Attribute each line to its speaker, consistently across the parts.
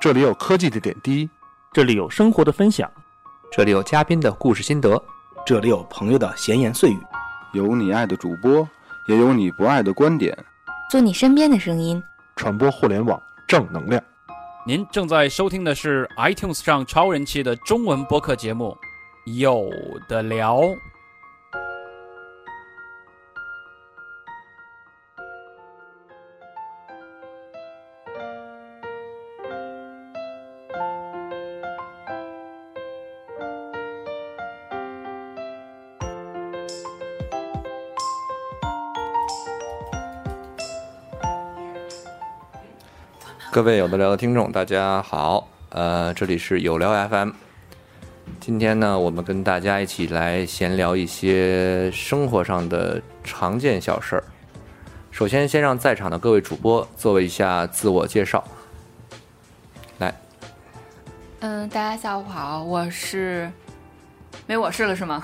Speaker 1: 这里有科技的点滴，
Speaker 2: 这里有生活的分享，
Speaker 3: 这里有嘉宾的故事心得，
Speaker 4: 这里有朋友的闲言碎语，
Speaker 5: 有你爱的主播，也有你不爱的观点。
Speaker 6: 做你身边的声音，
Speaker 1: 传播互联网正能量。
Speaker 7: 您正在收听的是 iTunes 上超人气的中文播客节目《有的聊》。
Speaker 3: 各位有的聊的听众，大家好，呃，这里是有聊 FM。今天呢，我们跟大家一起来闲聊一些生活上的常见小事儿。首先，先让在场的各位主播做一下自我介绍。来，
Speaker 8: 嗯，大家下午好，我是没我是了是吗？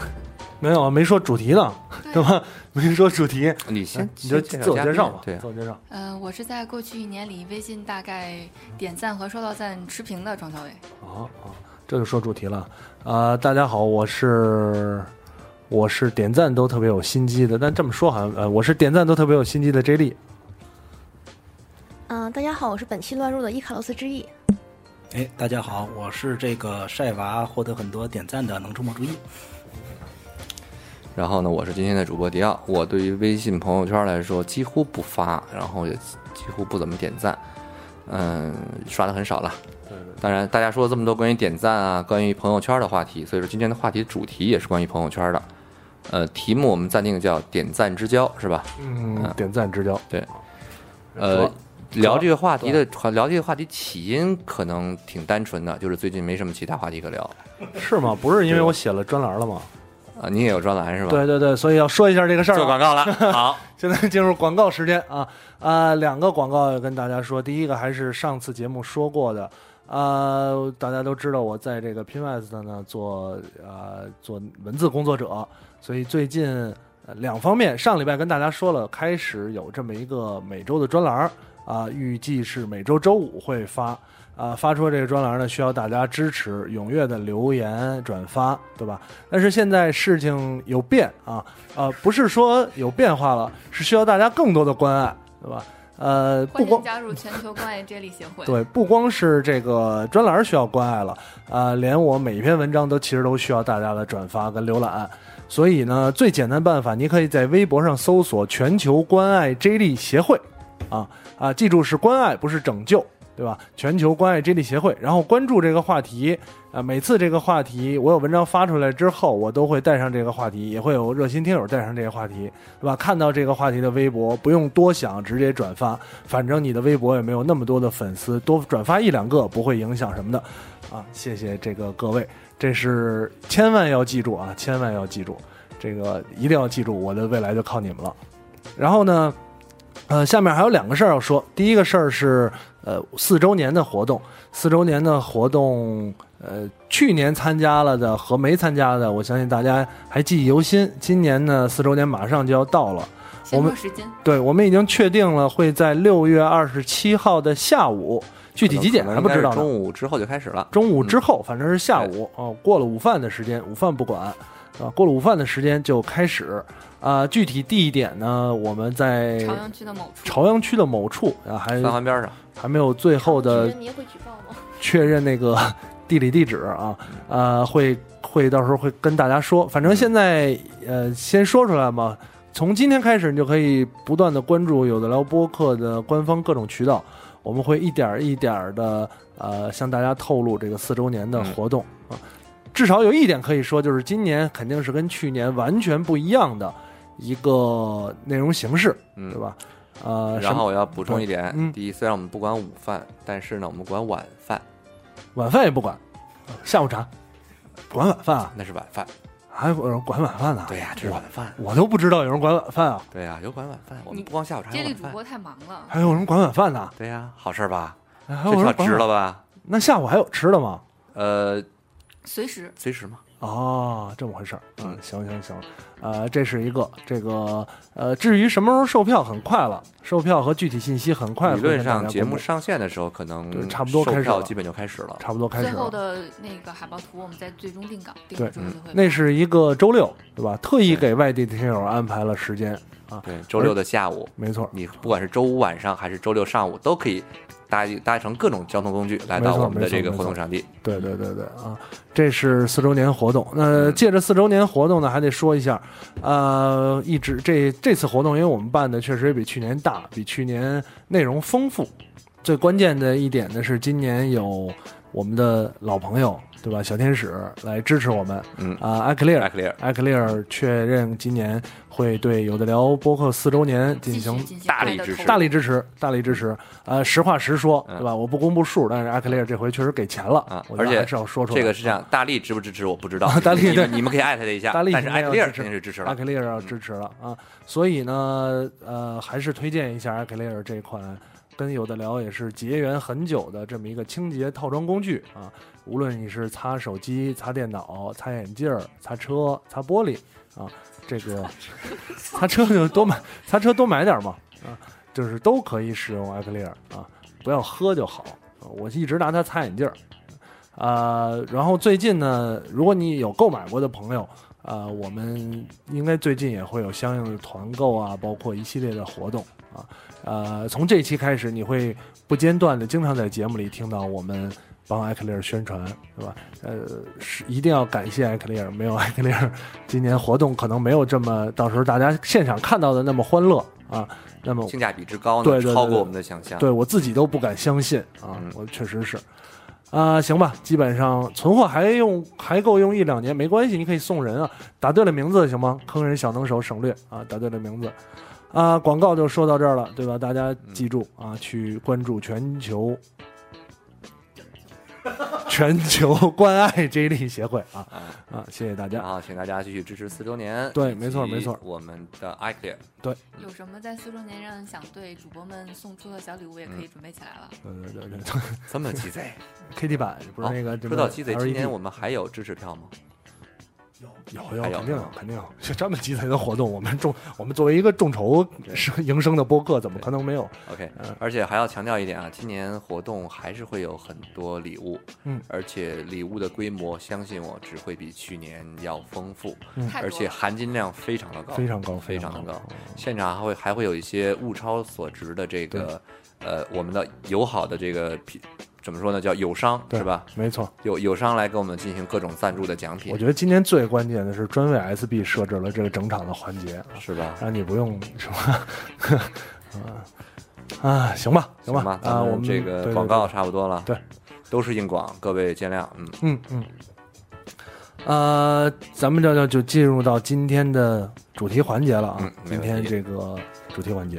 Speaker 9: 没有，没说主题呢，对吧？没说主题，
Speaker 3: 你嗯先
Speaker 9: 你就自我介绍吧，
Speaker 3: 对，
Speaker 9: 自我介绍。
Speaker 8: 嗯、呃，我是在过去一年里微信大概点赞和收到赞持平的庄小伟。
Speaker 9: 哦哦，这就说主题了啊、呃！大家好，我是我是点赞都特别有心机的，但这么说好像呃，我是点赞都特别有心机的 J 莉。
Speaker 10: 嗯、呃，大家好，我是本期乱入的伊卡洛斯之翼。
Speaker 4: 哎，大家好，我是这个晒娃获得很多点赞的能出没注意。
Speaker 3: 然后呢，我是今天的主播迪奥。我对于微信朋友圈来说几乎不发，然后也几乎不怎么点赞，嗯，刷的很少了。当然，大家说了这么多关于点赞啊、关于朋友圈的话题，所以说今天的话题主题也是关于朋友圈的。呃，题目我们暂定叫“点赞之交”，是吧？
Speaker 9: 嗯，点赞之交。
Speaker 3: 对。呃，聊这个话题的聊这个话题起因可能挺单纯的，就是最近没什么其他话题可聊。
Speaker 9: 是吗？不是因为我写了专栏了吗？
Speaker 3: 啊，你也有专栏是吧？
Speaker 9: 对对对，所以要说一下这个事儿。啊
Speaker 3: 做广 告了，好，
Speaker 9: 现在进入广告时间啊啊、呃，两个广告要跟大家说，第一个还是上次节目说过的，呃，大家都知道我在这个 Pinwest 呢做呃做文字工作者，所以最近、呃、两方面，上礼拜跟大家说了，开始有这么一个每周的专栏啊、呃，预计是每周周五会发。啊、呃，发出这个专栏呢，需要大家支持，踊跃的留言、转发，对吧？但是现在事情有变啊，呃，不是说有变化了，是需要大家更多的关爱，对吧？呃，不光
Speaker 8: 加入全球关爱接力协会，
Speaker 9: 对，不光是这个专栏需要关爱了，啊、呃，连我每一篇文章都其实都需要大家的转发跟浏览。所以呢，最简单办法，你可以在微博上搜索“全球关爱 J 力协会”，啊啊，记住是关爱，不是拯救。对吧？全球关爱接力协会，然后关注这个话题啊、呃。每次这个话题，我有文章发出来之后，我都会带上这个话题，也会有热心听友带上这个话题，对吧？看到这个话题的微博，不用多想，直接转发。反正你的微博也没有那么多的粉丝，多转发一两个不会影响什么的啊。谢谢这个各位，这是千万要记住啊，千万要记住，这个一定要记住，我的未来就靠你们了。然后呢？呃，下面还有两个事儿要说。第一个事儿是，呃，四周年的活动，四周年的活动，呃，去年参加了的和没参加的，我相信大家还记忆犹新。今年呢，四周年马上就要到了，我们
Speaker 8: 时间
Speaker 9: 对，我们已经确定了会在六月二十七号的下午，具体几点还不知道。
Speaker 3: 中午之后就开始了，
Speaker 9: 中午之后，反正是下午哦，过了午饭的时间，午饭不管，啊，过了午饭的时间就开始。啊、呃，具体地点呢？我们在
Speaker 8: 朝阳区的某处，
Speaker 9: 呃朝阳区的某处啊，还
Speaker 3: 三环边上，
Speaker 9: 还没有最后的确认那个 地理地址啊，呃，会会到时候会跟大家说。
Speaker 3: 嗯
Speaker 9: 反正现在呃，先说出来嘛。从今天开始，你就可以不断的关注有的聊播客的官方各种渠道，我们会一点一点的呃向大家透露这个四周年
Speaker 3: 嗯
Speaker 9: 的活动啊。至少有一点可以说，就是今年肯定是跟去年完全不一样的。一个内容形式，
Speaker 3: 嗯，
Speaker 9: 对吧？呃，
Speaker 3: 然后我要补充一点，
Speaker 9: 嗯、
Speaker 3: 第一，虽然我们不管午饭，但是呢，我们管晚饭，
Speaker 9: 晚饭也不管，下午茶，管晚饭啊？
Speaker 3: 那是晚饭，
Speaker 9: 还有人管晚饭呢、啊？
Speaker 3: 对呀、啊，这是晚饭，
Speaker 9: 我都不知道有人管晚饭啊。
Speaker 3: 对呀、啊，有管晚饭，我们不光下午茶，
Speaker 8: 接力主播太忙了，
Speaker 9: 还有人管晚饭呢？
Speaker 3: 对呀，好事吧？
Speaker 9: 哎、
Speaker 3: 这
Speaker 9: 算
Speaker 3: 值了吧？
Speaker 9: 那下午还有吃的吗？
Speaker 3: 呃，
Speaker 8: 随时，
Speaker 3: 随时嘛。
Speaker 9: 哦，这么回事儿。嗯，行行行，呃，这是一个这个呃，至于什么时候售票，很快了，售票和具体信息很快
Speaker 3: 理
Speaker 9: 会跟
Speaker 3: 论
Speaker 9: 大家公
Speaker 3: 上
Speaker 9: 布。
Speaker 3: 节目上线的时候，可能
Speaker 9: 对差不多
Speaker 3: 售
Speaker 9: 开始
Speaker 3: 票
Speaker 9: 了
Speaker 3: 基本就开始了。
Speaker 9: 差不多开始
Speaker 8: 最
Speaker 9: 了。
Speaker 8: 后的那个海报图，我们在最终定稿，定了之后就会。
Speaker 9: 嗯那是一个周六，对吧？特意给外地听友安排了时间，
Speaker 3: 对，周六的下午，
Speaker 9: 没错，
Speaker 3: 你不管是周五晚上还是周六上午，都可以搭搭乘各种交通工具来
Speaker 9: 没
Speaker 3: 到
Speaker 9: 错
Speaker 3: 我们
Speaker 9: 没
Speaker 3: 的
Speaker 9: 错
Speaker 3: 这个
Speaker 9: 没
Speaker 3: 活动
Speaker 9: 错
Speaker 3: 场地。
Speaker 9: 对对对对啊，这是四周年活动。那借着四周年活动呢，还得说一下，呃，一直这这次活动，因为我们办的确实也比去年大，比去年内容丰富。最关键的一点呢是，今年有我们的老朋友，对吧？小天使来支持我们，
Speaker 3: 嗯
Speaker 9: 啊，艾克利尔，
Speaker 3: 艾克利尔
Speaker 9: 艾克利尔确认今年会对有的聊播客四周年进
Speaker 8: 继续
Speaker 9: 行
Speaker 8: 进行
Speaker 3: 大
Speaker 8: 爱
Speaker 3: 力
Speaker 8: 的
Speaker 3: 支
Speaker 8: 投
Speaker 3: 持
Speaker 8: 入
Speaker 9: 大力支持，大力支持。呃，实话实说，
Speaker 3: 嗯
Speaker 9: 对吧？我不公布数，但是艾克利尔这回确实给钱了
Speaker 3: 啊
Speaker 9: 我觉
Speaker 3: 而
Speaker 9: 得
Speaker 3: 且
Speaker 9: 还是要说出来。，
Speaker 3: 这个是这样，大力支不支持我不知道
Speaker 9: 大力
Speaker 3: 你
Speaker 9: 对
Speaker 3: 们你们可以艾特他一下，
Speaker 9: 大力
Speaker 3: 但是
Speaker 9: 应
Speaker 3: 艾
Speaker 9: 该要
Speaker 3: 克利尔
Speaker 9: 支持
Speaker 3: 肯定是支持
Speaker 9: 艾
Speaker 3: 了嗯
Speaker 9: 克。利尔要支持了啊，所以呢，呃，还是推荐一下艾克利尔这款跟有的聊也是结缘很久的这么一个清洁套装工具啊。无论你是擦手机、擦电脑、擦眼镜儿、擦车、擦玻璃啊，这个擦车就多买，擦车多买点儿嘛啊，就是都可以使用艾克利尔啊，不要喝就好。啊我一直拿它擦眼镜儿。呃，然后最近呢，如果你有购买过的朋友，呃，我们应该最近也会有相应的团购啊，包括一系列的活动啊。呃，从这期开始，你会不间断的经常在节目里听到我们帮艾克利尔宣传，对吧？呃，是一定要感谢艾克利尔，没有艾克利尔，今年活动可能没有这么，到时候大家现场看到的那么欢乐啊。那么
Speaker 3: 性价比之高
Speaker 9: 对
Speaker 3: 呢，
Speaker 9: 对对
Speaker 3: 超过
Speaker 9: 对
Speaker 3: 我们的想象。
Speaker 9: 对我自己都不敢相信啊，
Speaker 3: 嗯
Speaker 9: 我确实是。啊、行吧，基本上存货还用还够用一两年，没关系，你可以送人啊。答对了名字行吗？坑人小能手省略啊，答对了名字。啊、广告就说到这儿了，对吧？大家记住啊，去关注全球全球关爱 J 力协会啊啊，谢谢大
Speaker 3: 然
Speaker 9: 家。
Speaker 3: 后请大家继续支持四周年。
Speaker 9: 对
Speaker 3: 以及
Speaker 9: 没错没错
Speaker 3: 我们的艾 克利尔，
Speaker 8: 有什么在四周年让想对主播们送出的小礼物，也可
Speaker 9: 嗯
Speaker 8: 以准备起来了。
Speaker 9: 对对对对
Speaker 3: 这么鸡贼。
Speaker 9: ，KT 呃版 不是那个 E
Speaker 3: 哦
Speaker 9: 什么
Speaker 3: 说到鸡贼，今
Speaker 9: LED
Speaker 3: 年我们还有支持票吗？
Speaker 9: 有有
Speaker 3: 还有
Speaker 9: 肯定有
Speaker 3: 嗯
Speaker 9: 肯定有，像这么集体的活动，我们众我们作为一个众筹生营生的播客，怎么可能没有？
Speaker 3: OK，
Speaker 9: 嗯
Speaker 3: 而且还要强调一点啊，今年活动还是会有很多礼物，
Speaker 9: 嗯
Speaker 3: 而且礼物的规模，相信我只会比去年要丰富，
Speaker 8: 太多了
Speaker 3: 而且含金量非常的高，
Speaker 9: 非常高，嗯
Speaker 3: 非常的
Speaker 9: 的
Speaker 3: 高。现场还会还会有一些物超所值的这个，呃，我们的友好的这个品怎么说呢？叫友商
Speaker 9: 对
Speaker 3: 是吧？
Speaker 9: 没错，
Speaker 3: 友友商来给我们进行各种赞助的奖品
Speaker 9: 我，觉得今年最关键的是专为 SB 设置了这个整场的环节，
Speaker 3: 是吧？
Speaker 9: 让你不用什么 啊啊，行吧，行
Speaker 3: 吧
Speaker 9: 吧，，
Speaker 3: 咱
Speaker 9: 啊，我
Speaker 3: 们
Speaker 9: 们
Speaker 3: 这
Speaker 9: 对
Speaker 3: 个
Speaker 9: 对
Speaker 3: 广
Speaker 9: 对
Speaker 3: 告差不多了，
Speaker 9: 对，
Speaker 3: 都是硬广，各位见谅，嗯，
Speaker 9: 嗯，嗯，呃，咱们这就就进入到今天的主题环节了啊。
Speaker 3: 嗯没
Speaker 9: 今
Speaker 3: 问题
Speaker 9: 天这个主题环节，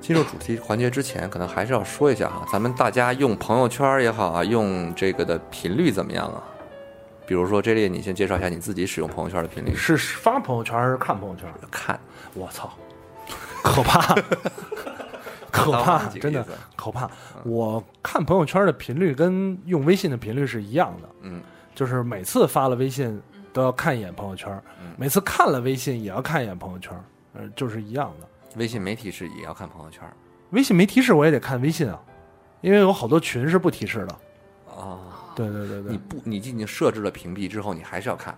Speaker 3: 进入主题环节之前，可能还是要说一下哈，咱们大家用朋友圈也好啊，用这个的频率怎么样啊？比如说 J 列，你先介绍一下你自己使用朋友圈的频率。
Speaker 9: 是发朋友圈还是看朋友圈？
Speaker 3: 看，
Speaker 9: 我操，可 怕，可
Speaker 3: 当
Speaker 9: 怕
Speaker 3: 然，几个
Speaker 9: 真的
Speaker 3: 意思啊
Speaker 9: 可怕。我看朋友圈的频率跟用微信的频率是一样的，
Speaker 3: 嗯，
Speaker 9: 就是每次发了微信都要看一眼朋友圈，
Speaker 3: 嗯
Speaker 9: 每次看了微信也要看一眼朋友圈，呃，就是一样的。
Speaker 3: 微信媒体是也要看朋友圈
Speaker 9: 微信没提示我也得看微信啊，因为有好多群是不提示的。
Speaker 3: 啊。
Speaker 9: 对对对啊
Speaker 3: 你
Speaker 9: 对，
Speaker 3: 不，你进行设置了屏蔽之后，你还是要看。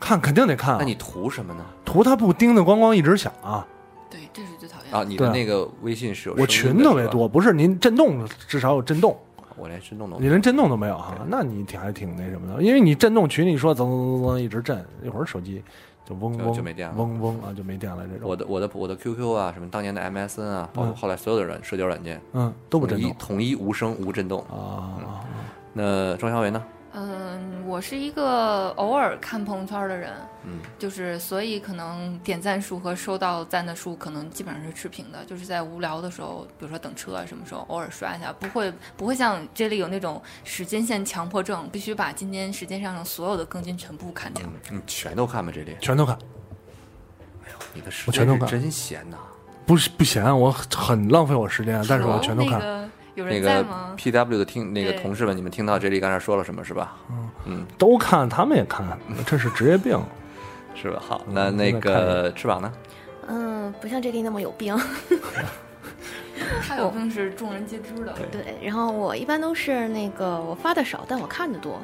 Speaker 9: 看肯定得看啊。
Speaker 3: 那你图什么呢？
Speaker 9: 图它不叮叮咣咣一直响啊，
Speaker 8: 对，这是最讨厌的。
Speaker 3: 啊，你的
Speaker 9: 对啊
Speaker 3: 那个微信是有
Speaker 9: 我
Speaker 3: 声音
Speaker 9: 群特
Speaker 3: 是
Speaker 9: 别
Speaker 3: 吧，
Speaker 9: 多，不是您震动至少有震动。
Speaker 3: 我连震动都
Speaker 9: 你
Speaker 3: 没有。
Speaker 9: 连震动都没有哈、那你挺还挺那什么的，因为你震动群里说噌噌噌噌一直震，一会儿手机就嗡
Speaker 3: 就
Speaker 9: 嗡
Speaker 3: 就没电了
Speaker 9: 嗡嗡啊就没电了这种，
Speaker 3: 我的我的我的 QQ 啊，什么当年的 MSN 啊，包括
Speaker 9: 嗯
Speaker 3: 后来所有的软社交软件
Speaker 9: 嗯都不
Speaker 3: 统
Speaker 9: 震
Speaker 3: 一
Speaker 9: 动
Speaker 3: 统一无声无震动。
Speaker 9: 啊，
Speaker 3: 那庄小维呢？
Speaker 8: 嗯，我是一个偶尔看朋友圈的人，
Speaker 3: 嗯，
Speaker 8: 就是所以可能点赞数和收到赞的数可能基本上是持平的，就是在无聊的时候，比如说等车啊什么时候偶尔刷一下，不会不会像这里有那种时间线强迫症，必须把今天时间上的所有的更新全部看掉。
Speaker 3: 你全都看吧，这里
Speaker 9: 全都看，
Speaker 3: 你的时
Speaker 9: 我全都
Speaker 3: 间是
Speaker 9: 看
Speaker 3: 真闲呐。
Speaker 9: 不是不嫌我很浪费我时间，啊但是我全都看
Speaker 8: 那。个有
Speaker 3: 那
Speaker 8: 人在
Speaker 3: 个
Speaker 8: 吗？
Speaker 3: P W 的听那个
Speaker 8: 对
Speaker 3: 同事们，你们听到这里刚才说了什么是吧？嗯，
Speaker 9: 都看，他们也看，这是职业病。
Speaker 3: 是吧？好，
Speaker 9: 嗯
Speaker 3: 那那
Speaker 9: 正在看这
Speaker 3: 个翅膀呢？
Speaker 10: 嗯，不像 J D 那么有病。
Speaker 8: 他
Speaker 3: 哦
Speaker 8: 有病是众人皆知的。
Speaker 10: 对，然后我一般都是那个我发的少，但我看的多。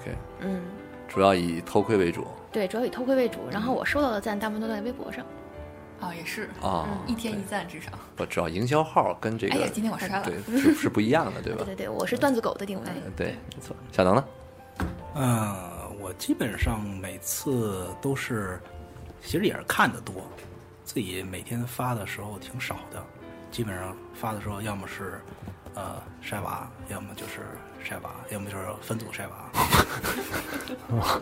Speaker 3: OK
Speaker 10: 嗯，
Speaker 3: 主要以偷窥为主
Speaker 10: 对，主要以偷窥为主。然后我收到的赞大部分都在微博上。
Speaker 8: 哦，也是，
Speaker 3: 啊，
Speaker 8: 一天一赞至少。
Speaker 3: 不，主要营销号跟这
Speaker 8: 哎
Speaker 3: 个
Speaker 8: 呀，今天我刷了。
Speaker 3: 对是是不一样的，对吧
Speaker 10: 对？对对，我是段子狗的定位。
Speaker 3: 对，没错。小能呢？
Speaker 4: 呃，我基本上每次都是，其实也是看的多，自己每天发的时候挺少的，基本上发的时候要么是呃晒娃，要么就是晒娃，要么就是分组 晒娃。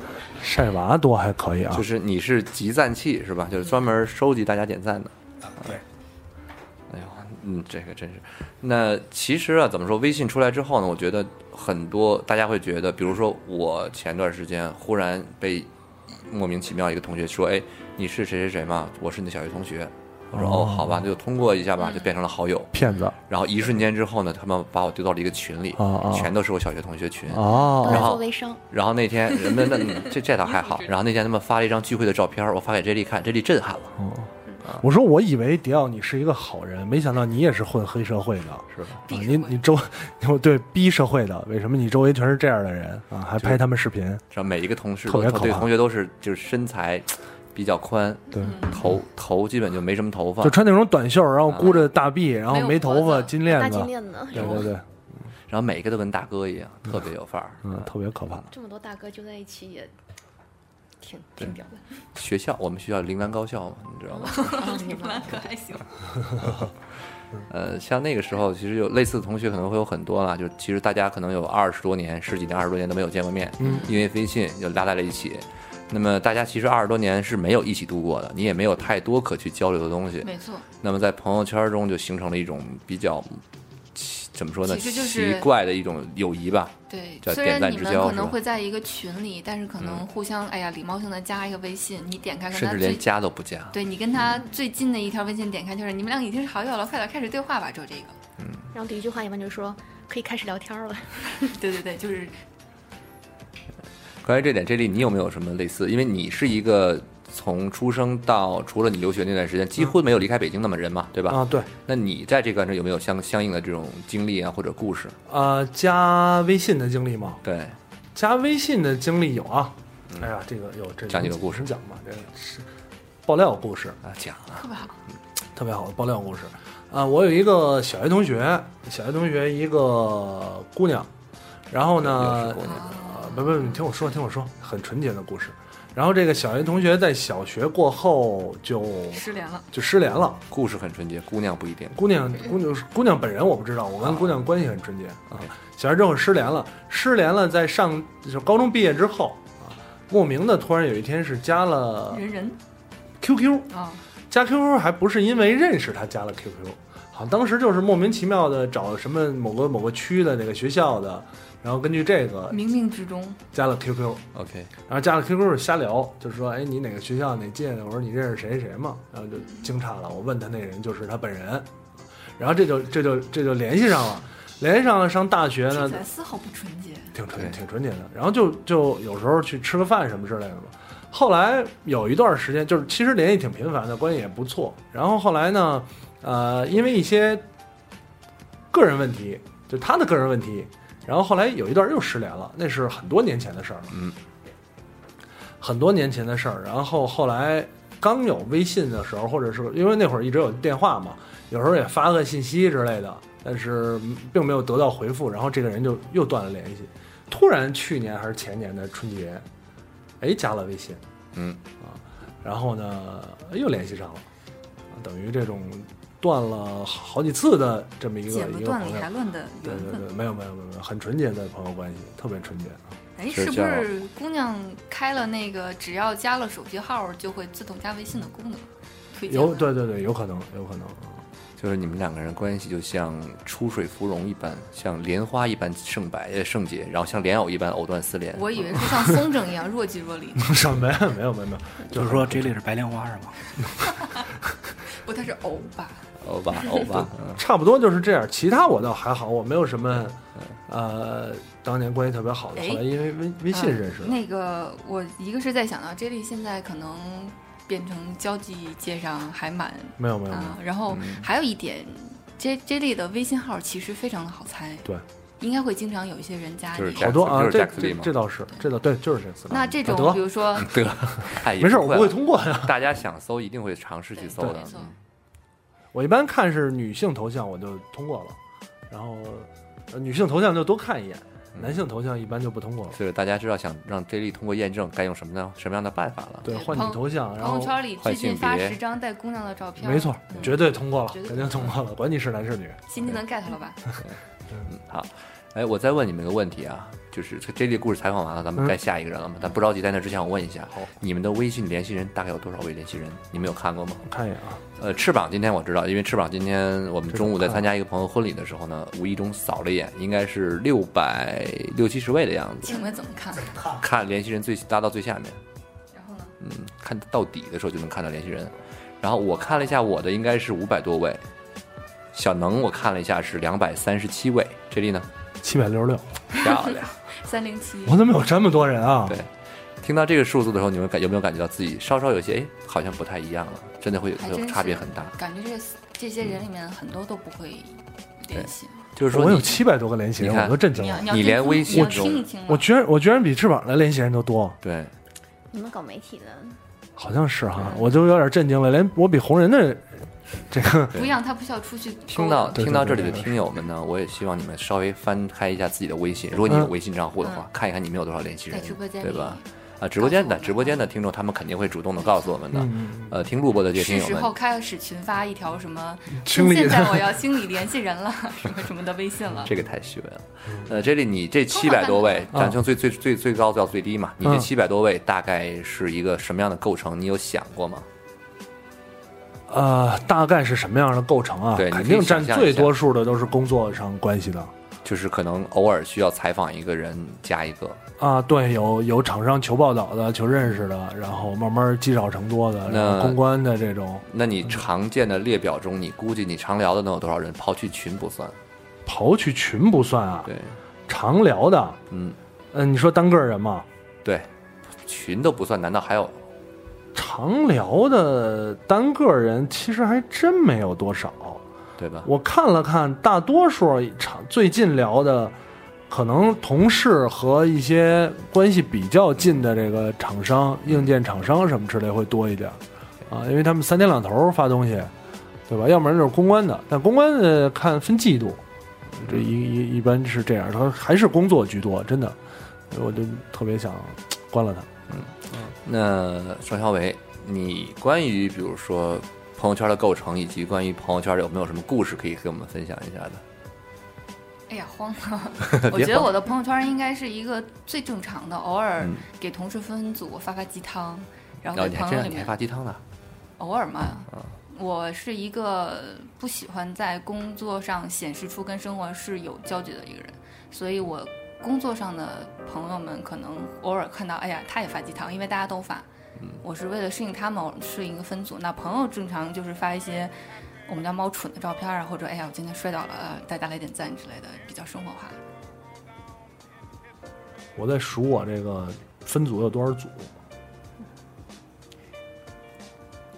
Speaker 9: 晒娃多还可以啊
Speaker 3: 就，是你是集赞器是吧？就是专门收集大家点赞的。
Speaker 4: 啊，对，
Speaker 3: 哎呦，嗯，这个真是。那其实啊，怎么说？微信出来之后呢，我觉得很多大家会觉得，比如说我前段时间忽然被莫名其妙一个同学说：“哎，你是谁谁谁吗？我是你的小学同学。”我
Speaker 4: 啊
Speaker 3: 说：“哦，
Speaker 9: 哦
Speaker 3: 好吧，那就通过一下
Speaker 4: 嗯
Speaker 3: 吧。”就变成了好友。
Speaker 9: 骗子
Speaker 3: 然后一瞬间之后呢，他们把我丢到了一个群
Speaker 4: 啊
Speaker 3: 里，
Speaker 9: 哦哦
Speaker 3: 全都是我小学同学群。
Speaker 10: 都
Speaker 9: 哦，
Speaker 10: 在
Speaker 3: 然后
Speaker 10: 做微商，
Speaker 3: 然后那天，那那那嗯这这倒还好。然后那天他们发了一张聚会的照片，我发给 J 莉看，J 莉震撼了，
Speaker 9: 我说我以为迪奥你是一个好人，没想到你也是混黑社会的。
Speaker 3: 是吧？
Speaker 9: 啊，你你周， 对逼社会的，为什么你周围全是这样的人啊？还拍他们视频，
Speaker 3: 然后每一个同事
Speaker 9: 特
Speaker 3: 都
Speaker 9: 别可怕
Speaker 3: 对同学都是就是身材比较宽，
Speaker 9: 对，
Speaker 3: 头头基本就没什么头发
Speaker 9: 就，穿那种短袖，然后箍着大臂，
Speaker 3: 啊
Speaker 9: 然后没头
Speaker 8: 没有
Speaker 9: 发、
Speaker 8: 脖子
Speaker 9: 金
Speaker 10: 大
Speaker 9: 链子
Speaker 10: 金，链子，
Speaker 9: 对对嗯对，
Speaker 3: 然后每一个都跟大哥一样，特别有范儿。
Speaker 9: 嗯，特别可怕。
Speaker 10: 这么多大哥就在一起也挺挺屌的。哦
Speaker 3: 学校我们学校陵南高校嘛，你知道吗？
Speaker 8: 那可还行。
Speaker 3: 呃，像那个时候，其实有类似的同学可能会有很多啦，就是其实大家可能有二十多年、十几年、二十多年都没有见过面，嗯，因为微信就拉在了一起。那么大家其实二十多年是没有一起度过的，你也没有太多可去交流的东西。
Speaker 8: 没错，
Speaker 3: 那么在朋友圈中就形成了一种比较奇怎么说呢，
Speaker 8: 其实就是
Speaker 3: 奇怪的一种友谊吧。
Speaker 8: 对
Speaker 3: 叫，
Speaker 8: 虽
Speaker 3: 点
Speaker 8: 然
Speaker 3: 赞
Speaker 8: 你
Speaker 3: 之
Speaker 8: 们
Speaker 3: 交
Speaker 8: 可
Speaker 3: 是
Speaker 8: 能
Speaker 3: 吧嗯
Speaker 8: 会在一个群里，但是可能互相哎呀礼貌性的加一个微信，你点开跟
Speaker 3: 甚
Speaker 8: 他
Speaker 3: 至
Speaker 8: 最
Speaker 3: 连加都不加。
Speaker 8: 对你跟他最近的一条微信点开就是你们俩已经是好友了，快点开始对话吧，就这个。
Speaker 10: 然后第一句话一般就说可以开始聊天 了。
Speaker 8: 对对对，就是
Speaker 3: 关于这点，这里你有没有什么类似？因为你是一个从出生到除了你留学那段时
Speaker 8: 嗯
Speaker 3: 间，几乎没有离开北京的人嘛，对吧？
Speaker 9: 啊，对，
Speaker 3: 那你在这个中有没有相相应的这种经历啊，或者故事？
Speaker 9: 呃，加微信的经历吗？
Speaker 3: 对，
Speaker 9: 加微信的经历有啊。哎呀，这个有这
Speaker 3: 嗯讲几个故事
Speaker 9: 能讲吧，这个是爆料故事，
Speaker 3: 啊，讲啊，
Speaker 8: 特别好。
Speaker 9: 特别好的爆料故事。啊、我有一个小学同学，小学同学一个姑娘，然后
Speaker 3: 又
Speaker 9: 呢
Speaker 3: 是，姑娘
Speaker 9: 呃，不不，你听我说，听我说，很纯洁的故事。然后这个小学同学在小学过后就
Speaker 8: 失联了，
Speaker 9: 就失联了。
Speaker 3: 故事很纯洁，姑娘不一定。
Speaker 9: 姑娘，姑娘，姑娘本人我不知道，我跟姑娘关系很纯洁啊。小学之后失联了，失联了，在上就是高中毕业之后啊，莫名的突然有一天是加了
Speaker 8: 人人
Speaker 9: QQ，
Speaker 8: 啊，
Speaker 9: 加 QQ 还不是因为认识他加了 QQ，好像当时就是莫名其妙的找什么某个某个区的那个学校的，然后根据这个
Speaker 8: 冥冥之中
Speaker 9: 加了 QQ，
Speaker 3: OK，
Speaker 9: 然后加了 QQ 是瞎聊，就是说，哎，你哪个学校哪届的？我说你认识谁谁吗？然后就惊诧了，我问他那人就是他本人，然后这就这就这就联系上了，联系上了上大学
Speaker 8: 听
Speaker 9: 呢
Speaker 8: 起，来丝毫不纯洁。
Speaker 9: 挺
Speaker 3: 对
Speaker 9: 纯挺纯洁的，然后就就有时候去吃个饭什么之类的嘛。后来有一段时间，就是其实联系挺频繁的，关系也不错。然后后来呢，呃，因为一些个人问题，就他的个人问题，然后后来有一段又失联了，那是很多年前的事儿了。
Speaker 3: 嗯，
Speaker 9: 很多年前的事儿。然后后来刚有微信的时候，或者是因为那会儿一直有电话嘛，有时候也发个信息之类的，但是并没有得到回复，然后这个人就又断了联系。突然去年还是前年的春节，哎，加了微信，
Speaker 3: 嗯
Speaker 9: 然后呢又联系上了，啊等于这种断了好几次的这么一个
Speaker 8: 剪不
Speaker 9: 一个
Speaker 8: 断
Speaker 9: 朋
Speaker 8: 理
Speaker 9: 友
Speaker 8: 还。乱的
Speaker 9: 对
Speaker 8: 缘
Speaker 9: 对
Speaker 8: 分，
Speaker 9: 对，没有没有没有，没有很纯洁的朋友关系，特别纯洁啊！
Speaker 8: 哎，
Speaker 3: 是
Speaker 8: 是不
Speaker 3: 这样
Speaker 8: 是姑娘开了那个只要加了手机号就会自动加微信的功能？推荐
Speaker 9: 有
Speaker 8: 的
Speaker 9: 对对对，有可能，有可能。
Speaker 3: 就是你们两个人关系就像出水芙蓉一般，像莲花一般圣白呃圣洁，然后像莲藕一般藕断丝连。
Speaker 8: 我以为是像风筝一样若即若离，
Speaker 9: 什么呀？没有没有没有，
Speaker 4: 就是说这类是白莲花是吗？
Speaker 8: 不，它是欧巴。
Speaker 3: 欧巴欧巴，嗯
Speaker 9: 差不多就是这样。其他我倒还好，我没有什么呃，当年关系特别好的，
Speaker 8: 哎啊
Speaker 9: 后来因为微微信认识的。
Speaker 8: 嗯那个，我一个是在想到 J 莉现在可能变成交际界上还蛮
Speaker 9: 没有没有没有，嗯
Speaker 8: 啊，然后还有一点，J J 莉的微信号其实非常的好猜，
Speaker 9: 对，
Speaker 8: 应该会经常有一些人加
Speaker 3: 就是
Speaker 8: 你。
Speaker 3: 这
Speaker 9: 好
Speaker 3: 样
Speaker 9: 多啊，
Speaker 3: 就是
Speaker 9: 这
Speaker 3: Jack Lee
Speaker 9: 这
Speaker 3: 嘛
Speaker 9: 这倒是，这倒对，就是啊这次。
Speaker 8: 那这种，比
Speaker 9: 得
Speaker 8: 如说，
Speaker 3: 得，哎也
Speaker 9: 没事，我不
Speaker 3: 会
Speaker 9: 会
Speaker 3: 了
Speaker 9: 通过呀。
Speaker 3: 大家想搜一定会尝试去
Speaker 8: 对
Speaker 3: 搜
Speaker 8: 没
Speaker 3: 的。
Speaker 8: 错
Speaker 3: 嗯
Speaker 9: 我一般看是女性头像，我就通过了，然后呃女性头像就多看一眼，
Speaker 3: 嗯
Speaker 9: 男性头像一般就不通过了。
Speaker 3: 所以大家知道想让 J 莉通过验证该用什么样什么样的办法了。
Speaker 9: 对，
Speaker 8: 对
Speaker 9: 换女
Speaker 8: 朋
Speaker 9: 头像，然
Speaker 8: 朋
Speaker 9: 后
Speaker 8: 友圈里最
Speaker 3: 换性
Speaker 8: 近发
Speaker 3: 别
Speaker 8: 十张带姑娘的照片，
Speaker 9: 没错，
Speaker 8: 嗯
Speaker 9: 绝对通过了，
Speaker 8: 绝对
Speaker 9: 肯定通过了，管你是男是女。
Speaker 8: 心机能 get 了吧？
Speaker 3: 好，哎，我再问你们个问题啊，就是这 J 莉故事采访完了，咱们
Speaker 9: 嗯
Speaker 3: 该下一个人了嘛？咱不着急，在那之前我问一下，你们的微信联系人大概有多少位联系人？你们有看过吗？
Speaker 9: 看一眼啊，
Speaker 3: 呃，翅膀今天我知道，因为翅膀今天我们中午在参加一个朋友婚礼的时候呢，无意中扫了一眼，应该是六百六七十位的样子。
Speaker 8: 请问怎么看？
Speaker 3: 看联系人最拉到最下面，
Speaker 8: 然后呢？
Speaker 3: 嗯，看到底的时候就能看到联系人。然后我看了一下我的，应该是五百多位。小能我看了一下是两百三十七位，这里呢
Speaker 9: 七百六十六，
Speaker 3: 漂亮。
Speaker 8: 三零七，
Speaker 9: 我怎么有这么多人啊
Speaker 3: 对？ 听到这个数字的时候，你们感有没有感觉到自己稍稍有些哎，好像不太一样了？真的会有
Speaker 8: 还
Speaker 3: 会有
Speaker 8: 真
Speaker 3: 差别
Speaker 8: 是
Speaker 3: 很大。
Speaker 8: 感觉这个这些人里面很多都不会联系。
Speaker 3: 就是说
Speaker 9: 我
Speaker 3: 你，
Speaker 9: 有七百多个联系人，
Speaker 3: 你看
Speaker 9: 我都震惊
Speaker 8: 你要
Speaker 9: 了。
Speaker 8: 你要
Speaker 3: 你连
Speaker 8: 听
Speaker 3: 微
Speaker 8: 你
Speaker 3: 信
Speaker 8: 要
Speaker 3: 中
Speaker 8: 听一听啊，
Speaker 9: 我居然我居然比翅膀的联系人都多，
Speaker 3: 对，
Speaker 10: 你们搞媒体的，
Speaker 9: 好像是哈，
Speaker 10: 嗯
Speaker 9: 我就有点震惊了，连我比红人的这个
Speaker 8: 不一样，他不需要出去
Speaker 3: 听到
Speaker 8: 勾
Speaker 9: 对
Speaker 3: 听到
Speaker 9: 对
Speaker 3: 这
Speaker 9: 对
Speaker 3: 里的
Speaker 9: 对
Speaker 3: 听友们呢，我也希望你们稍微翻开一下自己的微信，如果你有
Speaker 9: 嗯
Speaker 3: 微信账户的话，看一看你们有多少联系
Speaker 8: 在
Speaker 3: 人
Speaker 8: 直播，间里
Speaker 3: 对吧？啊，直播间的
Speaker 8: 告诉我们
Speaker 3: 直播间的听众，他们肯定会主动的告诉我们的。
Speaker 9: 嗯，
Speaker 3: 呃，听录播的这些听
Speaker 8: 是
Speaker 3: 友
Speaker 8: 时候
Speaker 3: 们，
Speaker 8: 开始群发一条什么，
Speaker 9: 清理
Speaker 8: 现在我要清理联系 人了，什么什么的微信了。
Speaker 3: 这个太虚伪了。呃，这里你这七百多位，
Speaker 9: 嗯
Speaker 3: 咱从最最最最高到最低嘛，你这
Speaker 9: 嗯
Speaker 3: 七百多位大概是一个什么样的构成？你有想过吗？
Speaker 9: 呃，大概是什么样的构成啊？
Speaker 3: 对你可
Speaker 9: 肯
Speaker 3: 以
Speaker 9: 定占
Speaker 3: 想象一
Speaker 9: 最
Speaker 3: 下
Speaker 9: 多数的都是工作上关系的
Speaker 3: 就是可能偶尔需要采访一个人加一个，
Speaker 9: 啊。对，有有厂商求报道的、求认识的，然后慢慢积少成多的，
Speaker 3: 那
Speaker 9: 然后公关的这种
Speaker 3: 那你常见的列表中，你估计你常聊的能有多少人？抛去群不算，
Speaker 9: 刨去群不算啊，
Speaker 3: 对，
Speaker 9: 常聊的，
Speaker 3: 嗯，
Speaker 9: 嗯，你说单个人嘛，
Speaker 3: 对，群都不算，难道还有？
Speaker 9: 常聊的单个人其实还真没有多少。
Speaker 3: 对吧？
Speaker 9: 我看了看，大多数常最近聊的，可能同事和一些关系比较近的这个厂商、硬件厂商什么之类会多一点啊，因为他们三天两头发东西，对吧？要不然就是公关的，但公关的看分季度，这一一一般是这样，他还是工作居多，真的，我就特别想关了他。
Speaker 3: 那张小伟，你关于比如说朋友圈的构成，以及关于朋友圈有没有什么故事可以给我们分享一下的？
Speaker 8: 哎呀，慌 了！我觉得我的朋友圈应该是一个最正常的，偶尔
Speaker 3: 嗯
Speaker 8: 给同事分组发发鸡汤，然
Speaker 3: 然
Speaker 8: 后
Speaker 3: 后
Speaker 8: 给
Speaker 3: 你还
Speaker 8: 朋友
Speaker 3: 真
Speaker 8: 里
Speaker 3: 你还
Speaker 8: 面
Speaker 3: 发鸡汤呢？
Speaker 8: 偶尔嘛。
Speaker 3: 嗯
Speaker 8: 我是一个不喜欢在工作上显示出跟生活是有交集的一个人，所以我工作上的朋友们可能偶尔看到，哎呀，他也发鸡汤，因为大家都发。
Speaker 3: 嗯
Speaker 8: 我是为了适应他们，适应一个分组。那朋友正常就是发一些我们家猫蠢的照片啊，或者哎呀，我今天摔倒了，呃大家来点赞之类的，比较生活化。
Speaker 9: 我在数我这个分组有多少组，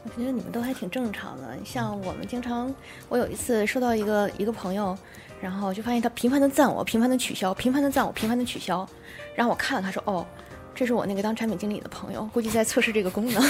Speaker 10: 我觉得你们都还挺正常的。像我们经常，我有一次收到一个一个朋友，然后就发现他频繁的赞我，频繁的取消，频繁的赞我，频繁的取消。然后我看了看，说哦，这是我那个当产品经理的朋友，估计在测试这个功能。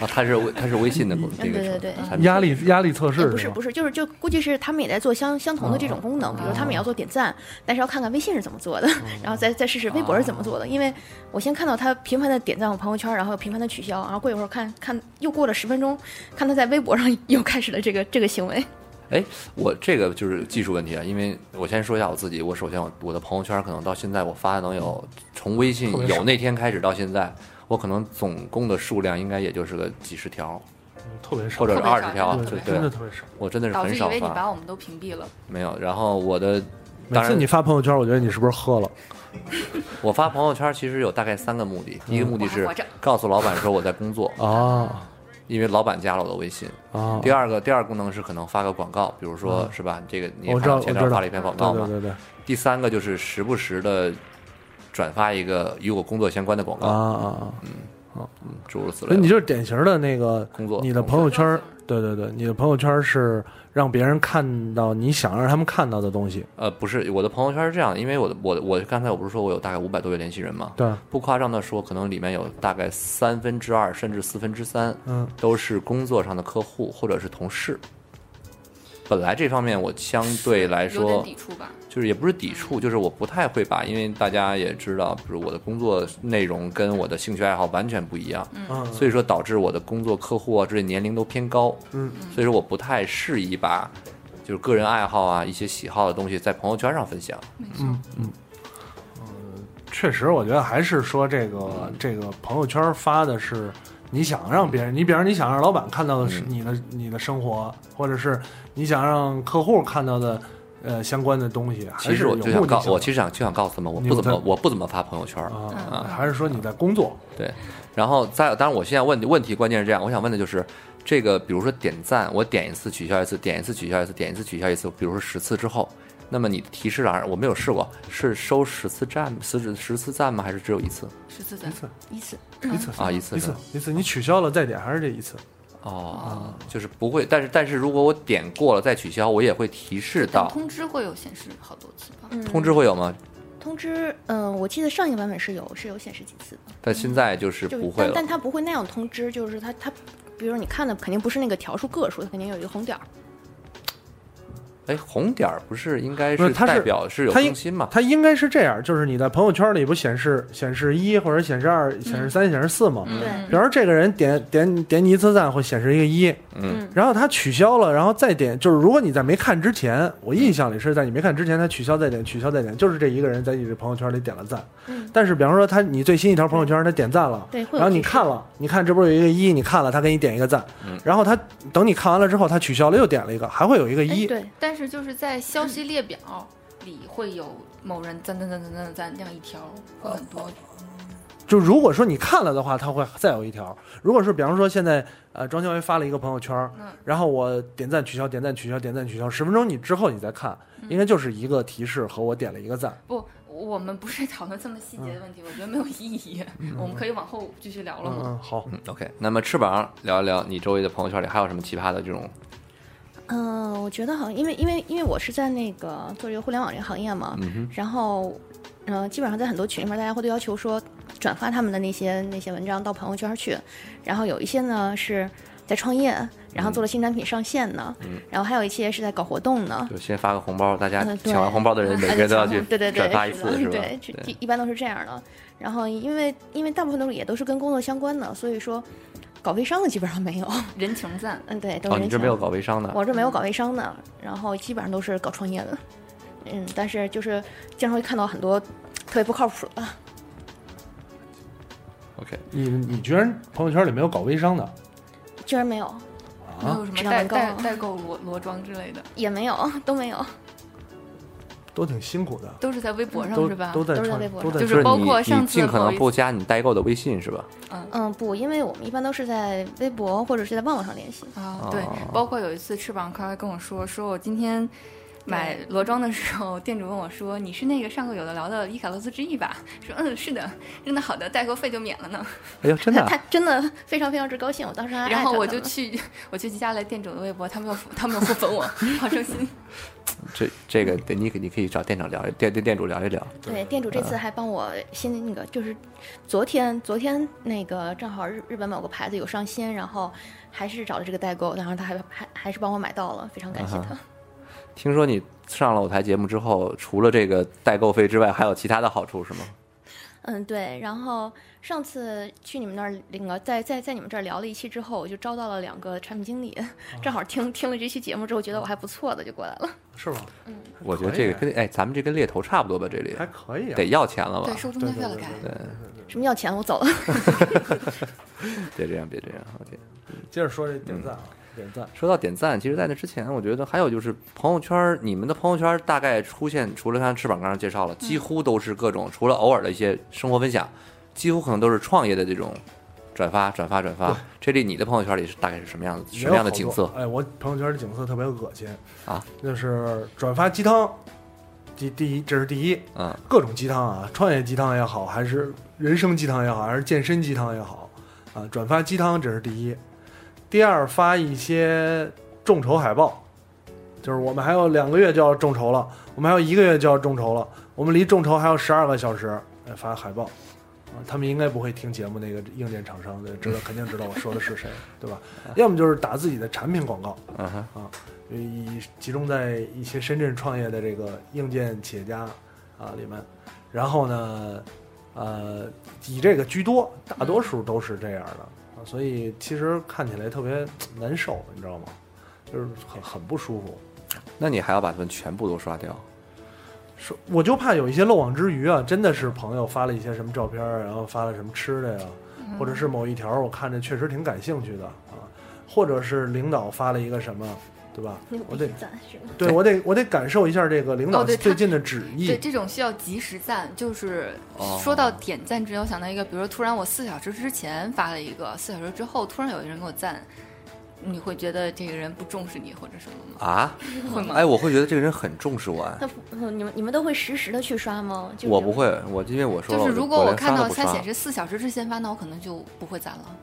Speaker 3: 啊，他是微他是微信的这
Speaker 10: 嗯
Speaker 3: 个
Speaker 10: 对
Speaker 3: 什么
Speaker 10: 对对
Speaker 3: 产品
Speaker 9: 压力压力测试
Speaker 10: 也 不是
Speaker 9: 是吗
Speaker 10: 不是，就是就估计是他们也在做相相同的这种功能，比如他们也要做点赞，但是要看看微信是怎么做的， 然后再再试试微博是怎么做的。因为我先看到他频繁的点赞我朋友圈，然后又频繁的取 消，然后过一会儿看看又过了十分钟，看他在微博上又开始了这个这个行为。
Speaker 3: 哎，我这个就是技术问题啊，因为我先说一下我自己，我首先我我的朋友圈可能到现在我发的能有，从微信有那天开始到现在，我可能总共的数量应该也就是个几十条
Speaker 9: 特别少，
Speaker 3: 哎或者是
Speaker 8: 特别
Speaker 3: 二
Speaker 8: 少
Speaker 3: 十条，
Speaker 8: 对
Speaker 3: 对
Speaker 9: 真的
Speaker 3: 对，
Speaker 9: 特别少。
Speaker 3: 我真的是
Speaker 8: 导
Speaker 3: 很
Speaker 8: 致以
Speaker 3: 少
Speaker 8: 为你
Speaker 3: 发，
Speaker 8: 把我们都屏蔽了。
Speaker 3: 没有。然后我的
Speaker 9: 每
Speaker 3: 当
Speaker 9: 次
Speaker 3: 然
Speaker 9: 你发朋友圈，我觉得你是不是喝了？
Speaker 3: 我发朋友圈其实有大概三个目的，
Speaker 9: 嗯
Speaker 3: 第一个目的是
Speaker 8: 我还活着
Speaker 3: 告诉老板说我在工作，
Speaker 9: 啊
Speaker 3: 因为老板加了我的微信。
Speaker 9: 啊！
Speaker 3: 第二个第二功能是可能发个广告，比如说是吧，这个你
Speaker 9: 嗯我
Speaker 3: 看
Speaker 9: 知道
Speaker 3: 到前
Speaker 9: 我
Speaker 3: 段
Speaker 9: 知道
Speaker 3: 发了一篇广
Speaker 9: 对
Speaker 3: 告嘛
Speaker 9: 啊对。对对
Speaker 3: 第三个就是时不时的转发一个与我工作相关的广
Speaker 9: 啊
Speaker 3: 告，
Speaker 9: 啊！啊
Speaker 3: 嗯诸如此
Speaker 9: 所
Speaker 3: 类
Speaker 9: 以
Speaker 3: 的。
Speaker 9: 你就是典型的那个
Speaker 3: 工作
Speaker 9: 你的朋友圈，对对对，你的朋友圈是让别人看到你想让他们看到的东西，
Speaker 3: 呃，不是我的朋友圈是这样的，因为我的我我刚才我不是说我有大概五百多位联系人嘛，
Speaker 9: 对，
Speaker 3: 不夸张的说，可能里面有大概三分之二甚至四分之三
Speaker 9: 嗯
Speaker 3: 都是工作上的客户或者是同事。本来这方面我相对来
Speaker 8: 有点
Speaker 3: 哎说
Speaker 8: 抵触吧？
Speaker 3: 就是也不是抵触，就是我不太会把，因为大家也知道，比如我的工作内容跟我的兴趣爱好完全不一样，
Speaker 9: 嗯，
Speaker 3: 所以说导致我的工作客户啊之类年龄都偏高，
Speaker 9: 嗯，
Speaker 3: 所以说我不太适宜把就是个人爱好啊一些喜好的东西在朋友圈上分享。嗯
Speaker 9: 呃确实，我觉得还是说这个
Speaker 3: 嗯
Speaker 9: 这个朋友圈发的是你想让别人，你比方你想让老板看到的是
Speaker 3: 嗯
Speaker 9: 你的、你的生活，或者是你想让客户看到的呃相关的东西，还
Speaker 3: 其
Speaker 9: 是
Speaker 3: 实
Speaker 9: 有
Speaker 3: 我就想
Speaker 9: 目的
Speaker 3: 告，
Speaker 9: 性
Speaker 3: 我
Speaker 9: 的
Speaker 3: 其实嗯想就想告诉他们，我
Speaker 9: 你
Speaker 3: 不怎
Speaker 9: 不
Speaker 3: 么
Speaker 9: 在
Speaker 3: 我不怎么发朋友圈儿，
Speaker 9: 啊，还是说你在工作，
Speaker 3: 对。然后再，当然我现在问问题关键是这样，我想问的就是这个，比如说点赞，我点一次取消一次，点一次取消一次，点一次取消一次，比如说十次之后。那么你的提示栏儿我没有试过，是收十次赞，十十次赞吗？还是只有一次
Speaker 8: 十四赞，
Speaker 11: 一次
Speaker 9: 一次
Speaker 3: 啊？一次
Speaker 9: 一
Speaker 3: 是
Speaker 9: 次
Speaker 3: 吧
Speaker 9: 一次，你取消了再点还是这一次
Speaker 3: 哦，
Speaker 11: 啊
Speaker 3: 就是不会，但是但是如果我点过了再取消，我也会提示
Speaker 8: 但
Speaker 3: 到，
Speaker 8: 通知会有显示好多次吧？
Speaker 11: 嗯
Speaker 3: 通知会有吗？
Speaker 11: 通知，嗯、我记得上一个版本是有是有显示几次的，
Speaker 3: 但现在就是
Speaker 11: 就
Speaker 3: 不
Speaker 11: 是
Speaker 3: 会
Speaker 11: 但
Speaker 3: 了
Speaker 11: 但。它不会那样通知，就是它它，比如说你看的肯定不是那个条数个数，它肯定有一个红点儿。
Speaker 3: 哎，红点儿不是应该
Speaker 9: 不是它是
Speaker 3: 代表是有
Speaker 9: 它应
Speaker 3: 更新吗？
Speaker 9: 它应该是这样，就是你在朋友圈里不显示显示一或者显示二、显示三、显示四嘛？
Speaker 8: 嗯
Speaker 11: 对
Speaker 9: 比方说这个人点点点你一次赞会显示一个一，
Speaker 3: 嗯，
Speaker 9: 然后他取消了，然后再点，就是如果你在没看之前，我印象里是在你没看之前他取消再点，取消再点，就是这一个人在你的朋友圈里点了赞。
Speaker 11: 嗯
Speaker 9: 但是比方说他你最新一条朋友圈他点赞了，
Speaker 11: 对，会有
Speaker 9: 然后你
Speaker 11: 提示
Speaker 9: 看了，你看这不是有一个一，你看了他给你点一个赞，
Speaker 11: 嗯
Speaker 9: 然后他等你看完了之后他取消了又点了一个，还会有一个
Speaker 11: 哎
Speaker 9: 一。
Speaker 11: 对，
Speaker 8: 但是就是在消息列表里会有某人赞赞赞赞赞赞这样一条，会很多。
Speaker 9: 就如果说你看了的话，它会再有一条。如果是比方说现在呃庄小薇发了一个朋友圈，
Speaker 8: 嗯
Speaker 9: 然后我点赞取消点赞取消点赞取消，十分钟你之后你再看，
Speaker 11: 嗯
Speaker 9: 应该就是一个提示和我点了一个赞。
Speaker 8: 不，我们不是讨论这么细节的问题，我觉得没有意义。我们可以往后继续聊了
Speaker 9: 嗯
Speaker 8: 吗？
Speaker 9: 嗯，好，
Speaker 3: 嗯，OK。那么翅膀聊一聊你周围的朋友圈里还有什么奇葩的这种？
Speaker 11: 嗯、我觉得好像因为因为因为我是在那个做这个互联网这个行业嘛，
Speaker 3: 嗯哼，
Speaker 11: 然后，呃，基本上在很多群里面，大家会都要求说转发他们的那些那些文章到朋友圈去。然后有一些呢是在创业，然后
Speaker 3: 嗯
Speaker 11: 做了新产品上线呢，然后还有一些是在搞活动呢。
Speaker 3: 就先发个红包，大家
Speaker 11: 嗯对嗯
Speaker 3: 抢完红包的人每个人都要去
Speaker 11: 对对对，
Speaker 3: 转发一次，
Speaker 11: 是
Speaker 3: 是
Speaker 11: 的
Speaker 3: 吧？哦
Speaker 11: 对，就一一般都是这样的。然后因为因为大部分都是也都是跟工作相关的，所以说搞微商的基本上没有。
Speaker 8: 人情赞，
Speaker 11: 嗯，对，都
Speaker 3: 哦，
Speaker 11: 是
Speaker 3: 你
Speaker 11: 人
Speaker 3: 这
Speaker 11: 情
Speaker 3: 没有搞微商的，
Speaker 11: 我这没有搞微商的，然后基本上都是搞创业的，嗯，但是就是经常会看到很多特别不靠谱的，
Speaker 3: OK，
Speaker 9: 你你居然朋友圈里没有搞微商的，
Speaker 11: 居然没有，
Speaker 8: 没有什么
Speaker 11: 质量
Speaker 8: 代
Speaker 11: 很高
Speaker 8: 代
Speaker 11: 啊
Speaker 8: 代购裸裸妆之类的，
Speaker 11: 也没有，都没有，
Speaker 9: 都挺辛苦的，
Speaker 8: 都是在微博上
Speaker 9: 都
Speaker 8: 是吧？
Speaker 9: 都在
Speaker 11: 都是在
Speaker 9: 创
Speaker 11: 微博
Speaker 9: 都在
Speaker 3: 就
Speaker 8: 就
Speaker 3: 是是
Speaker 8: 包
Speaker 3: 你
Speaker 8: 括上
Speaker 3: 你
Speaker 8: 次
Speaker 3: 尽可
Speaker 8: 某
Speaker 3: 能
Speaker 8: 一
Speaker 3: 不加你代购的微信是吧？
Speaker 11: 嗯，不，因为我们一般都是在微博或者是在旺旺上联系，
Speaker 8: 啊，对
Speaker 3: 哦，
Speaker 8: 包括有一次翅膀刚才跟我说，说我今天买裸妆的时候，店主问我说：“你是那个上个有的聊的伊卡洛斯之翼吧？”说：“嗯，是的，真的好的，代购费就免了呢。
Speaker 3: 哎呦，真的啊
Speaker 11: 他真的非常非常之高兴，我当时”还
Speaker 8: 然后
Speaker 11: 艾特
Speaker 8: 我
Speaker 11: 他
Speaker 8: 就
Speaker 11: 呢
Speaker 8: 去，我就去加了店主的微博，他没有他没有互粉 我，好伤心。
Speaker 3: 这这个得你可你可以找店长聊，店店店主聊一聊。
Speaker 11: 对店主这
Speaker 3: 嗯
Speaker 11: 次还帮我新那个就是昨天昨天那个正好日日本某个牌子有上新，然后还是找了这个代购，然后他还还还是帮我买到了，非常
Speaker 3: 啊
Speaker 11: 感谢他。
Speaker 3: 听说你上了我台节目之后，除了这个代购费之外，还有其他的好处是吗？
Speaker 10: 嗯，对。然后上次去你们那儿领个，在在在你们这儿聊了一期之后，我就招到了两个产品经
Speaker 3: 啊
Speaker 10: 理， 正好听听了这期节目之后，觉得我还不错的，就过来了。
Speaker 9: 是吗？
Speaker 3: 我觉得这个跟哎，咱们这跟猎头差不多吧，这里
Speaker 9: 啊还可以啊，
Speaker 3: 得要钱了吧
Speaker 8: 对，？收中介费了该。
Speaker 3: 对，
Speaker 10: 什么要钱？我走了。
Speaker 3: 别这样，别这样。OK，
Speaker 9: 接着说这点赞啊，点赞。
Speaker 3: 说到嗯点赞，其实在那之前，我觉得还有就是朋友圈儿，你们的朋友圈儿大概出现，除了像翅膀刚刚介绍了，几乎都是各种，除了偶尔的一些生活分享，几乎可能都是创业的这种转发、转发、转发。这里你的朋友圈里是大概是什么样子？什么样的景
Speaker 9: 也有
Speaker 3: 色
Speaker 9: 好多？哎，我朋友圈的景色特别恶心
Speaker 3: 啊，
Speaker 9: 就是转发鸡汤，第第一这是第一，
Speaker 3: 嗯，
Speaker 9: 各种鸡汤啊，创业鸡汤也好，还是人生鸡汤也好，还是健身鸡汤也好，啊，转发鸡汤这是第一，第二发一些众筹海报，就是我们还有两个月就要众筹了，我们还有一个月就要众筹了，我们离众筹还有十二个小时，哎，发海报。啊，他们应该不会听节目，那个硬件厂商对，知道肯定知道我说的是谁，对吧？要么就是打自己的产品广告，
Speaker 3: 嗯哼，
Speaker 9: 呃以集中在一些深圳创业的这个硬件企业家啊里面，然后呢，呃，以这个居多，大多数都是这样的啊，所以其实看起来特别难受，你知道吗？就是很很不舒服。
Speaker 3: 那你还要把它们全部都刷掉？
Speaker 9: 说我就怕有一些漏网之鱼啊，真的是朋友发了一些什么照片儿，然后发了什么吃的呀，或者是某一条儿我看着确实挺感兴趣的啊，或者是领导发了一个什么，对吧？
Speaker 3: 哦
Speaker 9: 我得
Speaker 10: 赞是吧？
Speaker 3: 哎
Speaker 9: 对我得我得感受一下这个领导
Speaker 8: 哦对他
Speaker 9: 最近的旨意。
Speaker 8: 对，这种需要及时赞，就是
Speaker 3: 哦
Speaker 8: 说到点赞之前，我想到一个，比如说突然我四小时之前发了一个，四小时之后突然有一个人给我赞，你会觉得这个人不重视你或者什么吗？
Speaker 3: 啊？
Speaker 8: 会吗？
Speaker 3: 哎，我会觉得这个人很重视我。哎
Speaker 10: 那不你们你们都会实时的去刷吗？就
Speaker 3: 我不。会，我因为我说了，
Speaker 8: 就是如果我
Speaker 3: 连
Speaker 8: 看
Speaker 3: 刷都
Speaker 8: 到
Speaker 3: 不
Speaker 8: 它
Speaker 3: 刷
Speaker 8: 显示四小时之前发，那我可能就不会赞了。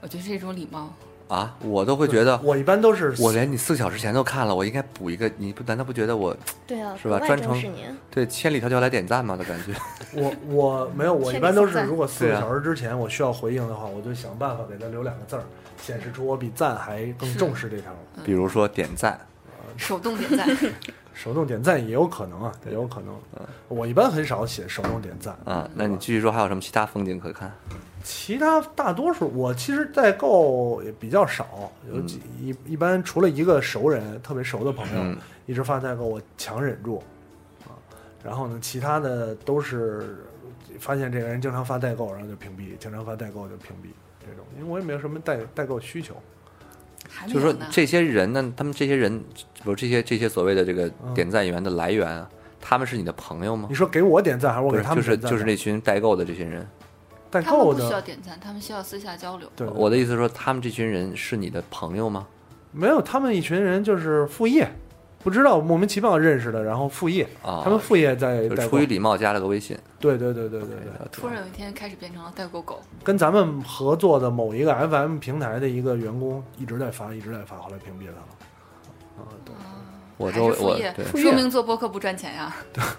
Speaker 8: 我觉得是一种礼貌。
Speaker 3: 啊，我都会觉得
Speaker 9: 我一般都是
Speaker 3: 我连你四个小时前都看了，我应该补一个。你不难道不觉得我
Speaker 10: 对啊，
Speaker 3: 是吧
Speaker 10: 格外
Speaker 3: 专
Speaker 10: 重
Speaker 3: 程
Speaker 10: 视您。
Speaker 3: 对千里迢迢来点赞吗的感觉？
Speaker 9: 我我没有，我一般都是如果四
Speaker 3: 对
Speaker 9: 个
Speaker 3: 啊
Speaker 9: 小时之前我需要回应的话，我就想办法给他留两个字儿，显示出我比赞还更重视这条。
Speaker 8: 嗯
Speaker 3: 比如说点赞，嗯
Speaker 8: 手 动点赞，
Speaker 9: 手动点赞也有可能啊，也有可能。我一般很少写手动点赞
Speaker 8: 嗯
Speaker 3: 啊，那你继续说还有什么其他风景可看？
Speaker 9: 其他大多数我其实代购也比较少，
Speaker 3: 嗯
Speaker 9: 有几一一般除了一个熟人特别熟的朋友
Speaker 3: 嗯
Speaker 9: 一直发代购，我强忍住啊。然后呢，其他的都是发现这个人经常发代购，然后就屏蔽；经常发代购就屏蔽这种，因为我也没有什么代代购需求。
Speaker 3: 哦
Speaker 8: 还没
Speaker 3: 就是
Speaker 8: 有
Speaker 3: 说
Speaker 8: 呢。
Speaker 3: 这些人呢，他们这些人，不是这些这些所谓的这个点赞源的来源啊，他们是你的朋友吗
Speaker 9: 嗯你？说给我点赞还是我
Speaker 3: 不
Speaker 9: 给
Speaker 3: 是，
Speaker 9: 他
Speaker 3: 就
Speaker 9: 们
Speaker 3: 是
Speaker 9: 点赞呢？
Speaker 3: 就是那群代购的这些人。
Speaker 9: 代
Speaker 8: 他们
Speaker 9: 购
Speaker 8: 不需要
Speaker 9: 的，
Speaker 8: 点赞，他们需要私下交流。
Speaker 9: 对对
Speaker 3: 我的意思是说，他们这群人是你的朋友吗？
Speaker 9: 没有他们一群人就是副业，不知道莫名其妙认识的，然后副业，
Speaker 3: 啊，
Speaker 9: 他们副业在
Speaker 3: 就
Speaker 9: 代
Speaker 3: 是
Speaker 9: 购
Speaker 3: 出于。礼貌加了个微信。
Speaker 9: 对对对对对对。
Speaker 8: 突然有一天开始变成了代购狗，
Speaker 9: 跟咱们合作的某一个 FM 平台的一个员工一直在发，一直在发，后来屏蔽他了。啊，对
Speaker 3: 我
Speaker 8: 还
Speaker 3: 周
Speaker 8: 是
Speaker 3: 围
Speaker 8: 副
Speaker 3: 我
Speaker 8: 业
Speaker 3: 对，
Speaker 8: 说明做播客不赚钱啊呀。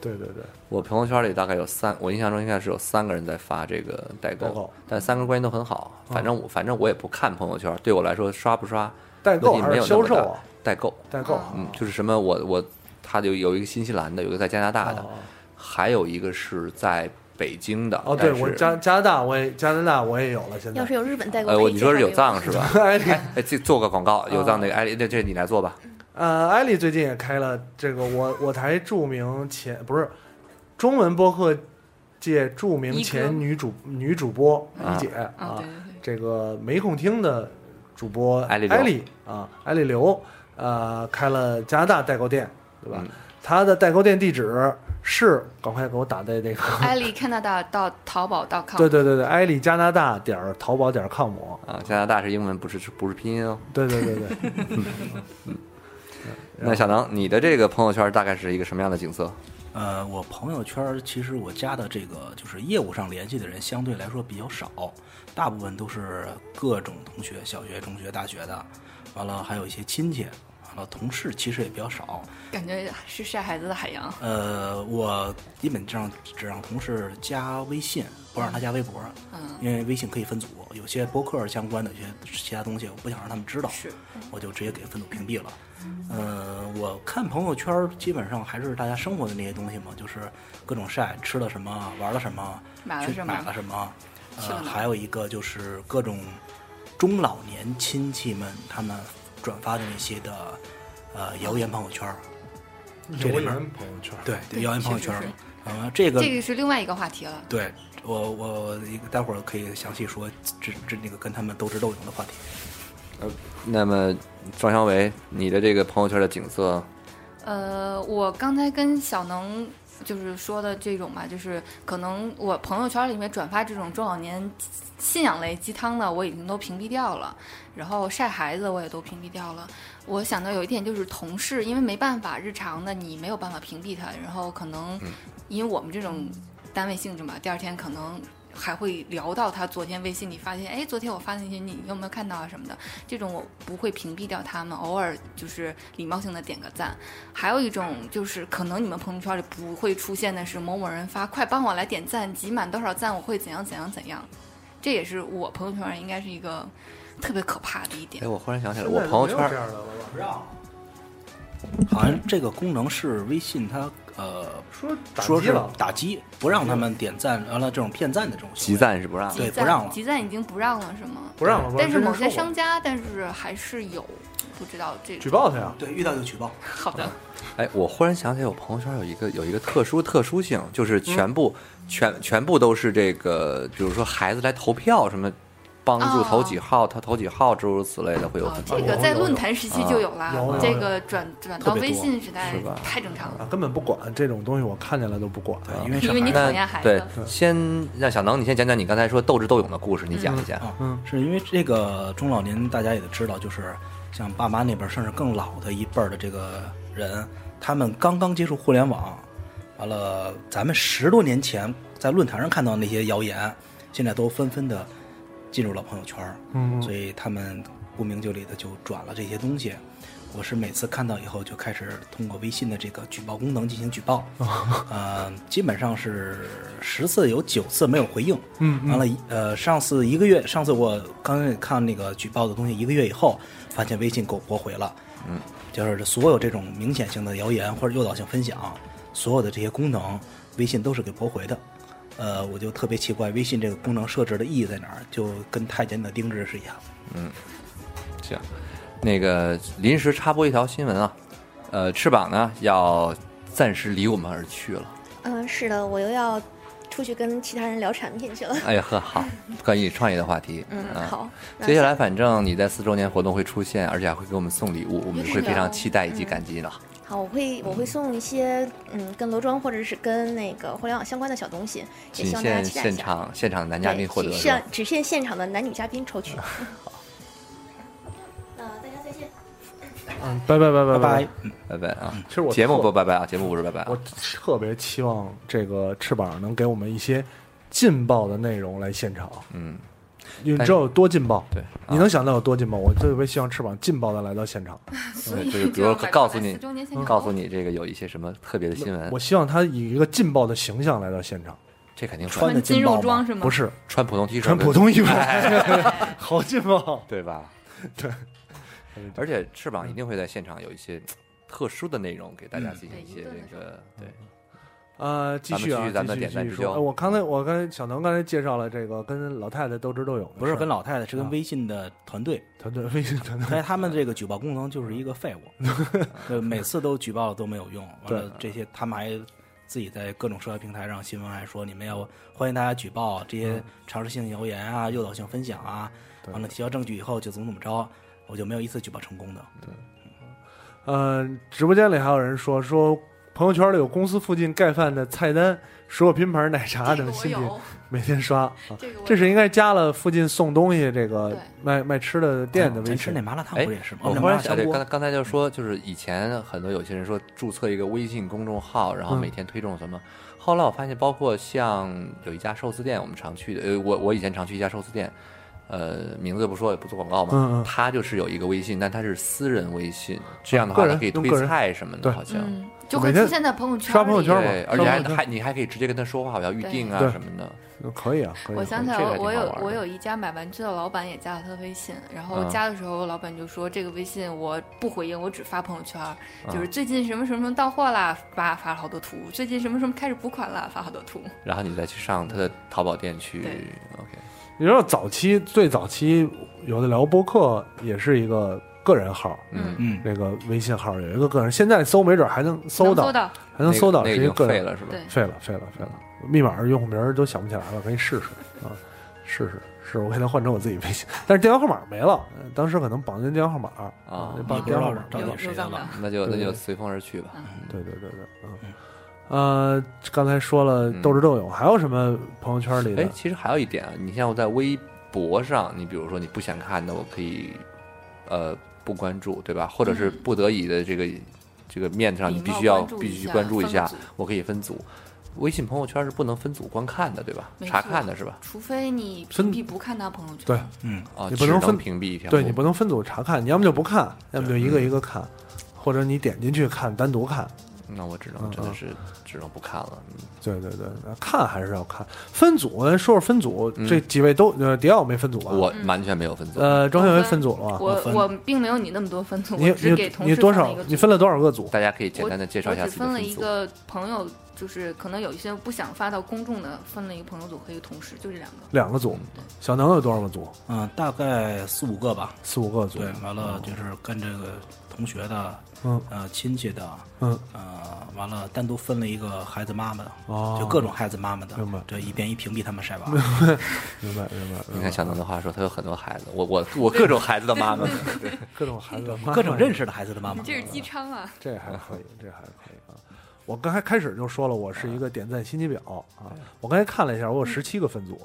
Speaker 9: 对对对，
Speaker 3: 我朋友圈里大概有三，我印象中应该是有三个人在发这个代
Speaker 9: 代
Speaker 3: 购
Speaker 9: 购，嗯
Speaker 3: 但三个人关系都很好。反正我反正我也不看朋友圈，对我来说刷不刷
Speaker 9: 代购
Speaker 3: 问题
Speaker 9: 还
Speaker 3: 没
Speaker 9: 是
Speaker 3: 有那
Speaker 9: 销
Speaker 3: 么
Speaker 9: 售
Speaker 3: 大
Speaker 9: 啊？。
Speaker 3: 代购，
Speaker 9: 代购啊，
Speaker 3: 嗯，就是什么我我他就有一个新西兰的，有一个在加拿大的
Speaker 9: 哦，
Speaker 3: 还有一个是在北京的。
Speaker 9: 哦，对
Speaker 3: 但是
Speaker 9: 我加加拿大我也加拿大我也有了，现在
Speaker 10: 要是有日本代购，
Speaker 3: 呃，
Speaker 10: 可
Speaker 3: 我
Speaker 10: 以
Speaker 3: 你
Speaker 10: 介
Speaker 3: 说是
Speaker 10: 绍
Speaker 3: 有
Speaker 10: 给我
Speaker 3: 藏 是吧？
Speaker 9: 艾丽
Speaker 3: 哎，这做个广告，有藏
Speaker 9: 啊
Speaker 3: 那个哎，这这你来做吧。
Speaker 9: 呃，艾丽最近也开了这个我我台著名前不是中文播客界著名
Speaker 8: 一哥
Speaker 9: 前女主女主播
Speaker 3: 啊
Speaker 9: 李姐
Speaker 8: 啊，
Speaker 9: 啊
Speaker 8: 对，对对，
Speaker 9: 这个没空听的主播
Speaker 3: 艾丽刘
Speaker 9: 艾丽啊，艾丽刘，呃，开了加拿大代购店，对吧
Speaker 3: 嗯？
Speaker 9: 他的代购店地址是，赶快给我打在那个，
Speaker 8: 艾丽 Canada 到淘宝 .com，
Speaker 9: 对对对对，艾丽加拿大点儿淘宝点儿 com，
Speaker 3: 啊，加拿大是英文，不是不是拼音哦。
Speaker 9: 对对对对，
Speaker 3: 那小能，你的这个朋友圈大概是一个什么样的景色？
Speaker 4: 呃，我朋友圈儿其实我加的这个就是业务上联系的人相对来说比较少，大部分都是各种同学，小学、中学、大学的，完了还有一些亲戚，完了同事其实也比较少。
Speaker 8: 感觉是晒孩子的海洋。
Speaker 4: 呃，我基本上只让同事加微信，不让他加微博，
Speaker 8: 嗯
Speaker 4: 因为微信可以分组，有些博客相关的一些其他东西，我不想让他们知道，
Speaker 8: 是嗯
Speaker 4: 我就直接给分组屏蔽了。呃，我看朋友圈儿基本上还是大家生活的那些东西嘛，就是各种晒吃了什么，玩了什么，
Speaker 8: 买了
Speaker 4: 去
Speaker 8: 什
Speaker 4: 买
Speaker 8: 么
Speaker 4: 了？什么，
Speaker 8: 去了
Speaker 4: 呃，
Speaker 8: 哪儿
Speaker 4: 还有一个就是各种中老年亲戚们他们转发的那些的呃谣言朋友圈儿，这里
Speaker 11: 留
Speaker 4: 边儿
Speaker 11: 言朋友圈，
Speaker 4: 对，对
Speaker 8: 对
Speaker 4: 谣言朋友
Speaker 8: 是
Speaker 4: 圈儿
Speaker 8: 是是，
Speaker 4: 呃，这个
Speaker 8: 这个是另外一个话题了。
Speaker 4: 对我我一个待会儿可以详细说这这那个跟他们斗智斗勇的话题。
Speaker 3: 那么庄小伟，你的这个朋友圈的景色，
Speaker 8: 呃，我刚才跟小能就是说的这种吧，就是可能我朋友圈里面转发这种中老年信仰类鸡汤的，我已经都屏蔽掉了，然后晒孩子我也都屏蔽掉了。我想到有一点就是同事，因为没办法，日常的你没有办法屏蔽他，然后可能因为我们这种单位性质嘛，第二天可能。还会聊到他昨天微信里发现，哎，昨天我发的那些你你有没有看到啊什么的，这种我不会屏蔽掉他们，偶尔就是礼貌性的点个赞。还有一种就是，可能你们朋友圈里不会出现的是某某人发“快帮我来点赞，集满多少赞我会怎样怎样怎样”，这也是我朋友圈应该是一个特别可怕的一点
Speaker 3: 哎，。我忽然想起来，
Speaker 11: 现
Speaker 3: 我
Speaker 11: 在
Speaker 3: 朋友
Speaker 11: 没有这
Speaker 3: 圈
Speaker 11: 样的了吧？
Speaker 4: 好像这个功能是微信它呃
Speaker 11: 说打
Speaker 4: 说
Speaker 11: 击
Speaker 4: 是
Speaker 11: 了，
Speaker 4: 打击，不让他们点赞，完了这种骗赞的这种行
Speaker 3: 集
Speaker 4: 为，
Speaker 3: 赞是不啊让的，
Speaker 4: 对
Speaker 8: 集
Speaker 4: 不让了
Speaker 8: 赞集赞已经不让了是吗？
Speaker 11: 不让了。
Speaker 8: 但是
Speaker 11: 不
Speaker 8: 某
Speaker 11: 让
Speaker 8: 些
Speaker 11: 之前说
Speaker 8: 商家，但是还是有，不知道这
Speaker 9: 举
Speaker 8: 个
Speaker 9: 报他呀！
Speaker 4: 对，遇到就举报。
Speaker 8: 好的。
Speaker 3: 哎，我忽然想起来，我朋友圈有一个有一个特殊特殊性，就是全部、
Speaker 8: 嗯
Speaker 3: 全全部都是这个，比如说孩子来投票什么，帮助
Speaker 8: 哦
Speaker 3: 投几号，他投几号，诸如此类的会有
Speaker 8: 哦
Speaker 3: 很，多。
Speaker 8: 这个在论坛时期就有啦
Speaker 9: 有有有，
Speaker 8: 这个转转到
Speaker 4: 特别
Speaker 8: 微
Speaker 4: 多
Speaker 8: 信时代
Speaker 3: 是吧
Speaker 8: 太正常了，
Speaker 9: 啊，根本不管这种东西，我看见了都不管。啊
Speaker 4: 对，
Speaker 3: 哎
Speaker 4: 因为
Speaker 8: 因
Speaker 4: 上
Speaker 8: 为你
Speaker 4: 海
Speaker 8: 讨厌
Speaker 3: 那
Speaker 8: 孩
Speaker 3: 对
Speaker 8: 子，，
Speaker 3: 先让小能你先讲讲你刚才说斗智斗勇的故事，你讲一
Speaker 8: 嗯
Speaker 3: 讲。
Speaker 4: 啊，是因为这个中老年大家也都知道，就是像爸妈那辈儿，甚至更老的一辈儿的这个人，他们刚刚接触互联网，完了，咱们十多年前在论坛上看到那些谣言，现在都纷纷的进入了朋友圈儿，
Speaker 9: 嗯，
Speaker 4: 所以他们不明就里的就转了这些东西。我是每次看到以后就开始通过微信的这个举报功能进行举报，呃，基本上是十次有九次没有回应，
Speaker 9: 嗯
Speaker 4: 完了，呃，上次一个月，上次我刚看那个举报的东西，一个月以后发现微信给我驳回了。
Speaker 3: 嗯，
Speaker 4: 就是所有这种明显性的谣言或者诱导性分享，所有的这些功能，微信都是给驳回的。呃，我就特别奇怪，微信这个功能设置的意义在哪儿？就跟太监的定制是一样的。
Speaker 3: 行，那个临时插播一条新闻啊，呃，翅膀呢要暂时离我们而去了。
Speaker 10: 嗯，是的，我又要出去跟其他人聊产品去了。
Speaker 3: 哎呀呵，好，关于创业的话题，
Speaker 10: 嗯，
Speaker 3: 啊。
Speaker 10: 好，那
Speaker 3: 接下来，反正你在四周年活动会出现，而且还会给我们送礼物，我们会非常期待以及感激的。
Speaker 10: 好，我会我会送一些嗯跟罗庄或者是跟那个互联网相关的小东西，也
Speaker 3: 仅
Speaker 10: 希望大家
Speaker 3: 限
Speaker 10: 期待一
Speaker 3: 现
Speaker 10: 下。
Speaker 3: 场现场男嘉
Speaker 10: 对，
Speaker 3: 宾获得
Speaker 10: 只
Speaker 3: 是吧
Speaker 10: 限只限现场的男女嘉宾抽 取。 呃，大家再见。
Speaker 9: 嗯，拜拜拜拜
Speaker 4: 拜拜。。
Speaker 3: 拜拜啊！
Speaker 9: 其实我
Speaker 3: 节目
Speaker 9: 特
Speaker 3: 不拜拜啊，节目不是拜拜啊
Speaker 9: 嗯我。特别期望这个翅膀能给我们一些劲爆的内容来现场，
Speaker 3: 嗯，
Speaker 9: 你知道有多劲爆？
Speaker 3: 对，
Speaker 9: 你能想到有多劲爆？我特别希望翅膀劲爆的来到现场。
Speaker 8: 所 以
Speaker 3: 就是比
Speaker 8: 要
Speaker 3: 如
Speaker 8: 买
Speaker 3: 告
Speaker 8: 出
Speaker 3: 诉
Speaker 8: 来
Speaker 3: 你嗯
Speaker 8: 四周年现场
Speaker 3: 啊告 诉你这个有一些什么特别的新闻
Speaker 9: 我，希望他以一个劲爆的形象来到现场，
Speaker 3: 这肯定
Speaker 4: 穿
Speaker 3: 穿
Speaker 4: 的
Speaker 8: 穿
Speaker 4: 劲
Speaker 8: 金
Speaker 4: 爆
Speaker 8: 肉装
Speaker 4: 吗？
Speaker 8: 是吗？
Speaker 9: 不是
Speaker 3: 穿普通 T 恤，
Speaker 9: 穿普通 衣服，好劲爆！
Speaker 3: 对吧？对，而且翅膀一定会在现场有一些特殊的内容给大家进行
Speaker 8: 对
Speaker 3: 一
Speaker 10: 嗯
Speaker 3: 些
Speaker 8: 一顿的
Speaker 3: 这个对。
Speaker 9: 呃，继续啊，
Speaker 3: 咱们继
Speaker 9: 继续
Speaker 3: 续咱们点赞
Speaker 9: 继
Speaker 3: 之
Speaker 9: 续
Speaker 3: 交
Speaker 9: 说。哎我刚才我刚才小能刚才介绍了这个跟老太太斗智斗勇的事儿，
Speaker 4: 不是跟老太太，是跟
Speaker 9: 啊
Speaker 4: 微信的团队。
Speaker 9: 团队 微信团队
Speaker 4: 但是他们这个举报功能就是一个废物，呃，每次都举报了都没有用。完了，这些他们还自己在各种社交平台上新闻还说，你们要欢迎大家举报这些常识性谣言啊、诱导性分享啊。
Speaker 9: 对
Speaker 4: 完了，提交证据以后就怎么怎么着，我就没有一次举报成功的。
Speaker 9: 呃，直播间里还有人说说朋友圈里有公司附近盖饭的菜单、水果拼盘、奶茶
Speaker 8: 这
Speaker 9: 等
Speaker 8: 个我
Speaker 9: 新品，
Speaker 8: 有，
Speaker 9: 每天刷。啊
Speaker 8: 这个我
Speaker 9: 这是应该加了附近送东西这个
Speaker 8: 对
Speaker 9: 卖卖吃的店的微
Speaker 8: 嗯
Speaker 4: 咱吃那
Speaker 9: 信。
Speaker 4: 麻辣烫
Speaker 3: 哎
Speaker 4: 不是也是吗？
Speaker 3: 我
Speaker 4: 那
Speaker 3: 忽
Speaker 4: 麻
Speaker 3: 然
Speaker 4: 辣
Speaker 3: 想，
Speaker 4: 香
Speaker 3: 对，
Speaker 4: 锅
Speaker 3: 刚才刚才就说，就是以前很多有些人说注册一个微信公众号，然后
Speaker 9: 嗯
Speaker 3: 每天推送什么。后来我发现，包括像有一家寿司店，我们常去的，呃，我我以前常去一家寿司店，呃，名字不说也不做广告嘛，
Speaker 9: 嗯嗯
Speaker 3: 它就是有一个微信，但它是私人微信，这样的
Speaker 9: 啊个
Speaker 3: 话它
Speaker 9: 人
Speaker 3: 可以
Speaker 9: 用
Speaker 3: 推
Speaker 9: 个人
Speaker 3: 菜什么的，
Speaker 9: 对
Speaker 3: 好像。
Speaker 8: 嗯，就
Speaker 9: 每
Speaker 8: 会
Speaker 9: 天
Speaker 8: 出现在朋友圈里，
Speaker 9: 刷朋友圈嘛
Speaker 3: 对，而且
Speaker 9: 上
Speaker 3: 还
Speaker 9: 网就
Speaker 3: 还你还可以直接跟他说话，我要预定啊
Speaker 9: 对
Speaker 3: 什么的。
Speaker 9: 可以啊，可以。
Speaker 8: 我想起来
Speaker 3: 这个还
Speaker 8: 了，
Speaker 3: 挺
Speaker 8: 我
Speaker 3: 好
Speaker 8: 有
Speaker 3: 玩的
Speaker 8: 我有一家买玩具的老板也加了他微信，然后
Speaker 3: 嗯
Speaker 8: 加的时候老板就说这个微信我不回应，我只发朋友圈儿，
Speaker 3: 嗯
Speaker 8: 就是最近什么什么什么到货啦，发发了好多图；最近什么什么开始补款啦，发好多图。
Speaker 3: 然后你再去上他的淘宝店去
Speaker 8: 对
Speaker 3: ，OK，
Speaker 9: 你知道早期最早期有的聊播客也是一个个人号，
Speaker 3: 嗯
Speaker 4: 嗯，
Speaker 9: 那个微信号有一个个人，现在搜没准还能搜
Speaker 8: 能
Speaker 9: 到，
Speaker 8: 搜到，
Speaker 9: 还能搜到
Speaker 3: 那个
Speaker 9: 是
Speaker 3: 那
Speaker 9: 一
Speaker 3: 个已经
Speaker 9: 个
Speaker 3: 废
Speaker 9: 人。
Speaker 3: 了是吧
Speaker 8: 对？
Speaker 9: 废了，废了，废了，密码、用户名儿都想不起来了，可以试试啊，试试。是我给他换成我自己微信， 但是电话号码没了，呃当时可能绑定电话号码
Speaker 3: 啊
Speaker 9: 绑
Speaker 4: 你
Speaker 9: 定
Speaker 4: 不知
Speaker 9: 电话
Speaker 4: 道
Speaker 9: 号码。
Speaker 4: 到
Speaker 8: 有
Speaker 4: 底谁
Speaker 8: 有
Speaker 4: 的
Speaker 8: 杠
Speaker 4: 了
Speaker 8: 杠。，
Speaker 3: 那就
Speaker 9: 对
Speaker 3: 那就
Speaker 9: 对
Speaker 3: 随风而去吧。
Speaker 9: 对对对对，嗯
Speaker 4: 嗯，
Speaker 9: 呃，刚才说了
Speaker 3: 嗯
Speaker 9: 斗智斗勇，还有什么朋友圈里
Speaker 3: 哎
Speaker 9: 的，？
Speaker 3: 其实还有一点啊，你像我在微博上，你比如说你不想看的，我可以呃不关注，对吧？或者是不得已的这个这个面子上，你
Speaker 8: 嗯礼
Speaker 3: 必
Speaker 8: 貌
Speaker 3: 须要
Speaker 8: 关注
Speaker 3: 必
Speaker 8: 一
Speaker 3: 须
Speaker 8: 下
Speaker 3: 关注一
Speaker 8: 分
Speaker 3: 下
Speaker 8: 组，
Speaker 3: 我可以分组。微信朋友圈是不能分组观看的，对吧？
Speaker 8: 没
Speaker 3: 查
Speaker 8: 错
Speaker 3: 看的是吧？
Speaker 8: 除非你
Speaker 9: 真
Speaker 8: 屏蔽不看他朋友圈。
Speaker 9: 对
Speaker 4: 嗯，
Speaker 3: 啊，
Speaker 9: 你不
Speaker 3: 只
Speaker 9: 能
Speaker 3: 能
Speaker 9: 分
Speaker 3: 屏蔽一条。
Speaker 9: 对你不能分组查看，你要么就不看，要么就一个一个看，或者你点进去看，单独看。
Speaker 3: 那我只
Speaker 9: 嗯
Speaker 3: 能真的是只能不看了。嗯
Speaker 9: 对对对，那看还是要看。分组，咱说说分组，
Speaker 3: 嗯
Speaker 9: 这几位都呃，迪奥没分组吧？
Speaker 3: 我
Speaker 8: 嗯
Speaker 3: 完全没有分组，
Speaker 9: 呃，庄小薇
Speaker 8: 我分
Speaker 9: 分组了吗？
Speaker 8: 我
Speaker 4: 分
Speaker 8: 我并没有你那么多分组，
Speaker 9: 你
Speaker 8: 我只给
Speaker 9: 你
Speaker 8: 同
Speaker 9: 你
Speaker 8: 事
Speaker 9: 多
Speaker 8: 了
Speaker 9: 少
Speaker 8: 一个？组
Speaker 9: 你分了多少个组？
Speaker 3: 大家可以简
Speaker 8: 我
Speaker 3: 单的介绍一下
Speaker 8: 我
Speaker 3: 自己
Speaker 8: 只分
Speaker 3: 的
Speaker 8: 了一
Speaker 3: 组。
Speaker 8: 个朋友，就是可能有一些不想发到公众的，分了一个朋友组和一个同事，就这两个。
Speaker 9: 两个组。小能有多少个组？
Speaker 4: 嗯，大概四五个吧。
Speaker 9: 四五个组
Speaker 4: 对。，完了就是跟这个同学的，
Speaker 9: 嗯
Speaker 4: 呃，亲戚的，
Speaker 9: 嗯，
Speaker 4: 呃，完了单独分了一个孩子妈妈的，
Speaker 9: 哦，
Speaker 4: 就各种孩子妈妈的
Speaker 9: 明白，
Speaker 4: 这一遍一屏蔽他们晒娃。
Speaker 9: 明白明白。
Speaker 3: 你看小能的话说，他有很多孩子，我 我我各种孩子的妈妈，
Speaker 9: 各种孩子，
Speaker 4: 各种认识的孩子的妈妈。
Speaker 8: 这是
Speaker 3: 嗯
Speaker 8: 鸡昌啊！
Speaker 9: 这还可以，这还可以啊。我刚才开始就说了，我是一个点赞心机婊啊。我刚才看了一下，我有十七个分组，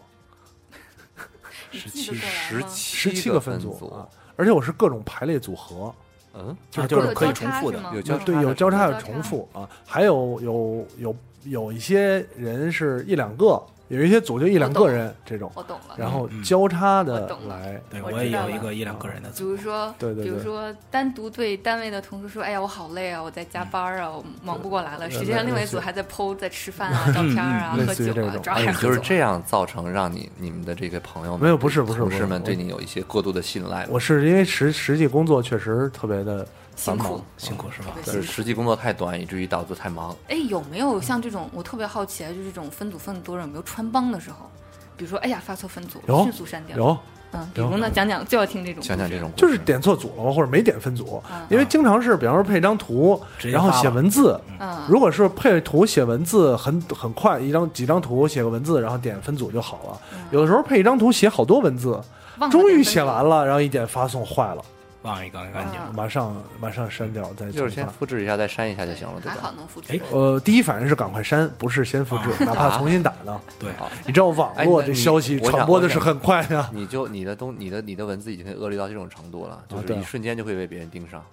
Speaker 8: 你
Speaker 3: 十
Speaker 8: 记
Speaker 3: 七
Speaker 8: 得过来
Speaker 3: 十
Speaker 8: 吗？
Speaker 9: 十
Speaker 3: 七
Speaker 9: 七
Speaker 3: 个
Speaker 9: 分
Speaker 3: 组
Speaker 9: 啊，而且我是各种排列组合，
Speaker 3: 嗯，
Speaker 9: 就
Speaker 4: 啊
Speaker 9: 是
Speaker 4: 就
Speaker 9: 各
Speaker 4: 是
Speaker 9: 种
Speaker 8: 有
Speaker 4: 可以
Speaker 8: 交
Speaker 4: 重
Speaker 8: 叉
Speaker 4: 复
Speaker 8: 是
Speaker 4: 的
Speaker 8: 吗
Speaker 3: 有交
Speaker 9: 对
Speaker 3: 叉
Speaker 9: 有
Speaker 3: 的
Speaker 9: 交
Speaker 3: 是
Speaker 9: 叉
Speaker 3: 吧
Speaker 9: 有重复啊，还有有有有一些人是一两个，有一些组就一两个人这种，
Speaker 8: 我懂了。
Speaker 9: 然后
Speaker 4: 嗯
Speaker 9: 交叉
Speaker 8: 我
Speaker 9: 的
Speaker 8: 懂了
Speaker 9: 来，
Speaker 4: 对，
Speaker 8: 我
Speaker 4: 我也
Speaker 8: 知
Speaker 4: 有
Speaker 8: 道
Speaker 4: 一
Speaker 8: 了嗯
Speaker 4: 个一两个人的
Speaker 8: 比
Speaker 4: 组，
Speaker 8: 如说，
Speaker 9: 对对对
Speaker 8: 比如说单独对单位的同事说：“哎呀，我好累啊，我在加班啊，我忙不过来了。”
Speaker 9: 对
Speaker 8: 实际上，另外一组还在 PO 在吃饭啊、照片啊、
Speaker 9: 嗯嗯
Speaker 8: 喝
Speaker 9: 类似于
Speaker 8: 酒
Speaker 9: 这
Speaker 8: 啊
Speaker 9: 种、
Speaker 8: 抓
Speaker 3: 哎，
Speaker 8: 孩
Speaker 3: 你
Speaker 8: 子。
Speaker 3: 就是这样造成让你你们的这个朋友们
Speaker 9: 没有不是不是
Speaker 3: 同
Speaker 9: 不是
Speaker 3: 事们
Speaker 9: 我
Speaker 3: 对你有一些过度的信赖吗，
Speaker 9: 我是因为实实际工作确实特别的
Speaker 8: 辛
Speaker 9: 繁忙
Speaker 8: 苦，
Speaker 4: 辛苦是吧？
Speaker 8: 对
Speaker 3: 就是实际工作太短，以至于导致太忙。
Speaker 8: 哎，有没有像这种我特别好奇啊，就是这种分组分的多人有没有穿帮的时候？比如说，哎呀，发错分组
Speaker 9: 有
Speaker 8: 了，迅速删掉。
Speaker 9: 有
Speaker 8: 嗯，比如呢，讲讲就要听这种故事，
Speaker 3: 想想这种故
Speaker 9: 就
Speaker 3: 事
Speaker 9: 是点错组了或者没点分组
Speaker 8: 啊，
Speaker 9: 因为经常是比方说配一张图，
Speaker 4: 直接
Speaker 9: 然后
Speaker 4: 发
Speaker 9: 写
Speaker 4: 了
Speaker 9: 文字，
Speaker 8: 嗯，
Speaker 9: 如果是配图写文字很很快，一张几张图写个文字，然后点分组就好了。有的时候配一张图写好多文字，
Speaker 8: 嗯忘了
Speaker 9: 终于
Speaker 8: 点分
Speaker 9: 写
Speaker 8: 组
Speaker 9: 完了，然后一点发送坏了，
Speaker 4: 忘一个干净。
Speaker 8: 嗯
Speaker 9: 马上马上删掉再
Speaker 3: 就
Speaker 9: 重
Speaker 3: 是先
Speaker 9: 发。
Speaker 3: 复制一下再删一下就行了，对
Speaker 8: 还好
Speaker 3: 吧？
Speaker 8: 能复制
Speaker 4: 哎。
Speaker 9: 呃，第一反应是赶快删，不是先
Speaker 3: 啊
Speaker 9: 复制，哪怕重新打呢。
Speaker 4: 对，
Speaker 9: 你知道网
Speaker 3: 哎
Speaker 9: 络
Speaker 3: 那
Speaker 9: 这
Speaker 3: 你
Speaker 9: 消息
Speaker 3: 我想
Speaker 9: 传播的
Speaker 3: 我
Speaker 9: 是
Speaker 3: 想
Speaker 9: 很快的。
Speaker 3: 你就你的东你的你的文字已经恶劣到这种程度了，就
Speaker 9: 啊
Speaker 3: 是
Speaker 9: 对啊
Speaker 3: 一瞬间就会被别人盯上。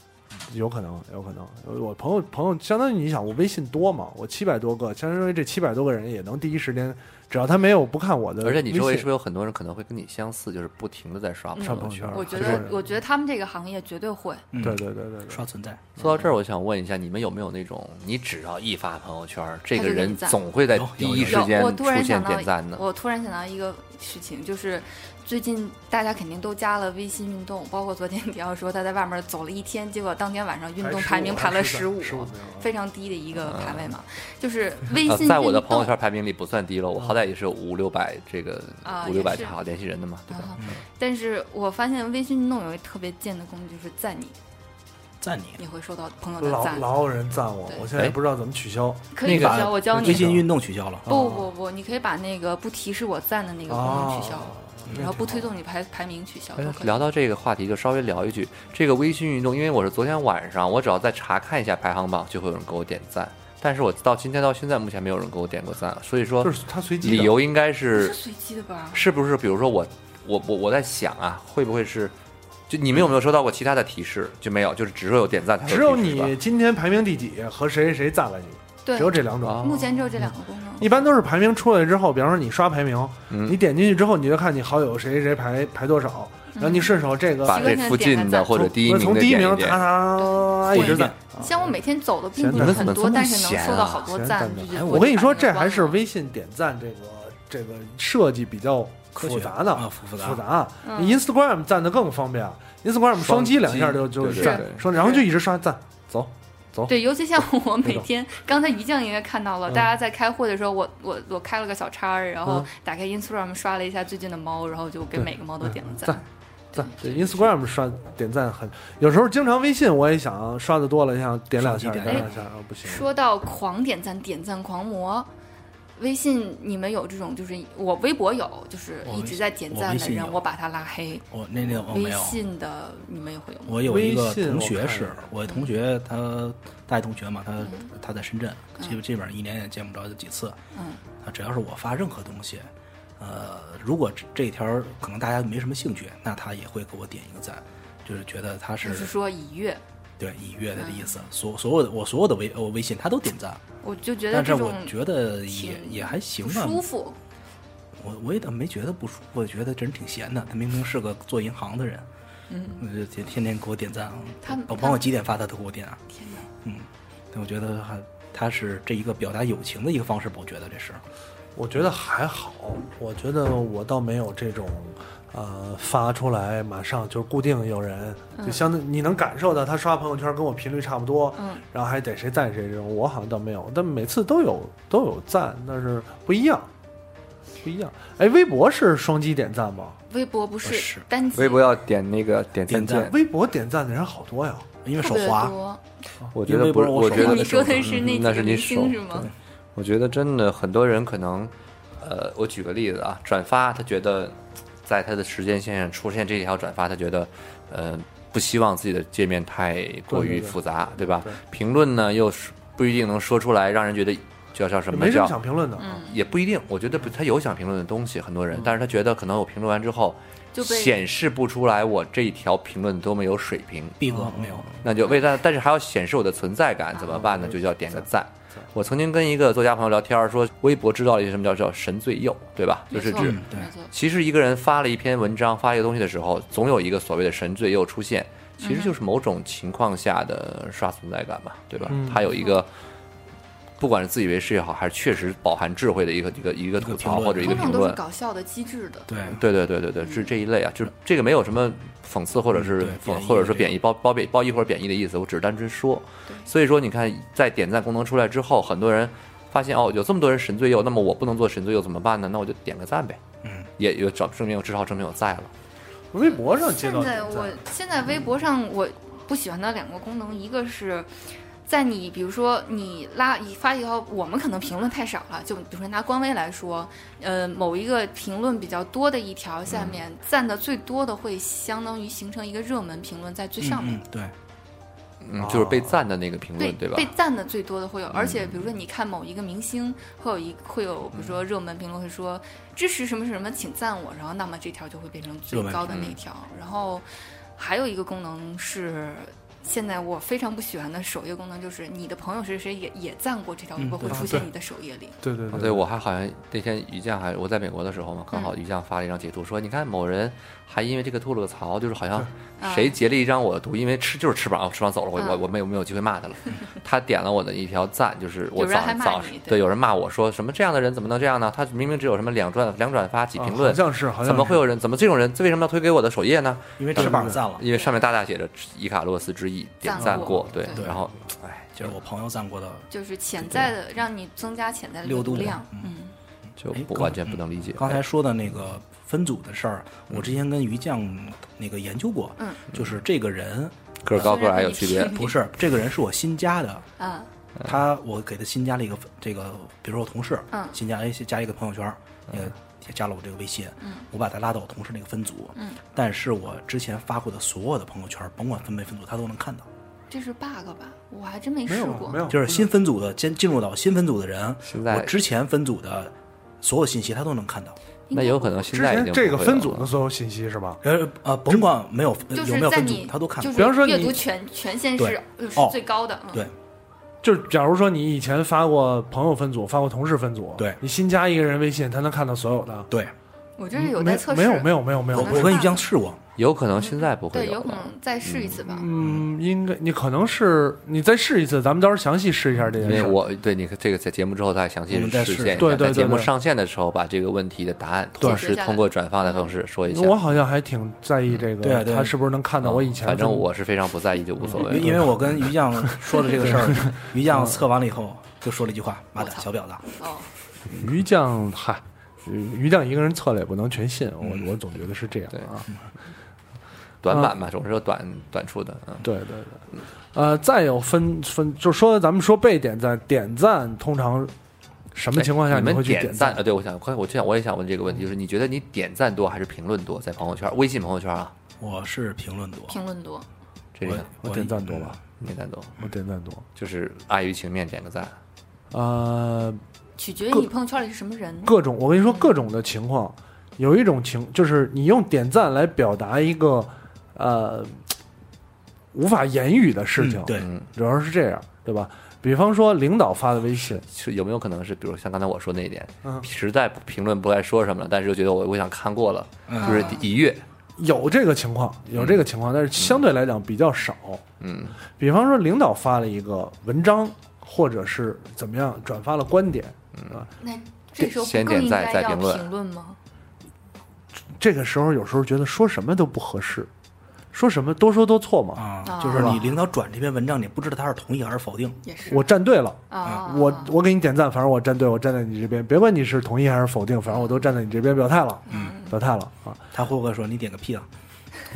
Speaker 9: 有可能，有可能。我朋友朋友，相当于你想，我微信多嘛，我七百多个，相当于这七百多个人也能第一时间，只要他没有不看我的呃微
Speaker 3: 而
Speaker 9: 信，
Speaker 3: 且你周围是不是有很多人可能会跟你相似，就是不停的在刷
Speaker 8: 嗯
Speaker 9: 上
Speaker 3: 朋
Speaker 9: 朋
Speaker 3: 友
Speaker 9: 友圈？
Speaker 3: 圈
Speaker 8: 我觉
Speaker 9: 很多
Speaker 8: 得
Speaker 9: 人，
Speaker 8: 我觉得他们这个行业绝对会，
Speaker 4: 嗯
Speaker 9: 对对对对对，
Speaker 4: 刷存在，
Speaker 3: 说到这儿，我想问一下，你们有没有那种你只要一发朋友圈，这个
Speaker 8: 他就给
Speaker 3: 人
Speaker 8: 你赞
Speaker 3: 总会在
Speaker 4: 有
Speaker 3: 第
Speaker 4: 有
Speaker 3: 一
Speaker 4: 有
Speaker 3: 时
Speaker 8: 有
Speaker 3: 间，
Speaker 8: 我突
Speaker 3: 出
Speaker 8: 然
Speaker 3: 现
Speaker 8: 想
Speaker 3: 点赞
Speaker 8: 到，
Speaker 3: 的？
Speaker 8: 我突然想到一个事情，就是最近大家肯定都加了微信运动，包括昨天迪奥说他在外面走了一天，结果当天晚上运动排名排了十五，
Speaker 9: 15
Speaker 8: 非常低的一个排位嘛。就是微
Speaker 3: 啊
Speaker 8: 信运动，
Speaker 3: 在我的朋友圈排名里不算低了，我好歹也是有五六百这个
Speaker 8: 嗯啊
Speaker 3: 五六百
Speaker 8: 也是嗯
Speaker 3: 条联系人的嘛，对
Speaker 8: 然
Speaker 3: 吧？
Speaker 8: 后，啊但是我发现微信运动有一个特别贱的功能，就是赞你，
Speaker 4: 赞你。啊
Speaker 8: 你会收到朋友的
Speaker 9: 老
Speaker 8: 赞，
Speaker 9: 老有人赞我，
Speaker 8: 对
Speaker 9: 我现
Speaker 3: 哎
Speaker 9: 在也不知道怎么取消。
Speaker 8: 可以取
Speaker 4: 那
Speaker 8: 消，
Speaker 4: 个
Speaker 8: 我教
Speaker 4: 微
Speaker 8: 你。
Speaker 4: 信运动取消了，
Speaker 8: 不不不，你可以把那个不提示我赞的那个功能取消，
Speaker 9: 哦
Speaker 8: 然后不推动你排排名取消
Speaker 3: 哎
Speaker 8: 都
Speaker 3: 呀
Speaker 8: 可以。
Speaker 3: 聊到这个话题，就稍微聊一句，这个微信运动，因为我是昨天晚上，我只要再查看一下排行榜，就会有人给我点赞。但是我到今天到现在，目前没有人给我点过赞，所以说
Speaker 9: 就是他随机的
Speaker 3: 理由应该
Speaker 8: 不
Speaker 3: 是
Speaker 8: 是随机的吧？
Speaker 3: 是不是？比如说我我我我在想啊，会不会是就你们有没有收到过其他的提示？就没有，就是只有有点赞才
Speaker 9: 只有
Speaker 3: 提示吧
Speaker 9: 你今天排名第几和谁谁谁赞了你，
Speaker 8: 对
Speaker 9: 只，有这两种。
Speaker 3: 啊，
Speaker 8: 目前只有这两个功能。
Speaker 9: 一般都是排名出来之后，比方说你刷排名，
Speaker 3: 嗯
Speaker 9: 你点进去之后，你就看你好友谁谁谁排排多少，然后你顺手这个
Speaker 3: 把这附近的或者第一名
Speaker 9: 从
Speaker 3: 的
Speaker 9: 第一
Speaker 3: 点
Speaker 9: 名
Speaker 3: 一
Speaker 9: 咔
Speaker 3: 点。
Speaker 8: 哎
Speaker 9: 嚓一直赞。
Speaker 8: 像我每天走的并
Speaker 9: 闲
Speaker 8: 不
Speaker 9: 的
Speaker 8: 是
Speaker 3: 你们怎
Speaker 8: 很
Speaker 3: 么
Speaker 8: 多，
Speaker 3: 这么
Speaker 8: 但是能
Speaker 3: 闲
Speaker 8: 收到
Speaker 3: 啊
Speaker 8: 好多
Speaker 9: 闲
Speaker 8: 赞
Speaker 9: 淡。淡
Speaker 8: 就是
Speaker 9: 哎
Speaker 8: 多
Speaker 9: 我跟你说，
Speaker 8: 点
Speaker 9: 这
Speaker 8: 赞
Speaker 9: 还是
Speaker 8: 光了
Speaker 9: 微信点赞这个这个设计比较
Speaker 4: 科
Speaker 9: 复
Speaker 4: 学
Speaker 9: 杂呢，
Speaker 4: 啊复复杂
Speaker 9: 复杂。
Speaker 8: 嗯
Speaker 9: Instagram 赞的更方便，Instagram 啊双击两下就就
Speaker 3: 对对
Speaker 9: 赞
Speaker 3: 对，
Speaker 9: 说然后就一直刷赞，走走，
Speaker 8: 对，尤其像我每
Speaker 9: 种
Speaker 8: 天，刚才于酱应该看到了，
Speaker 9: 嗯
Speaker 8: 大家在开会的时候，我我我开了个小叉儿，然后
Speaker 9: 嗯
Speaker 8: 打开 Instagram 刷了一下最近的猫，然后就给
Speaker 9: 对
Speaker 8: 每个猫都点了
Speaker 9: 嗯
Speaker 8: 赞。
Speaker 9: 赞。对 Instagram 刷点赞很，有时候经常微信我也想刷的多了，想点两下，
Speaker 4: 手机
Speaker 9: 点
Speaker 4: 点
Speaker 9: 两下，然后不行。
Speaker 8: 说到狂点赞、点赞狂魔，微信你们有这种？就是我微博有，就是
Speaker 4: 我
Speaker 8: 一
Speaker 4: 微
Speaker 8: 直
Speaker 4: 信
Speaker 8: 在点赞
Speaker 4: 我微
Speaker 8: 的
Speaker 4: 信
Speaker 8: 人，
Speaker 4: 有
Speaker 8: 我把他拉黑。
Speaker 4: 我哦那那我
Speaker 8: 微
Speaker 4: 没有。
Speaker 8: 信的你们也会有吗？
Speaker 4: 我有一个
Speaker 9: 微信
Speaker 4: 同
Speaker 9: 我
Speaker 4: 学
Speaker 9: 看
Speaker 4: 是
Speaker 9: 了
Speaker 4: 我同学，他大学同学嘛，他他在深圳，基基本上一年也见不着几次。
Speaker 8: 嗯，
Speaker 4: 啊，只要是我发任何东西，呃，如果这这条可能大家没什么兴趣，那他也会给我点一个赞，就是觉得他
Speaker 8: 就是是说嗯已阅，
Speaker 4: 对已阅他的意思。所所有的我所有的微我微信他都点赞，
Speaker 8: 我就觉得
Speaker 4: 但是
Speaker 8: 这
Speaker 4: 我
Speaker 8: 种
Speaker 4: 觉得也
Speaker 8: 挺
Speaker 4: 也还行
Speaker 8: 不
Speaker 4: 吧。
Speaker 8: 舒服。
Speaker 4: 我我也倒没觉得不舒服，我觉得这人挺闲的，他明明是个做银行的人，
Speaker 8: 嗯，
Speaker 4: 我就天天天给我点赞啊，
Speaker 8: 他
Speaker 4: 我
Speaker 8: 他
Speaker 4: 帮我几点发他都给我点啊，
Speaker 8: 天哪！
Speaker 4: 但我觉得还他是这一个表达友情的一个方式吧，我觉得这是，
Speaker 9: 我觉得还好，我觉得我倒没有这种，呃，发出来马上就是固定有人，就相当你能感受到他刷朋友圈跟我频率差不多，
Speaker 8: 嗯，
Speaker 9: 然后还得谁赞谁这种，我好像倒没有，但每次都有都有赞，但是不一样，不一样。哎，微博是双击点赞吗？
Speaker 8: 微博不是
Speaker 4: 是
Speaker 8: 单击
Speaker 3: 微博要点那个点赞
Speaker 4: 点赞
Speaker 3: 键，
Speaker 9: 微博点赞的人好多呀，
Speaker 4: 因为
Speaker 8: 特
Speaker 4: 手
Speaker 8: 别
Speaker 4: 滑，
Speaker 8: 多。
Speaker 3: 我
Speaker 4: 因
Speaker 3: 觉
Speaker 4: 为
Speaker 3: 得
Speaker 4: 微
Speaker 3: 不
Speaker 4: 博
Speaker 3: 是，
Speaker 4: 我
Speaker 3: 我
Speaker 4: 手
Speaker 3: 觉
Speaker 4: 滑
Speaker 3: 得
Speaker 8: 你说的是
Speaker 3: 嗯
Speaker 8: 那
Speaker 3: 那是
Speaker 8: 几个
Speaker 3: 你
Speaker 8: 明
Speaker 3: 手
Speaker 8: 星是吗？
Speaker 3: 我觉得真的很多人可能，呃，我举个例子啊，转发他觉得，在他的时间线上出现这条转发，他觉得，呃，不希望自己的界面太过
Speaker 9: 对
Speaker 3: 于
Speaker 9: 对对
Speaker 3: 复杂，对吧
Speaker 9: 对？
Speaker 3: 评论呢又是不一定能说出来，让人觉得叫叫什么
Speaker 9: 没什么
Speaker 3: 叫
Speaker 9: 想评论的啊。
Speaker 8: 嗯，
Speaker 3: 也不一定。我觉得不，他有想评论的东西，很多
Speaker 9: 嗯
Speaker 3: 人，但是他觉得可能我评论完之后，
Speaker 8: 就被
Speaker 3: 显示不出来我这一条评论多么有水平，
Speaker 4: 逼格没有，
Speaker 3: 那就为但但是还要显示我的存在感，怎么办呢？就叫点个赞。我曾经跟一个作家朋友聊天儿，说微博知道了一些什么叫叫神最右，对吧？就
Speaker 8: 没
Speaker 3: 是
Speaker 8: 错，
Speaker 3: 指
Speaker 4: 嗯对
Speaker 8: 没错。
Speaker 3: 其实一个人发了一篇文章，发一个东西的时候，总有一个所谓的神最右出现，其实就是某种情况下的刷存在感吧，对吧？
Speaker 9: 嗯
Speaker 3: 他有一个。不管是自以为是也好，还是确实饱含智慧的一个一个一个吐槽
Speaker 4: 评论
Speaker 3: 或者一个评
Speaker 8: 通常都
Speaker 3: 论
Speaker 8: 是，搞笑的、机智的。
Speaker 4: 对，
Speaker 3: 对对对对对，是这一类啊，就是这个没有什么讽刺或者是
Speaker 4: 嗯对
Speaker 3: 讽
Speaker 4: 贬义
Speaker 3: 或者说
Speaker 4: 这
Speaker 3: 贬义褒褒贬褒义或者贬义的意思，我只是单纯说。所以说，你看在点赞功能出来之后，很多人发现哦，有这么多人神最右，那么我不能做神最右怎么办呢？那我就点个赞呗。
Speaker 4: 嗯，
Speaker 3: 也有找证明，至少证明我在了。
Speaker 9: 微博上接
Speaker 8: 现
Speaker 9: 到点
Speaker 8: 在
Speaker 9: 赞，
Speaker 8: 我现在微博上我不喜欢的两个功能，一个是。在你比如说你拉你发一条，我们可能评论太少了，就比如说拿官微来说，呃，某一个评论比较多的一条，
Speaker 4: 嗯
Speaker 8: 下面赞的最多的会相当于形成一个热门评论在最上面
Speaker 4: 嗯，嗯对，
Speaker 3: 嗯，就是
Speaker 4: 哦
Speaker 3: 被赞的那个评论，对吧
Speaker 8: 被？赞的最多的会有，而且比如说你看某一个明星，会有一会有比如说热门评论会说支持什么什么，请赞我，然后那么这条就会变成最
Speaker 4: 热门
Speaker 8: 高的那
Speaker 3: 嗯
Speaker 8: 条。然后还有一个功能是。现在我非常不喜欢的首页功能就是你的朋友谁谁也也赞过这条微博，
Speaker 4: 嗯
Speaker 8: 会
Speaker 9: 对
Speaker 8: 出
Speaker 9: 啊
Speaker 8: 现
Speaker 9: 对
Speaker 8: 你的首页里。嗯
Speaker 9: 对对
Speaker 3: 啊
Speaker 9: 对，
Speaker 3: 对，我还好像那天于酱还我在美国的时候嘛，刚好于酱发了一张截图，说你看某人还因为这个吐了个槽，就是好像
Speaker 8: 啊
Speaker 3: 谁截了一张我的图，因为吃就是翅膀，翅膀走了，我我
Speaker 8: 嗯
Speaker 3: 我没有没有机会骂他了。他点了我的一条赞，就是我
Speaker 8: 有人
Speaker 3: 早
Speaker 8: 还骂
Speaker 3: 早
Speaker 8: 你对
Speaker 3: 对有人骂我说什么这样的人怎么能这样呢？他明明只有什么两转两转发几
Speaker 9: 啊
Speaker 3: 评论
Speaker 9: 好，像是好像
Speaker 3: 怎么
Speaker 9: 是
Speaker 3: 会有人怎么这种人为什么要推给我的首页呢？
Speaker 4: 因为翅膀赞了，
Speaker 3: 因为上面大大写着伊卡洛斯之翼点赞
Speaker 8: 赞过
Speaker 3: 过，对，
Speaker 4: 对
Speaker 3: 然后哎
Speaker 4: 就是我朋友赞过的，
Speaker 8: 就是潜在的让你增加潜在的
Speaker 4: 六度嘛
Speaker 8: 流量，
Speaker 4: 嗯
Speaker 8: 嗯，
Speaker 3: 就
Speaker 4: 哎
Speaker 3: 不
Speaker 4: 刚
Speaker 3: 完全不能理解。
Speaker 4: 刚才
Speaker 3: 哎
Speaker 4: 说的那个分组的事儿，我之前跟于酱那个研究过，
Speaker 8: 嗯，
Speaker 4: 就是这个人
Speaker 3: 个儿高个儿矮有 区别，
Speaker 4: 不是这个人是我新加的，
Speaker 8: 啊，
Speaker 4: 他我给他新加了一个这个，比如说我同事，
Speaker 8: 嗯
Speaker 4: 新加哎新加一个朋友圈，也也加了我这个微信，我把他拉到我同事那个分组，
Speaker 8: 嗯
Speaker 4: 但是我之前发过的所有的朋友圈，甭管分没分组，他都能看到，
Speaker 8: 这是 bug 吧？我还真没
Speaker 9: 没
Speaker 8: 试
Speaker 9: 有啊
Speaker 8: 过
Speaker 9: 没。有，
Speaker 4: 就是新分组的先进入到新分组的人，
Speaker 3: 现在
Speaker 4: 我之前分组的所有信息他都能看到，
Speaker 8: 应
Speaker 3: 那
Speaker 8: 该
Speaker 3: 有
Speaker 8: 不
Speaker 3: 可能现
Speaker 9: 之
Speaker 3: 在已
Speaker 9: 前
Speaker 3: 经
Speaker 9: 这
Speaker 3: 不
Speaker 9: 个
Speaker 3: 会
Speaker 9: 分
Speaker 3: 有
Speaker 9: 组
Speaker 3: 了
Speaker 9: 的所有信息是吧？
Speaker 4: 呃呃，甭管没有
Speaker 8: 就
Speaker 4: 有
Speaker 8: 是
Speaker 4: 没有
Speaker 8: 在
Speaker 4: 分组
Speaker 8: 你，
Speaker 4: 他都看
Speaker 8: 就
Speaker 4: 到，
Speaker 8: 是
Speaker 9: 比方说
Speaker 8: 阅
Speaker 9: 你
Speaker 8: 读权权限
Speaker 4: 对
Speaker 8: 是呃是
Speaker 4: 哦
Speaker 8: 最高的，嗯
Speaker 4: 对
Speaker 9: 就是假如说你以前发过朋友分组，发过同事分组，
Speaker 4: 对
Speaker 9: 你新加一个人微信，他能看到所有的。
Speaker 4: 对，
Speaker 8: 我这是有在测试，
Speaker 9: 没有没有没有没有
Speaker 4: 我
Speaker 9: 没有，
Speaker 4: 我跟于酱试过，
Speaker 3: 有可能现在不会
Speaker 8: 对，
Speaker 3: 有
Speaker 8: 有可
Speaker 3: 了
Speaker 8: 能再试一次吧。
Speaker 9: 嗯，应该你可能是你再试一次，咱们到时候详细试一下这
Speaker 3: 因
Speaker 9: 件
Speaker 3: 为
Speaker 9: 事儿。
Speaker 3: 我对你这个在节目之后再详细
Speaker 4: 我们再
Speaker 3: 实
Speaker 4: 试
Speaker 3: 现一
Speaker 9: 对
Speaker 3: 下，
Speaker 9: 对
Speaker 3: 在
Speaker 9: 对
Speaker 3: 节目
Speaker 9: 对
Speaker 3: 上线的时候把这个问题的答案同
Speaker 8: 对
Speaker 3: 时通过转发的方式说一下。嗯
Speaker 9: 我好像还挺在意这
Speaker 4: 对
Speaker 9: 个，
Speaker 4: 啊对啊
Speaker 9: 他是不是能看到我以前？
Speaker 3: 啊反正我是非常不在意，就无所谓了。
Speaker 4: 因为我跟于酱说的这个事儿， 于
Speaker 9: 嗯
Speaker 4: 酱测完了以后就说了一句话：“妈的，小婊子
Speaker 8: 哦，
Speaker 9: 于酱，嗨，于酱一个人测了也不能全信，
Speaker 3: 嗯
Speaker 9: 我我总觉得是这样啊。
Speaker 3: 短板嘛，总是有短短处的。嗯，
Speaker 9: 对对对，呃，再有分分，就说咱们说被点赞，点赞通常什么情况下
Speaker 3: 哎你
Speaker 9: 会
Speaker 3: 们
Speaker 9: 去
Speaker 3: 点
Speaker 9: 赞？
Speaker 3: 啊？对，我想，快，我就想，我也想问这个问题，就是你觉得你点赞多还是评论多？在朋友圈、微信朋友圈啊，！”
Speaker 4: 我是评论多，
Speaker 8: 评论多，
Speaker 3: 这个
Speaker 9: 我点赞多
Speaker 4: 嗯
Speaker 9: 吧，
Speaker 3: 点赞多，
Speaker 9: 我点赞多。
Speaker 3: 就是碍于情面点个赞。
Speaker 9: 呃，
Speaker 8: 取决于你朋友圈里是什么人。
Speaker 9: 各种，我跟你说各种的情况，有一种情就是你用点赞来表达一个呃无法言语的事情，
Speaker 4: 嗯对，
Speaker 3: 嗯，
Speaker 9: 主要是这样，对吧？比方说领导发的微信，
Speaker 3: 是有没有可能是，比如像刚才我说那一点，
Speaker 9: 嗯
Speaker 3: 实在不评论不该说什么了，但是又觉得我我想看过了，
Speaker 9: 嗯
Speaker 3: 就是
Speaker 9: 啊
Speaker 3: 一跃，
Speaker 9: 有这个情况，有这个情况，但是相对来讲比较少。
Speaker 3: 嗯
Speaker 9: 比方说领导发了一个文章，或者是怎么样转发了观点，
Speaker 4: 嗯
Speaker 9: 啊
Speaker 8: 那这时候不
Speaker 3: 先
Speaker 8: 更
Speaker 3: 点
Speaker 8: 应
Speaker 3: 赞
Speaker 8: 该
Speaker 3: 再
Speaker 8: 要
Speaker 3: 评论
Speaker 8: 评论吗？
Speaker 9: 这个时候有时候觉得说什么都不合适，说什么多说多错嘛。
Speaker 4: 啊，
Speaker 8: 啊
Speaker 4: 就是你领导转这篇文章，你不知道他是同意还是否定。
Speaker 8: 也是
Speaker 9: 我站队了，
Speaker 8: 啊，
Speaker 9: 我我给你点赞，反正我站队，我站在你这边，别管你是同意还是否定，反正我都站在你这边表态了，
Speaker 8: 嗯
Speaker 9: 表态了啊，
Speaker 4: 他会不会说你点个屁啊？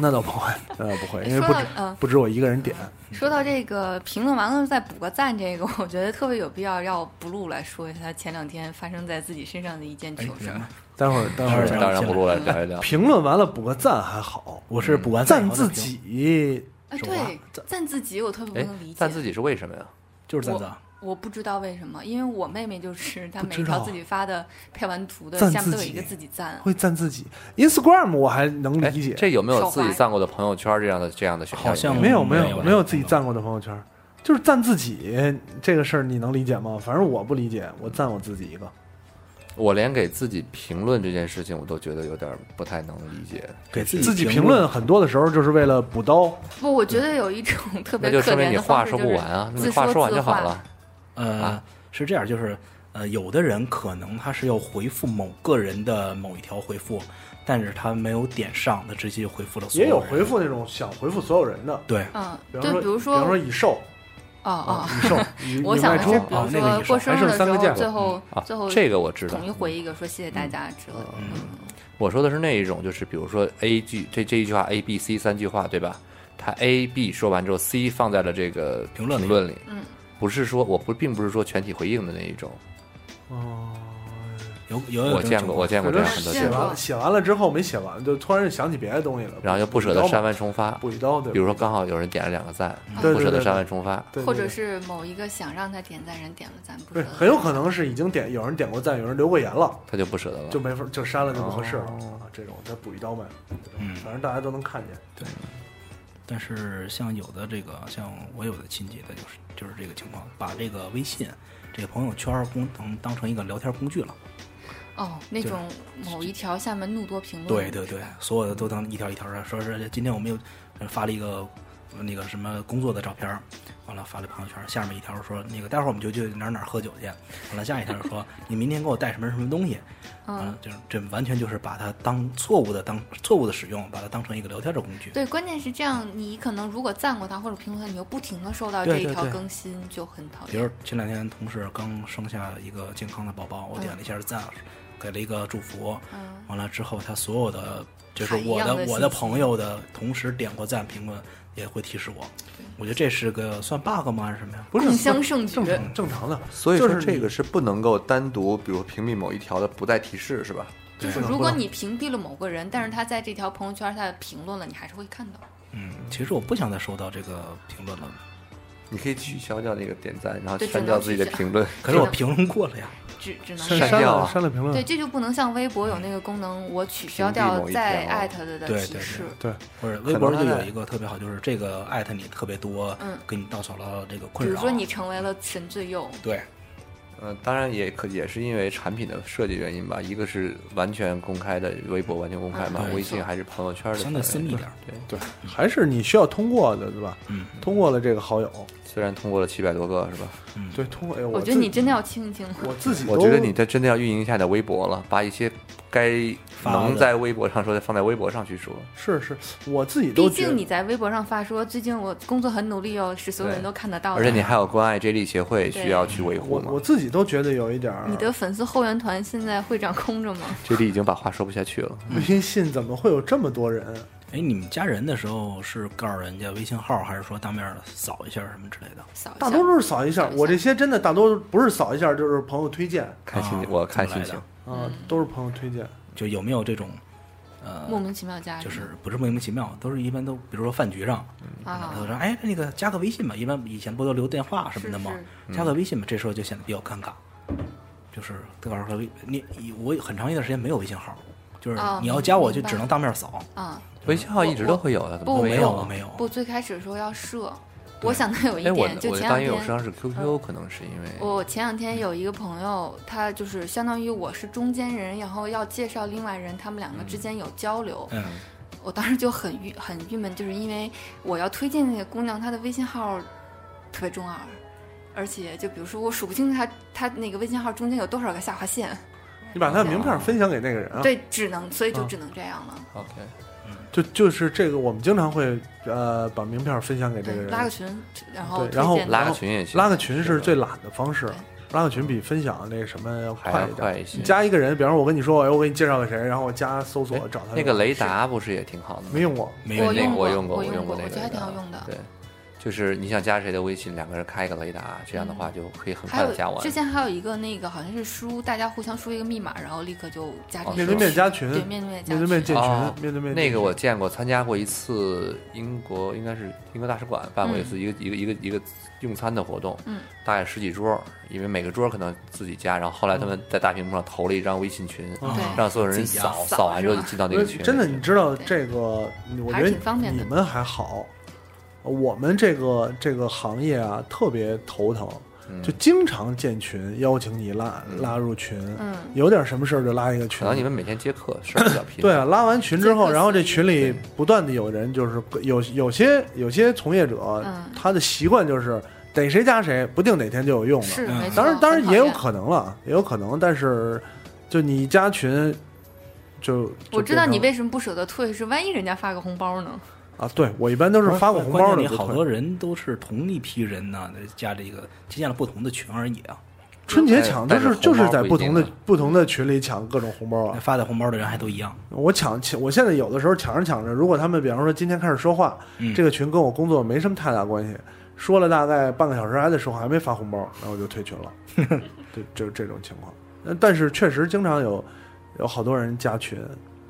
Speaker 9: 那倒不会， 那倒不会，因为
Speaker 8: 说
Speaker 9: 不
Speaker 8: 到
Speaker 9: 止
Speaker 8: 嗯
Speaker 9: 不止我一个人点，
Speaker 8: 说到这个评论完了再补个赞，这个我觉得特别有必要要 blue 来说一下他前两天发生在自己身上的一件
Speaker 4: 哎
Speaker 8: 糗事儿。
Speaker 9: 待会儿待会
Speaker 4: 是
Speaker 9: 儿
Speaker 3: 当然不录了， 聊一聊。
Speaker 9: 评论完了补个赞还好，
Speaker 4: 我是补完以
Speaker 9: 嗯赞
Speaker 4: 后再
Speaker 9: 自
Speaker 4: 评，
Speaker 9: 己
Speaker 8: 哎，
Speaker 4: 手滑
Speaker 8: 对，赞自己我特别
Speaker 3: 哎
Speaker 8: 不能理，解。
Speaker 3: 赞自己是为什么呀？
Speaker 4: 就是赞赞。
Speaker 8: 我不知道为什么，因为我妹妹就是她
Speaker 9: 不
Speaker 8: 每
Speaker 9: 知
Speaker 8: 一条
Speaker 9: 道
Speaker 8: 自己发的配完图的
Speaker 9: 赞
Speaker 8: 下面
Speaker 9: 自
Speaker 8: 都有一个
Speaker 9: 己
Speaker 8: 自己赞，
Speaker 9: 会赞自己，Instagram 我还能
Speaker 3: 哎
Speaker 9: 理解，，
Speaker 3: 这有没有
Speaker 8: 手
Speaker 3: 自己
Speaker 8: 滑
Speaker 3: 赞过的朋友圈这样的这样的选项？
Speaker 4: 好像
Speaker 9: 没有没
Speaker 4: 没
Speaker 9: 有
Speaker 4: 有
Speaker 9: 没有自己赞过的朋友圈，就是赞自己这个事儿你能理解吗？反正我不理解，我赞我自己一个，
Speaker 3: 我连给自己评论这件事情，我都觉得有点不太能理解。
Speaker 4: 给自
Speaker 9: 自己
Speaker 4: 己
Speaker 9: 评论，很多的时候就是为了补刀，
Speaker 8: 不，我觉得有一种特别
Speaker 3: 嗯那就
Speaker 8: 可
Speaker 3: 说明
Speaker 8: 怜
Speaker 3: 你
Speaker 8: 的方
Speaker 3: 话
Speaker 8: 式，
Speaker 3: 说
Speaker 8: 就
Speaker 3: 不
Speaker 8: 是
Speaker 3: 完啊，那
Speaker 8: 自
Speaker 3: 你话
Speaker 8: 说
Speaker 3: 说完
Speaker 8: 自
Speaker 3: 就好
Speaker 8: 话
Speaker 3: 了。
Speaker 4: 呃
Speaker 3: 啊，
Speaker 4: 是这样，就是呃，有的人可能他是要回复某个人的某一条回复，但是他没有点上，他直接就回复了所
Speaker 9: 也有
Speaker 4: 人
Speaker 9: 回。复那种想回复所有人的，
Speaker 4: 对，
Speaker 8: 嗯，
Speaker 9: 比
Speaker 8: 就
Speaker 9: 方
Speaker 8: 比如
Speaker 9: 比方说啊
Speaker 8: 说，
Speaker 9: 以瘦
Speaker 8: 哦哦，
Speaker 9: 以瘦，以
Speaker 8: 我
Speaker 9: 以
Speaker 8: 想
Speaker 9: 卖
Speaker 8: 的
Speaker 9: 出
Speaker 8: 是，比
Speaker 4: 哦
Speaker 8: 如
Speaker 4: 那个
Speaker 8: 说
Speaker 4: 也
Speaker 8: 过
Speaker 4: 是
Speaker 9: 还
Speaker 8: 生日
Speaker 9: 剩
Speaker 8: 的
Speaker 9: 三
Speaker 8: 时
Speaker 9: 啊个嗯
Speaker 8: 候，
Speaker 9: 价
Speaker 8: 最后
Speaker 3: 啊
Speaker 8: 最后，
Speaker 3: 这个我知道
Speaker 8: 统。一回一个说谢谢大
Speaker 9: 嗯
Speaker 8: 家之类
Speaker 9: 啊
Speaker 8: 嗯的，
Speaker 3: 我说的是那一种，就是比如说 A 句这这一句话 A B C 三句话对吧？他 A B 说完之后，C 放在了这个
Speaker 4: 评论里
Speaker 3: 评论里，
Speaker 8: 嗯，
Speaker 3: 不是说我不并不是说全体回应的那一种，
Speaker 9: 哦，
Speaker 4: 有有有这
Speaker 3: 我
Speaker 4: 种
Speaker 3: 见
Speaker 4: 情
Speaker 3: 过
Speaker 4: 况
Speaker 3: 我见过
Speaker 9: 反
Speaker 3: 这
Speaker 9: 正
Speaker 3: 样很多
Speaker 9: 写
Speaker 3: 见
Speaker 8: 见
Speaker 3: 过，
Speaker 9: 完了写完了之后没写完，就突然想起别的东西了，
Speaker 3: 然后又不舍得删完重发，
Speaker 9: 补一刀，对吧，
Speaker 3: 比如说刚好有人点了两个赞，
Speaker 9: 对对
Speaker 3: 不舍得
Speaker 9: 对
Speaker 3: 删完重发，
Speaker 9: 对对
Speaker 8: 或者
Speaker 9: 对
Speaker 8: 是某一个想让他点赞人点了赞，不
Speaker 9: 不
Speaker 8: 是
Speaker 9: 是很有可能是已经点有人点过赞，有人留过言了。
Speaker 3: 他就不舍得了
Speaker 9: 就。没法就删了就不合适了、
Speaker 8: 哦
Speaker 9: 啊！这种再补一刀呗，反正大家都能看见。
Speaker 4: 嗯但是像有的这个，像我有的亲戚，他就是就是这个情况，把这个微信、这个朋友圈工能当成一个聊天工具了。
Speaker 8: 哦，那
Speaker 4: 对
Speaker 8: 种某一条下面怒多评论，
Speaker 4: 对对对，所有的都当一条一条的，说是今天我们又呃发了一个呃那个什么工作的照片儿，完了发了朋友圈儿，下面一条说那个待会儿我们就去哪儿哪儿喝酒去，完了下一条说你明天给我带什么什么东西，完了就是这完全就是把它当错误的当错误的使用，把它当成一个聊天的工具。
Speaker 8: 对，关键是这样，你可能如果赞过他或者评论他，你又不停的收到
Speaker 4: 对
Speaker 8: 这一
Speaker 4: 对
Speaker 8: 条
Speaker 4: 对
Speaker 8: 更新，就很讨
Speaker 4: 比
Speaker 8: 厌
Speaker 4: 如。前两天同事刚生下一个健康的宝宝，我点了一下赞，给了一个祝福，
Speaker 8: 嗯，
Speaker 4: 完了之后，他所有的就是
Speaker 8: 海一
Speaker 4: 我
Speaker 8: 样
Speaker 4: 的
Speaker 8: 的
Speaker 4: 我
Speaker 8: 信
Speaker 4: 的
Speaker 8: 息
Speaker 4: 朋友的同时点过赞评论，也会提示我。我觉得这是个算 bug 吗？还是什么呀？
Speaker 9: 不是
Speaker 8: 共襄盛举
Speaker 9: 正常正常的，
Speaker 3: 所以
Speaker 9: 就
Speaker 3: 说
Speaker 9: 是
Speaker 3: 这
Speaker 9: 你
Speaker 3: 个是不能够单独，比如屏蔽某一条的不再提示是吧？
Speaker 8: 就是如果你屏蔽了某个人，但是他在这条朋友圈他评论了，你还是会看到。
Speaker 4: 嗯，其实我不想再收到这个评论了，
Speaker 3: 你可以取消掉那个点赞，然后
Speaker 8: 对
Speaker 3: 删
Speaker 8: 只能
Speaker 3: 掉自己的
Speaker 8: 取消
Speaker 3: 评论。
Speaker 4: 可是我
Speaker 8: 是的
Speaker 4: 评论过 了呀。
Speaker 8: 只只能
Speaker 9: 删
Speaker 3: 删
Speaker 9: 删
Speaker 3: 掉
Speaker 9: 了
Speaker 3: 啊
Speaker 9: 删了评论，
Speaker 8: 对，这就不能像微博有那个功能，我取消
Speaker 3: 屏蔽
Speaker 8: 掉
Speaker 3: 某一
Speaker 8: 再
Speaker 3: 条
Speaker 8: 艾特的
Speaker 4: 对
Speaker 8: 的提
Speaker 4: 对
Speaker 8: 示。
Speaker 9: 对
Speaker 4: 或者微
Speaker 3: 可
Speaker 4: 博
Speaker 3: 能
Speaker 4: 就
Speaker 3: 他
Speaker 4: 有
Speaker 3: 在
Speaker 4: 一个特别好，就是这个艾特你特别多，
Speaker 8: 嗯
Speaker 4: 给你稻草了这个
Speaker 8: 比
Speaker 4: 困扰。
Speaker 8: 如说你成为了神队友，
Speaker 4: 对，
Speaker 3: 嗯、当然也可也是因为产品的设计原因吧，一个是完全公开的微博完全公开嘛，
Speaker 8: 啊对
Speaker 3: 微信还是朋友圈的
Speaker 4: 相对私密
Speaker 3: 范围
Speaker 4: 点儿。
Speaker 3: 对，
Speaker 9: 还是你需要通过的，对吧？
Speaker 4: 嗯，
Speaker 9: 通过了这个好友，
Speaker 3: 虽然通过了七百多个是吧？
Speaker 9: 对，通过。哎、
Speaker 8: 我
Speaker 9: 我
Speaker 8: 觉得你
Speaker 9: 自
Speaker 8: 真的要清一清。
Speaker 9: 我自己都，
Speaker 3: 我觉得你这真的要运营一下你的微博了，把一些该
Speaker 4: 发的
Speaker 3: 能在微博上说的放在微博上去说。
Speaker 9: 是是，我自己
Speaker 8: 毕
Speaker 9: 都觉得
Speaker 8: 竟你在微博上发说最近我工作很努力哦，是所有人都看得到的。
Speaker 3: 而且你还有关爱接力协会需要去维护
Speaker 9: 我我
Speaker 3: 嘛？
Speaker 9: 自己都觉得有一点儿，
Speaker 8: 你的粉丝后援团现在会长空着吗？
Speaker 3: 接力已经把话说不下去了。
Speaker 9: 微信怎么会有这么多人？
Speaker 4: 哎，你们加人的时候是告诉人家微信号，还是说当面扫一下什么之类的？
Speaker 8: 扫一下
Speaker 9: 大多数是扫一下
Speaker 8: 扫，一下
Speaker 9: 我这些真的大多数不是扫一下，就是朋友推荐
Speaker 3: 看心情，
Speaker 4: 啊
Speaker 3: 我看
Speaker 4: 这么
Speaker 3: 心
Speaker 4: 来
Speaker 3: 情
Speaker 4: 的。
Speaker 8: 嗯
Speaker 9: 啊，都是朋友推荐。
Speaker 4: 就有没有这种，呃，
Speaker 8: 莫名其妙加人，
Speaker 4: 就是不是莫名其妙，都是一般都，比如说饭局上，
Speaker 8: 啊
Speaker 4: 有，人说哎那个加个微信吧，一般以前不都留电话什么的吗？加个微信吧，这时候就显得比较尴尬，就是对吧？说你你我很长一段时间没有微信号，就是
Speaker 8: 啊
Speaker 4: 你要加我
Speaker 8: 明
Speaker 4: 就
Speaker 8: 白
Speaker 4: 只能当面扫，哦
Speaker 8: 啊，
Speaker 3: 微信号一直都会有的，怎么
Speaker 8: 不
Speaker 3: 会
Speaker 4: 没
Speaker 3: 有
Speaker 4: 有
Speaker 3: 啊？
Speaker 4: 没有，
Speaker 8: 哦不，最开始的时候要设。我想的有一
Speaker 3: 哎，
Speaker 9: 啊
Speaker 3: 我
Speaker 8: 点，就
Speaker 3: 我
Speaker 8: 前
Speaker 3: 大
Speaker 8: 两
Speaker 3: 约有时候
Speaker 8: 天。
Speaker 3: 是 QQ，可能是因为
Speaker 8: 我前两天有一个朋友，他就是相当于我是中间人，然后要介绍另外人，他们两个之间有交流。
Speaker 4: 嗯，
Speaker 8: 我当时就很郁很郁闷，就是因为我要推荐那个姑娘，她的微信号特别中二，而且就比如说我数不清她她那个微信号中间有多少个下划线，
Speaker 9: 你把他的名片分享给那个人啊，
Speaker 8: 哦对，只能所以就
Speaker 9: 啊
Speaker 8: 只能这样了。
Speaker 3: OK，
Speaker 9: 就就是这个，我们经常会呃把名片分享给这个
Speaker 8: 对，
Speaker 9: 人，
Speaker 8: 拉个群，然后
Speaker 9: 对然后
Speaker 8: 推荐
Speaker 3: 拉
Speaker 8: 她
Speaker 3: 个群也行，
Speaker 9: 拉个群是最
Speaker 3: 的
Speaker 9: 懒的方式
Speaker 8: 对，
Speaker 9: 拉个群比分享那个什么要
Speaker 3: 还
Speaker 9: 快
Speaker 3: 要
Speaker 9: 一点。
Speaker 3: 快一些。
Speaker 9: 加一个人，比方说我跟你说，哎，我给你介绍给谁，然后我加搜索
Speaker 3: 哎
Speaker 9: 找他。
Speaker 3: 那个雷达不是也挺好的吗？
Speaker 9: 没用过，
Speaker 4: 没
Speaker 8: 我
Speaker 4: 有
Speaker 3: 那
Speaker 8: 用
Speaker 3: 个
Speaker 8: 过
Speaker 3: 我用过，
Speaker 8: 我
Speaker 3: 用
Speaker 8: 用过
Speaker 3: 那个
Speaker 8: 我觉得还挺好用的
Speaker 3: 对，就是你想加谁的微信，两个人开一个雷达，这样的话就可以很
Speaker 8: 还
Speaker 3: 快
Speaker 8: 有
Speaker 3: 的加完
Speaker 8: 之。前还有一个那个好像是输，大家互相输一个密码，然后立刻就加进
Speaker 3: 哦
Speaker 8: 去
Speaker 9: 面
Speaker 8: 了。
Speaker 9: 对面加群，
Speaker 8: 对面对面加
Speaker 9: 面对面
Speaker 8: 群
Speaker 9: 建群
Speaker 3: 哦，
Speaker 9: 面对面建群
Speaker 3: 那个我见过，参加过一次英国，应该是英国大使馆办过一次一个、一个一个一个用餐的活动，
Speaker 8: 嗯，
Speaker 3: 大概十几桌，因为每个桌可能自己加，然后后来他
Speaker 8: 嗯
Speaker 3: 们在大屏幕上投了一张微信群，
Speaker 9: 啊
Speaker 8: 对
Speaker 3: 让所有人
Speaker 4: 自己加
Speaker 3: 扫
Speaker 8: 扫
Speaker 3: 扫完之后
Speaker 8: 是
Speaker 3: 就
Speaker 8: 吧
Speaker 3: 进到那
Speaker 9: 不
Speaker 3: 个
Speaker 9: 是
Speaker 3: 群里。
Speaker 9: 真的，你知道
Speaker 8: 对
Speaker 9: 这个，你我
Speaker 8: 还
Speaker 9: 觉
Speaker 8: 是
Speaker 9: 得
Speaker 8: 挺方便的
Speaker 9: 你们还好，我们这个这个行业啊特别头疼，
Speaker 3: 嗯
Speaker 9: 就经常建群邀请你拉
Speaker 3: 嗯
Speaker 9: 拉入群，
Speaker 8: 嗯
Speaker 9: 有点什么事儿就拉一个
Speaker 3: 可
Speaker 9: 群
Speaker 3: 能。你们每天接课事儿比较频繁，
Speaker 9: 对啊，拉完群之
Speaker 8: 这
Speaker 9: 后，
Speaker 8: 个
Speaker 9: 然后这
Speaker 8: 是
Speaker 9: 群里不断的有人，就是有有些有些从业者，
Speaker 8: 嗯
Speaker 9: 他的习惯就是逮谁加谁，不定哪天就有用了。
Speaker 8: 是
Speaker 4: 嗯
Speaker 8: 没错，
Speaker 9: 当然，当然
Speaker 8: 很
Speaker 9: 也有
Speaker 8: 讨厌
Speaker 9: 可能了，也有可能，但是就你加群，就
Speaker 8: 我知道你
Speaker 9: 为。
Speaker 8: 为什么不舍得退，是万一人家发个红包呢？
Speaker 9: 啊，对我一般都是发过红包
Speaker 4: 关
Speaker 9: 的
Speaker 4: 键
Speaker 9: 不
Speaker 4: 你好
Speaker 9: 退
Speaker 4: 多人都是同一批人呢，加这个加进了不同的群而已啊，
Speaker 9: 春节抢就
Speaker 3: 但是
Speaker 9: 是就
Speaker 3: 红
Speaker 9: 是
Speaker 3: 包
Speaker 9: 在
Speaker 3: 不
Speaker 9: 不
Speaker 3: 一定
Speaker 9: 同的
Speaker 3: 啊
Speaker 9: 不同的群里抢各种红包啊。
Speaker 4: 发的红包的人还都一样，
Speaker 9: 我抢抢，我现在有的时候抢着抢着，如果他们比方说今天开始说话，
Speaker 4: 嗯
Speaker 9: 这个群跟我工作没什么太大关系，说了大概半个小时还在说话，还没发红包，然后我就退群了。对，就这种情况。呃但是确实经常有有好多人加群，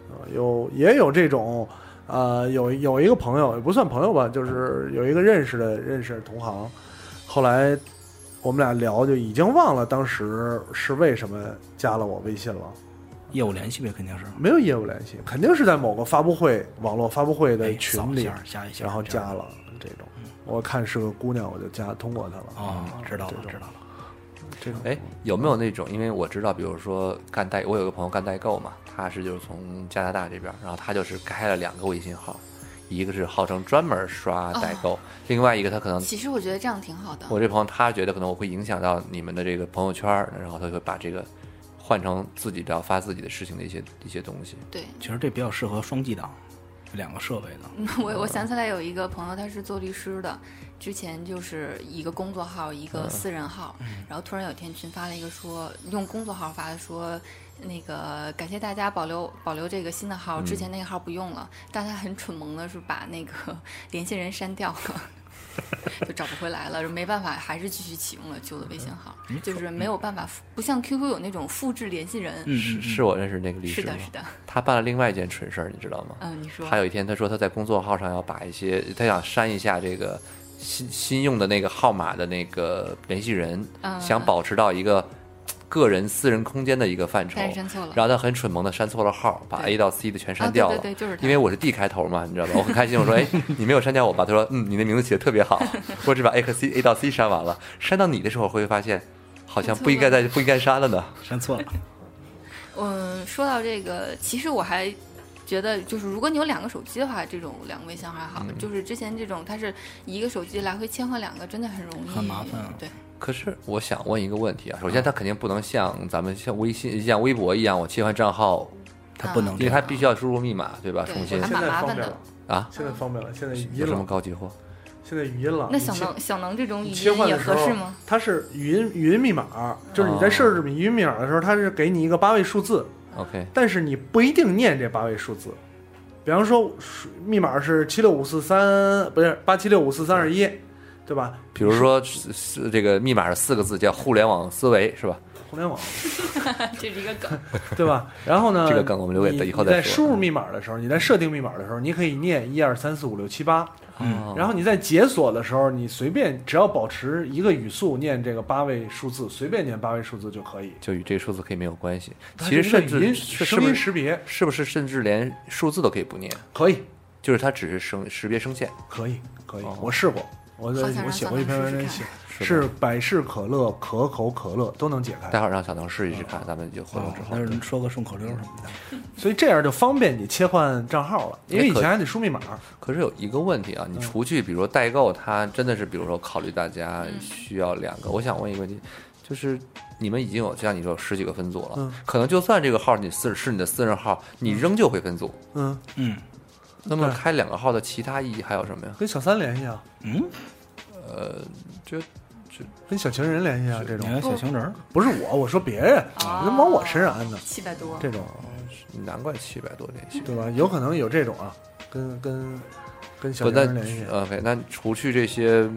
Speaker 9: 啊、有也有这种。呃，有有一个朋友也不算朋友吧，就是有一个认识的认识的同行，后来我们俩聊就已经忘了当时是为什么加了我微信了。
Speaker 4: 业务联系呗，肯定是。
Speaker 9: 没有业务联系，肯定是在某个发布会、网络发布会的
Speaker 4: 哎
Speaker 9: 群
Speaker 4: 扫一
Speaker 9: 里
Speaker 4: 下，加一下，
Speaker 9: 然后
Speaker 4: 这样
Speaker 9: 加了这种。我看是个姑娘，我就加通过她了。
Speaker 4: 哦，知道
Speaker 9: 这
Speaker 4: 了，
Speaker 9: 种
Speaker 4: 知道了。
Speaker 9: 这种
Speaker 3: 哎，有没有那种？因为我知道，比如说干代，我有个朋友干代购嘛，他是就是从加拿大这边儿，然后他就是开了两个微信号，一个是号称专门刷代购，
Speaker 8: 哦
Speaker 3: 另外一个他可能，
Speaker 8: 其实我觉得这样挺好的。
Speaker 3: 我这朋友他觉得可能我会影响到你们的这个朋友圈儿，然后他就会把这个换成自己的要发自己的事情的一些一些东西。
Speaker 8: 对，
Speaker 4: 其实这比较适合双 G 档，两个设备的。
Speaker 8: 我我想
Speaker 3: 哦
Speaker 8: 起来有一个朋友，他是做律师的，之前就是一个工作号，一个私人号，
Speaker 3: 嗯
Speaker 8: 然后突然有一天群发了一个说，用工作号发的说。那个感谢大家保留保留这个新的号，之
Speaker 3: 嗯
Speaker 8: 前那个号不用了。但他很蠢萌的是把那个 联系人删掉了， 就找不回来了。没办法，还是继续启用了旧的微信号，
Speaker 3: 嗯
Speaker 8: 就是没有办法复，不像 QQ 有那种复制联系人。
Speaker 4: 嗯，
Speaker 3: 是
Speaker 4: 嗯
Speaker 3: 是我认识那个律
Speaker 8: 是
Speaker 3: 师吗
Speaker 8: 的，？是的，
Speaker 3: 他办了另外一件蠢事儿，你知道吗？
Speaker 8: 嗯，你说
Speaker 3: 他有一天他说他在工作号上要把一些他想删一下这个新新用的那个号码的那个联系人，
Speaker 8: 嗯
Speaker 3: 想保持到一个个人私人空间的一个范畴
Speaker 8: 但。是删错了，
Speaker 3: 然后他很蠢萌的删错了号，把
Speaker 8: 对
Speaker 3: A 到 C 的全删掉了。
Speaker 8: 啊、对对对，就是他
Speaker 3: 因为我是 D 开头嘛，你知道吧？我很开心，我说：“哎，你没有删掉我吧？”他说：“嗯，你的名字写的特别好，我只把 A 和 C A 到 C 删完了。删到你的时候，会发现好像不应该在不应该删了呢。
Speaker 4: 删错了，
Speaker 8: 嗯，说到这个，其实我还觉得，就是如果你有两个手机的话，这种两个微信还好。
Speaker 9: 嗯
Speaker 8: 就是之前这种，它是一个手机来回切换两个，真的很容易，
Speaker 4: 很麻烦啊
Speaker 8: 对，
Speaker 3: 可是我想问一个问题啊，首先它肯定不能像咱们像微信、像微博一样，我切换账号，
Speaker 8: 嗯
Speaker 4: 他不能
Speaker 3: 因
Speaker 4: 这
Speaker 3: 为它
Speaker 4: 样。
Speaker 3: 必须要输入密码，对吧？重新
Speaker 8: 对，还蛮麻烦的。
Speaker 3: 啊，
Speaker 9: 现在方便了，现在语
Speaker 3: 有
Speaker 9: 音
Speaker 3: 什么
Speaker 9: 了，
Speaker 3: 高级货？
Speaker 9: 现在语音了。
Speaker 8: 那
Speaker 9: 你
Speaker 8: 小
Speaker 9: 切
Speaker 8: 能小能这种语
Speaker 9: 你切
Speaker 8: 音
Speaker 9: 换
Speaker 8: 也
Speaker 9: 的时
Speaker 8: 合
Speaker 9: 候
Speaker 8: 适吗？，
Speaker 9: 它是语音语音密码，就是你在设置语音密码的时候，它是给你一个八位数字，
Speaker 3: OK，
Speaker 9: 但是你不一定念这八位数字。比方说，密码是七六五四三，不是八七六五四三二一，对吧？
Speaker 3: 比如说是是这个密码是四个字，叫互联网思维，是吧？
Speaker 9: 互联网，
Speaker 8: 这是一个梗。
Speaker 9: 对吧？然后呢，
Speaker 3: 这个梗我们留给
Speaker 9: 你
Speaker 3: 以后
Speaker 9: 你
Speaker 3: 再
Speaker 9: 在
Speaker 3: 说嗯
Speaker 9: 输入密码的时候，你在设定密码的时候，你可以念一二三四五六七八，
Speaker 3: 嗯
Speaker 9: 然后你在解锁的时候，你随便只要保持一个语速念这个八位数字，随便念八位数字就可以。
Speaker 3: 就与这个数字可以没有关系。
Speaker 9: 它
Speaker 3: 其实
Speaker 9: 是一个
Speaker 3: 甚
Speaker 9: 语
Speaker 3: 至
Speaker 9: 音
Speaker 3: 是是
Speaker 9: 声
Speaker 3: 不
Speaker 9: 音
Speaker 3: 是
Speaker 9: 识别
Speaker 3: 是不是甚至连数字都可以不念，
Speaker 9: 可以，
Speaker 3: 就是它只是声识别声线。
Speaker 9: 可以，可以
Speaker 3: 哦，
Speaker 9: 我试过，我在
Speaker 8: 好想
Speaker 9: 我
Speaker 8: 让
Speaker 9: 写
Speaker 8: 小
Speaker 9: 过一
Speaker 8: 唐
Speaker 9: 篇文
Speaker 8: 试
Speaker 9: 章
Speaker 8: 试
Speaker 9: 写
Speaker 8: 看，。
Speaker 9: 是百事可乐、可口可乐都能解开，
Speaker 3: 待会儿让小能试一试看，咱们就活动之后
Speaker 9: 嗯
Speaker 4: 但。是说个顺口溜什么的，
Speaker 9: 所以这样就方便你切换账号了，因为
Speaker 3: 哎
Speaker 9: 以
Speaker 3: 可
Speaker 9: 前还得输密码。
Speaker 3: 可是有一个问题啊，
Speaker 9: 嗯
Speaker 3: 你除去比如说代购，它真的是比如说考虑大家需要两个，我想问一个问题，就是你们已经有像你说有十几个分组了，
Speaker 9: 嗯
Speaker 3: 可能就算这个号你私是你的私人号，你仍旧会分组。
Speaker 9: 嗯，
Speaker 4: 嗯
Speaker 3: 那么
Speaker 9: 对
Speaker 3: 开两个号的其他意义还有什么呀？
Speaker 9: 跟小三联系啊，
Speaker 4: 嗯，
Speaker 3: 呃，就
Speaker 9: 跟小情人联系啊，这
Speaker 4: 你
Speaker 9: 种
Speaker 4: 看小情人儿，
Speaker 9: 不是我，我说别人，
Speaker 8: 哦
Speaker 9: 你怎么往我身上安呢？
Speaker 8: 七百多，
Speaker 9: 这种
Speaker 3: 难怪七百多联系。
Speaker 9: 对吧？有可能有这种啊，跟跟跟小
Speaker 3: 不，
Speaker 9: 情
Speaker 3: 呃那
Speaker 9: 人联系，
Speaker 3: OK，那除去这些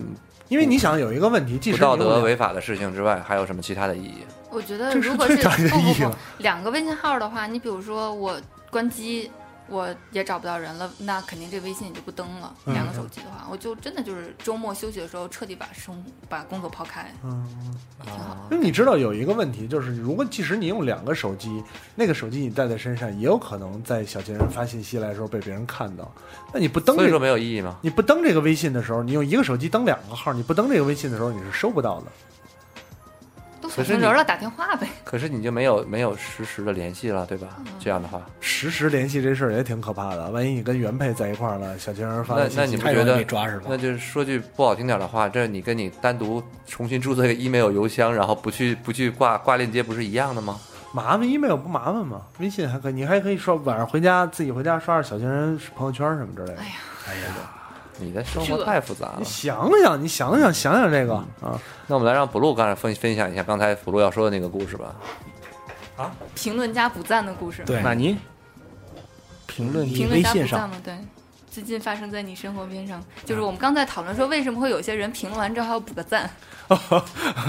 Speaker 9: 因为你想有一个问题，即
Speaker 3: 不
Speaker 9: 使
Speaker 3: 道
Speaker 9: 你有
Speaker 3: 德
Speaker 9: 两
Speaker 3: 违法的事情之外，还有什么其他的意义？
Speaker 8: 我觉得
Speaker 9: 这是
Speaker 8: 嗯如果
Speaker 9: 最
Speaker 8: 是
Speaker 9: 大的
Speaker 8: 不
Speaker 9: 意
Speaker 8: 不
Speaker 9: 义了
Speaker 8: 不两个微信号的话，你比如说我关机，我也找不到人了，那肯定这微信也就不登了。
Speaker 9: 嗯
Speaker 8: 两个手机的话，我就真的就是周末休息的时候彻底把生把工作抛开，
Speaker 9: 嗯，
Speaker 8: 挺好。
Speaker 9: 因为你知道有一个问题，就是如果即使你用两个手机，那个手机你带在身上，也有可能在小情人发信息来的时候被别人看到。那你不登
Speaker 3: 所以
Speaker 9: 这
Speaker 3: 说
Speaker 9: 个，
Speaker 3: 没有意义吗？
Speaker 9: 你不登这个微信的时候，你用一个手机登两个号，你不登这个微信的时候，你是收不到的。
Speaker 8: 都
Speaker 3: 可
Speaker 8: 小
Speaker 3: 是
Speaker 8: 情
Speaker 3: 你
Speaker 8: 人了，打电话呗。
Speaker 3: 可是你就没有没有实时的联系了，对吧？这样的话，
Speaker 9: 实时联系这事儿也挺可怕的，万一你跟原配在一块儿了，小情人发
Speaker 3: 那
Speaker 9: 的信
Speaker 3: 那
Speaker 9: 息
Speaker 3: 你不
Speaker 4: 太
Speaker 3: 觉
Speaker 4: 容易
Speaker 3: 得
Speaker 4: 被抓是吧
Speaker 3: 那？就是说句不好听点的话，这你跟你单独重新注册一个 email 邮箱，然后不去不去挂挂链接，不是一样的吗？
Speaker 9: 麻烦，email 不麻烦吗？微信还可以，你还可以说晚上回家自己回家刷刷小情人朋友圈什么之类的。
Speaker 4: 哎呀，
Speaker 3: 你的生活
Speaker 8: 这
Speaker 3: 太复杂了
Speaker 9: 你。想想，你想想，想想这个啊，
Speaker 3: 那我们来让 blue 刚才分分享一下刚才 blue 要说的那个故事吧。
Speaker 8: 评论家不赞的故事，
Speaker 4: 对，
Speaker 2: 纳尼？
Speaker 4: 评论
Speaker 8: 评论
Speaker 4: 微
Speaker 8: 家
Speaker 4: 信
Speaker 8: 不赞
Speaker 4: 上，
Speaker 8: 吗？对。最近发生在你生活边上，就是
Speaker 3: 啊
Speaker 8: 我们刚才讨论说，为什么会有些人评论完之后还要补个赞？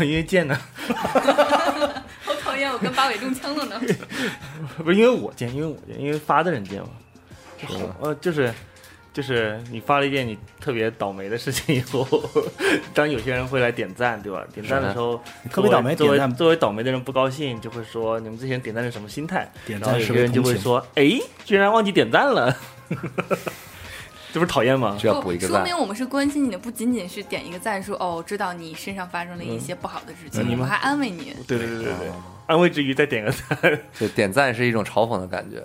Speaker 2: 因为贱呢，
Speaker 8: 好讨厌，我跟八尾中枪了呢。
Speaker 2: 不是因为我贱，因为我贱，因为发的人贱嘛。呃，就是就是你发了一件你特别倒霉的事情以后， 当有些人会来点赞，对吧？点赞的时候，
Speaker 4: 你特别倒霉
Speaker 2: 作为
Speaker 4: 点赞
Speaker 2: 作为倒霉的人不高兴，就会说你们这些人点赞是什么心态？
Speaker 4: 点
Speaker 2: 然后
Speaker 4: 赞
Speaker 2: 有
Speaker 4: 是
Speaker 2: 些
Speaker 4: 为
Speaker 2: 人就
Speaker 4: 同
Speaker 2: 会
Speaker 4: 情
Speaker 2: 说，哎，居然忘记点赞了， 这不是讨厌吗？
Speaker 3: 就要补一个
Speaker 8: 说
Speaker 3: 赞
Speaker 8: 明，我们是关心你的，不仅仅是点一个赞说哦，知道你身上发生了一些不好的事
Speaker 2: 嗯
Speaker 8: 情，
Speaker 2: 你们
Speaker 8: 我们还安慰你。
Speaker 2: 对对对对对，
Speaker 3: 啊
Speaker 2: 安慰之余再点个赞。
Speaker 3: 就点赞是一种嘲讽的感觉。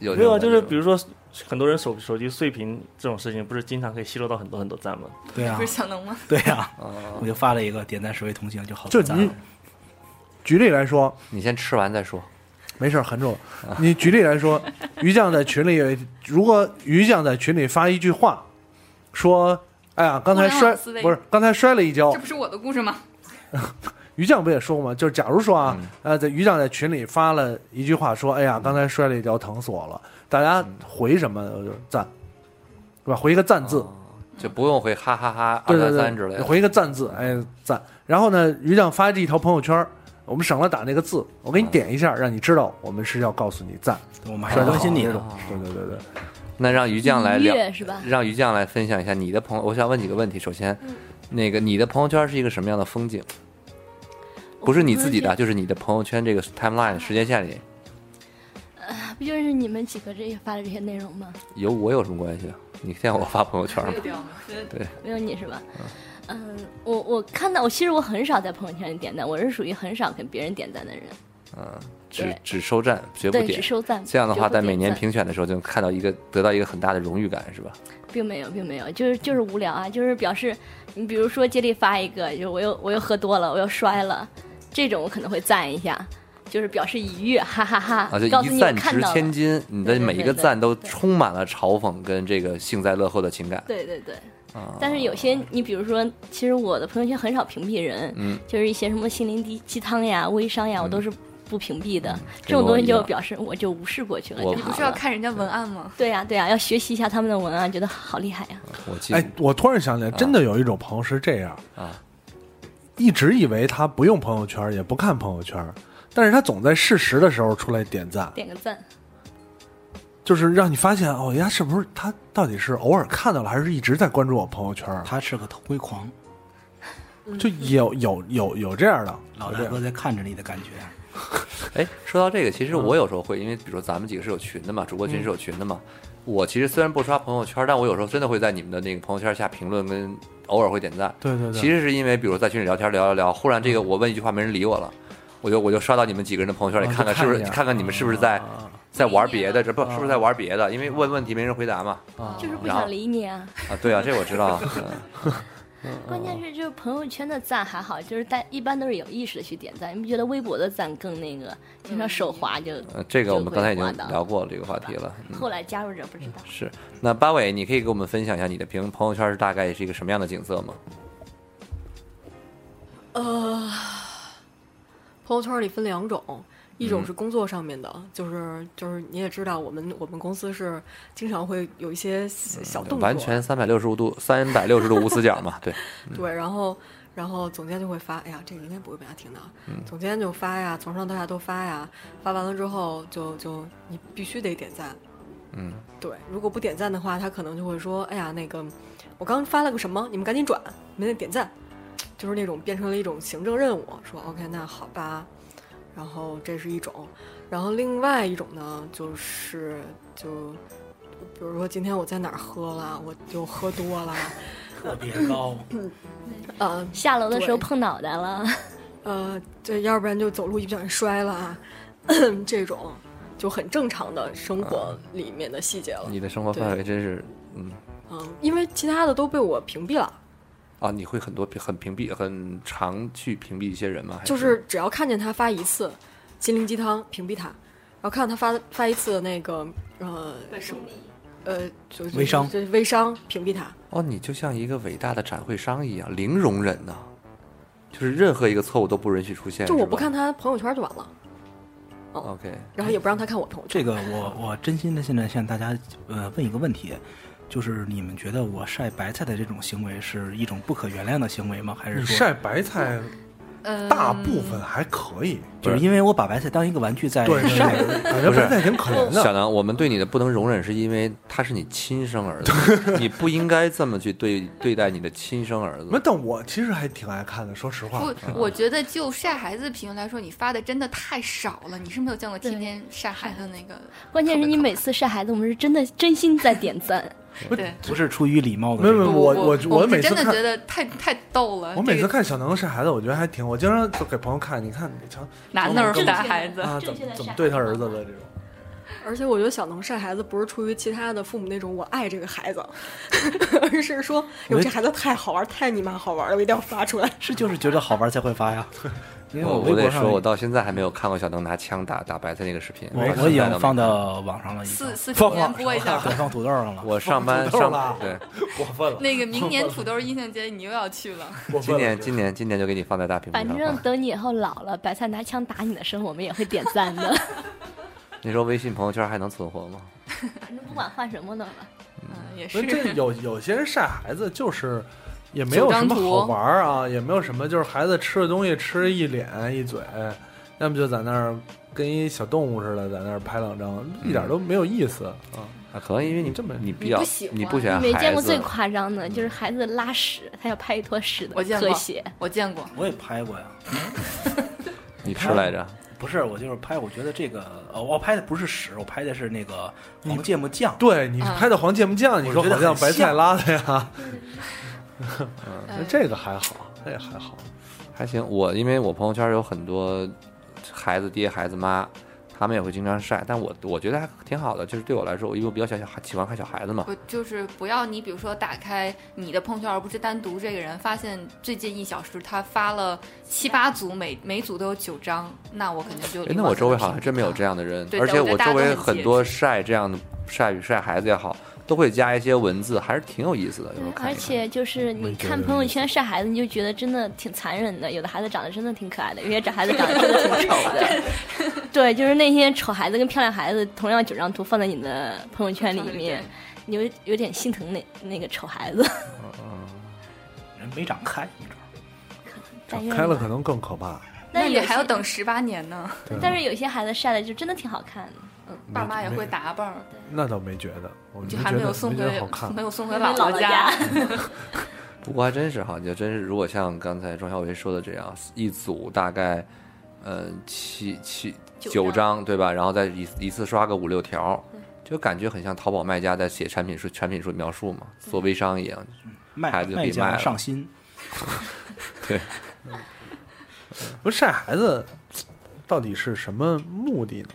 Speaker 3: 有
Speaker 2: 没有啊，就是比
Speaker 3: 比如
Speaker 2: 如说很多人手手机碎屏这种事情，不是经常可以吸收到很多很多赞吗？
Speaker 4: 对啊
Speaker 8: 不是，小能吗？
Speaker 4: 对啊，我就发了一个点赞是为同情，就好多
Speaker 9: 就
Speaker 4: 赞
Speaker 9: 你
Speaker 4: 了
Speaker 9: 举例来说，
Speaker 3: 你先吃完再说。
Speaker 9: 没事儿，含住了。你举例来说，于酱在群里，如果于酱在群里发一句话，说：“哎呀，刚才
Speaker 8: 互联
Speaker 9: 摔
Speaker 8: 网思维
Speaker 9: 不是刚才摔了
Speaker 3: 哦
Speaker 9: 一跤
Speaker 8: 这。不是我的故事吗？”
Speaker 9: 于酱不也说过吗？就是假如说
Speaker 3: 嗯
Speaker 9: 啊，呃，在于酱在群里发了一句话，说：“哎呀，刚才摔了一跤，疼死我了。”大家回什么？我就赞，对吧？回一个赞字，
Speaker 3: 哦就不用回哈哈哈
Speaker 9: 对
Speaker 3: 嗯二
Speaker 9: 对
Speaker 3: 三三之类
Speaker 9: 对，
Speaker 3: 的。
Speaker 9: 回一个赞字，哎，赞。然后呢，于酱发这一条朋友圈，我们省了打那个字，我给你点一下，让你知道我们是要告诉你赞，
Speaker 4: 我们还
Speaker 9: 摔
Speaker 4: 是
Speaker 9: 得
Speaker 4: 关
Speaker 9: 好
Speaker 4: 心你
Speaker 9: 这
Speaker 4: 的
Speaker 9: 种。对对对对。
Speaker 3: 那让于酱来
Speaker 10: 音
Speaker 3: 聊
Speaker 10: 乐是吧
Speaker 3: 让于酱来分享一下你的朋友。我想问几个问题。首先，
Speaker 11: 嗯
Speaker 3: 那个你的朋友圈是一个什么样的风景？不是你自己的，啊就是你的朋友圈这个
Speaker 11: 嗯
Speaker 3: timeline 时间线里
Speaker 11: 不就是你们几个这些发的这些内容吗？
Speaker 3: 有我有什么关系啊？你见我发朋友圈吗？对，
Speaker 11: 没有你是吧？嗯，我我看到我其实我很少在朋友圈里点赞，我是属于很少给别人点赞的人。
Speaker 3: 嗯，只
Speaker 11: 对
Speaker 3: 只收赞，绝不
Speaker 11: 对
Speaker 3: 点，
Speaker 11: 只收赞
Speaker 3: 这样的
Speaker 11: 绝
Speaker 3: 话，
Speaker 11: 不
Speaker 3: 在
Speaker 11: 点
Speaker 3: 每年
Speaker 11: 赞
Speaker 3: 评选的时候就能看到一个得到一个很大的荣誉感，是吧？
Speaker 11: 并没有，并没有，就是就是无聊啊，就是表示，你比如说接力发一个，就是我又我又喝多了，我又摔了，这种我可能会赞一下，就是表示愉悦，哈哈哈
Speaker 3: 啊，就
Speaker 11: 告诉你
Speaker 3: 一
Speaker 11: 我
Speaker 3: 赞
Speaker 11: 看
Speaker 3: 值
Speaker 11: 到了，
Speaker 3: 千金，你的
Speaker 11: 对对
Speaker 3: 每一
Speaker 11: 对
Speaker 3: 个
Speaker 11: 对
Speaker 3: 赞都充满了嘲讽跟这个幸灾乐祸的情感。
Speaker 11: 对对对。
Speaker 3: 啊，
Speaker 11: 但是有些你比如说，其实我的朋友圈很少屏蔽人，
Speaker 3: 嗯
Speaker 11: 就是一些什么心灵鸡鸡汤呀、微商哎呀，我都是不屏蔽的。这
Speaker 3: 跟
Speaker 11: 种
Speaker 3: 我
Speaker 11: 东西
Speaker 3: 一
Speaker 11: 就
Speaker 3: 样
Speaker 11: 表示我就无视过去了
Speaker 3: 我
Speaker 11: 就
Speaker 3: 你不
Speaker 11: 好
Speaker 8: 是要
Speaker 11: 了
Speaker 8: 看人家文案吗？
Speaker 11: 对呀、啊对呀、要学习一下他们的文啊案，觉得好厉害呀、
Speaker 3: 我记
Speaker 9: 哎，我突然想起来，真的有一种朋友是这样
Speaker 3: 啊，
Speaker 9: 一直以为他不用朋友圈，也不看朋友圈，但是他总在适时的时候出来点赞，
Speaker 11: 点个赞。
Speaker 9: 就是让你发现哦，人家是不是他到底是偶尔看到了，还是一直在关注我朋友圈？
Speaker 4: 他是个偷窥狂，
Speaker 9: 就有有有有这样的
Speaker 4: 老大哥在看着你的感觉。
Speaker 3: 哎，说到这个，其实
Speaker 9: 嗯
Speaker 3: 我有时候会，因为比如说咱们几个是有群的嘛，主播群是有群的嘛。我其实虽然不刷朋友圈，但我有时候真的会在你们的那个朋友圈下评论，跟偶尔会点赞。
Speaker 9: 对嗯对对
Speaker 3: 其实是因为，比如说在群里聊天聊聊聊，忽然这个我问一句话没人理我了，我就我就刷到你们几个人的朋友圈里，
Speaker 9: 啊
Speaker 3: 看看
Speaker 9: 就是
Speaker 3: 不是
Speaker 9: 看一啊下
Speaker 3: 看看你们是不是在在玩别的，这
Speaker 9: 啊
Speaker 3: 不是不是在玩别的？因为问问题没人回答嘛。
Speaker 11: 就是不
Speaker 3: 啊然后
Speaker 11: 想理你啊。
Speaker 3: 啊，对啊，这我知道。 嗯
Speaker 11: 关键是就是朋友圈的赞还好，就是大一般都是有意识的去点赞。你不觉得微博的赞更那个，经常手滑就
Speaker 3: 呃，这个我们刚才已经
Speaker 11: 就会滑到
Speaker 3: 聊过了这个话题了。嗯
Speaker 11: 后来加入者不知道。
Speaker 3: 是，那八尾，你可以给我们分享一下你的平朋友圈是大概是一个什么样的景色吗？
Speaker 12: 呃，朋友圈里分两种，一
Speaker 9: 嗯
Speaker 12: 种是工作上面的，就是就是你也知道，我们我们公司是经常会有一些
Speaker 9: 嗯
Speaker 12: 小小动作，啊
Speaker 3: 完全三百六十五度、三百六十度无死角 嘛，对，
Speaker 12: 对，然后然后总监就会发，哎呀，这个应该不会被他听到，
Speaker 3: 嗯
Speaker 12: 总监就发呀，从上到下都发呀，发完了之后就就你必须得点赞，
Speaker 3: 嗯，
Speaker 12: 对，如果不点赞的话，他可能就会说，哎呀，那个我刚发了个什么，你们赶紧转，没得点赞，就是那种变成了一种行政任务，说 OK，那好吧，然后这是一种，然后另外一种呢，就是就。比如说今天我在哪儿喝了，我就喝多了，
Speaker 4: 特别高，
Speaker 12: 呃，
Speaker 11: 下楼的时候
Speaker 12: 对
Speaker 11: 碰脑袋了，
Speaker 12: 呃，对，要不然就走路一不小心摔了啊， 这种就很正常的生活里面的细节了。
Speaker 3: 你的生活范围真是，嗯，
Speaker 12: 嗯，因为其他的都被我屏蔽了，
Speaker 3: 啊，你会很多很屏蔽、很常去屏蔽一些人吗？还
Speaker 12: 就是是只要看见他发一次心灵鸡汤，屏蔽他，然后看到他发发一次那个呃什么呃就就
Speaker 3: 微商
Speaker 12: 就微商屏蔽他，
Speaker 3: 哦，你就像一个伟大的展会商一样，零容忍呐、就是任何一个错误都不允许出现。
Speaker 12: 就我
Speaker 3: 是
Speaker 12: 不
Speaker 3: 吧
Speaker 12: 看他朋友圈就完了，
Speaker 3: OK，
Speaker 12: 然后也不让他看我朋友圈。
Speaker 4: 这个我我真心的现在向大家呃问一个问题，就是你们觉得我晒白菜的这种行为是一种不可原谅的行为吗？还是
Speaker 9: 你
Speaker 4: 说
Speaker 9: 晒白菜，
Speaker 8: 呃，
Speaker 9: 大部分还可以，
Speaker 4: 就是因为我把白菜当一个玩具
Speaker 3: 嗯
Speaker 4: 在
Speaker 3: 哎
Speaker 9: 对
Speaker 4: 晒？
Speaker 9: 感觉白菜挺可怜的。
Speaker 3: 小南，我们对你的不能容忍，是因为他是你亲生 儿子，你不应该这么去对对待你的亲生儿
Speaker 9: 没，
Speaker 3: 子。
Speaker 9: 但我其实还挺爱看的，说实话。
Speaker 8: 不，我觉得就晒孩子的评论来说，你发的真的太少了。你是没有见过天天晒孩子的那个，
Speaker 11: 关键是你每次晒孩子，我们是真的真心在点赞。
Speaker 8: 对，
Speaker 4: 不是出于礼貌的
Speaker 9: 没
Speaker 4: 这
Speaker 9: 有
Speaker 4: 种，
Speaker 9: 没有，我我
Speaker 8: 我
Speaker 9: 每
Speaker 8: 是
Speaker 9: 次
Speaker 8: 真的
Speaker 9: 看
Speaker 8: 觉，得太太逗了。
Speaker 9: 我每次
Speaker 8: 这个
Speaker 9: 看小能晒孩子，我觉得还挺，我经常就给朋友看，你看，你瞧，
Speaker 8: 男的是带孩子
Speaker 9: 啊，怎
Speaker 8: 正
Speaker 9: 么
Speaker 8: 确的
Speaker 9: 怎么
Speaker 8: 晒
Speaker 9: 对他儿子的这种，
Speaker 12: 而且我觉得小能晒孩子不是出于其他的父母那种我爱这个孩子， 而是说
Speaker 4: 我
Speaker 12: 哟
Speaker 4: 觉得
Speaker 12: 这孩子太好玩，太你妈好玩了，我一定要发出来。
Speaker 4: 是就是觉得好玩才会发 呀。因为
Speaker 3: 我
Speaker 4: 微博
Speaker 3: 我得
Speaker 4: 上
Speaker 3: 说，我到现在还没有看过小能拿枪打打白菜那个视频。
Speaker 4: 我
Speaker 3: 到
Speaker 4: 我已
Speaker 3: 现在都
Speaker 4: 经
Speaker 3: 没
Speaker 4: 放
Speaker 3: 看
Speaker 4: 到网上了，已经
Speaker 8: 四四
Speaker 4: 放
Speaker 8: 周年
Speaker 4: 网
Speaker 8: 播一下
Speaker 4: 上了
Speaker 8: 吧
Speaker 4: 放土豆上了。
Speaker 3: 我上班
Speaker 4: 土豆
Speaker 3: 上
Speaker 4: 了
Speaker 3: 对，
Speaker 9: 过分了
Speaker 8: 那个明年土豆音像节你又要去了，
Speaker 3: 今年今年今年就给你放在大屏幕
Speaker 11: 反
Speaker 3: 上
Speaker 11: 正
Speaker 3: 放。
Speaker 11: 等你以后老了，白菜拿枪打你的时候，我们也会点赞的。
Speaker 3: 你说微信朋友圈还能存活吗？
Speaker 11: 反正不管换什么 的吧。
Speaker 8: 嗯， 也
Speaker 9: 那这有有些人晒孩子就是。也没有什么好玩儿啊，也没有什么，就是孩子吃的东西吃一脸一嘴，要么就在那儿跟一小动物似的在那儿拍两张，一点都没有意思啊。
Speaker 3: 啊，可能因为你这么你比
Speaker 11: 你
Speaker 3: 较
Speaker 11: 不喜
Speaker 3: 你不喜欢
Speaker 11: 没见
Speaker 3: 孩
Speaker 11: 过最
Speaker 3: 子，
Speaker 11: 夸张的，就是孩子拉屎，他要拍一坨屎的
Speaker 8: 我见过
Speaker 11: 特写。
Speaker 8: 我见过，
Speaker 4: 我也拍过呀，
Speaker 3: 你吃来着？
Speaker 4: 不是，我就是拍，我觉得这个呃，我拍的不是屎，我拍的是那个
Speaker 9: 嗯
Speaker 4: 黄芥末酱。
Speaker 9: 对你
Speaker 8: 嗯
Speaker 9: 拍的黄芥末酱，你说好像白菜拉的呀？
Speaker 4: 嗯
Speaker 9: 这个还好，这个还好。
Speaker 3: 还行，我因为我朋友圈有很多孩子爹、孩子妈，他们也会经常晒，但我我觉得还挺好的，就是对我来说，我因为我比较小小孩喜欢看小孩子嘛
Speaker 8: 我，就是不要你，比如说打开你的朋友圈，而不是单独这个人，发现最近一小时他发了七八组，每每组都有九张，那我肯定就
Speaker 3: 哎，那我周围好像还真没有这样的人，
Speaker 8: 对
Speaker 3: 而且
Speaker 8: 我觉得大
Speaker 3: 周
Speaker 8: 家都
Speaker 3: 围
Speaker 8: 很
Speaker 3: 很
Speaker 8: 节
Speaker 3: 多晒这样的晒晒孩子也好，都会加一些文字，还是挺有意思的。有时候看
Speaker 11: 而且
Speaker 9: 嗯
Speaker 11: 就是你看朋友圈晒孩子，你就觉得真的挺残忍的。有的孩子长得真的挺可爱的，有些这孩子长得真的挺丑 的。对，就是那些丑孩子跟漂亮孩子，同样九张图放在你的朋友圈里面，你有有点心疼那那个丑孩子。
Speaker 3: 嗯
Speaker 4: 人没长开，
Speaker 11: 但
Speaker 9: 开了
Speaker 11: 是
Speaker 9: 可能更可怕。
Speaker 8: 那你
Speaker 11: 有
Speaker 8: 还
Speaker 11: 些
Speaker 8: 要等十八年呢。
Speaker 9: 对
Speaker 11: 但是有些孩子晒的就真的挺好看的。嗯，
Speaker 8: 爸妈也会打扮儿，
Speaker 9: 那倒没觉得，我
Speaker 8: 就
Speaker 9: 没
Speaker 8: 还
Speaker 9: 觉
Speaker 8: 没有
Speaker 9: 得
Speaker 8: 送
Speaker 9: 没觉得
Speaker 8: 回
Speaker 9: 好看，
Speaker 8: 没有送回
Speaker 11: 回
Speaker 8: 姥
Speaker 11: 姥
Speaker 8: 姥
Speaker 11: 姥
Speaker 8: 家。
Speaker 3: 不过还真是哈，你就真是如果像刚才庄小维说的这样，一组大概，呃，七七
Speaker 11: 九
Speaker 3: 九
Speaker 11: 张
Speaker 3: 张对吧？然后再一一次刷个五六条，就感觉很像淘宝卖家在写产品数产品数描述嘛，做微商一样，
Speaker 4: 卖
Speaker 3: 孩子就可
Speaker 4: 卖
Speaker 3: 以卖
Speaker 4: 家
Speaker 3: 了
Speaker 4: 上心。
Speaker 3: 对，
Speaker 9: 不是晒孩子到底是什么目的呢？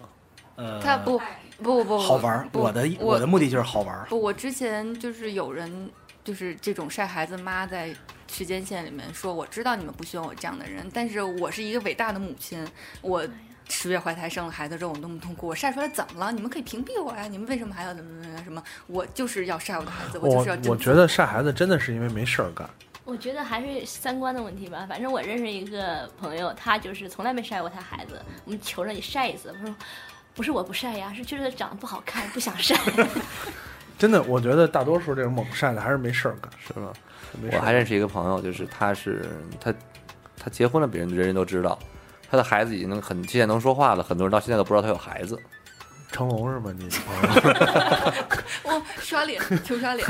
Speaker 4: 呃，
Speaker 8: 他不不不不
Speaker 4: 好玩儿，
Speaker 8: 不
Speaker 4: 我的我的目的就是好玩儿。
Speaker 8: 不，我之前就是有人就是这种晒孩子妈在时间线里面说，我知道你们不喜欢我这样的人，但是我是一个伟大的母亲，我十月怀胎生了孩子之后我那么痛苦，我晒出来怎么了？你们可以屏蔽我呀，你们为什么还要怎么怎么什么？我就是要晒我的孩子，我就是要
Speaker 9: 我
Speaker 8: 征服
Speaker 9: 觉得晒孩子真的是因为没事儿干，
Speaker 11: 我觉得还是三观的问题吧。反正我认识一个朋友，他就是从来没晒过他孩子。我们求着你晒一次，他说不是我不晒呀，是觉得长得不好看，不想 晒。
Speaker 9: 真的，我觉得大多数这种猛晒的还是没事儿干，
Speaker 3: 是吗？
Speaker 9: 没事
Speaker 3: 我
Speaker 9: 儿
Speaker 3: 还
Speaker 9: 干。
Speaker 3: 认识一个朋友，就是他是他他结婚了，别人人人都知道，他的孩子已经能很现在能说话了，很多人到现在都不知道他有孩子。
Speaker 9: 成龙是吗？你的朋友
Speaker 8: 我刷脸，求刷脸，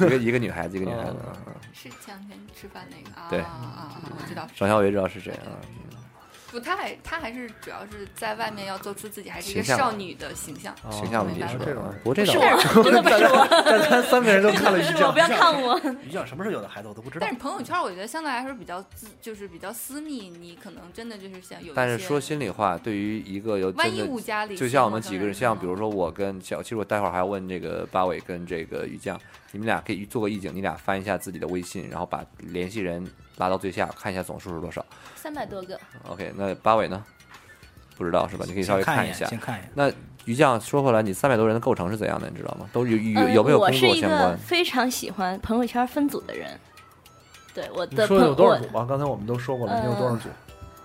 Speaker 3: 一个一个女孩子，一个女孩子，嗯嗯
Speaker 8: 是前两天吃饭那个啊
Speaker 3: 对
Speaker 8: 啊啊！啊我知道，
Speaker 3: 张小伟知道是谁啊？
Speaker 8: 不，他还他还是主要是在外面要做出自己还是一个
Speaker 3: 形象
Speaker 8: 少女的形象，
Speaker 9: 哦
Speaker 3: 形象问题
Speaker 8: 明白
Speaker 3: 是
Speaker 8: 了
Speaker 3: 吧？嗯不过这倒
Speaker 11: 我真的不是 我
Speaker 9: 大家三个人都看了一 觉，
Speaker 11: 不要看我。
Speaker 4: 你讲什么时候有的孩子我都不知道
Speaker 8: 但。是朋友圈，我觉得相对来说比较自，就是比较私密，你可能真的就是想有一些。
Speaker 3: 但是说心里话，对于一个有
Speaker 8: 万
Speaker 3: 真
Speaker 8: 一
Speaker 3: 的
Speaker 8: 误加了一
Speaker 3: 就
Speaker 8: 些
Speaker 3: 像我们
Speaker 8: 陌
Speaker 3: 几
Speaker 8: 生
Speaker 3: 个人，
Speaker 8: 人
Speaker 3: 像
Speaker 8: 呢
Speaker 3: 比如说我跟小，其实我待会儿还要问这个八尾跟这个于酱，你们俩可以做个意境，你俩翻一下自己的微信，然后把联系人拉到最下，看一下总数是多少。
Speaker 11: 三百多个，
Speaker 3: OK，那八尾呢？不知道是吧？你可以稍微
Speaker 4: 先看一
Speaker 3: 一
Speaker 4: 眼
Speaker 3: 下。
Speaker 4: 先看一眼
Speaker 3: 那于酱说回来，你三百多人的构成是怎样的？你知道吗？都有有
Speaker 11: 呃
Speaker 3: 有没有
Speaker 11: 我
Speaker 3: 工
Speaker 11: 是
Speaker 3: 作
Speaker 11: 一
Speaker 3: 相
Speaker 11: 个
Speaker 3: 关？
Speaker 11: 非常喜欢朋友圈分组的人。对我
Speaker 9: 你
Speaker 11: 的嗯朋
Speaker 9: 说有多少
Speaker 11: 我
Speaker 9: 组吧？刚才我们都说过了，你有多少组？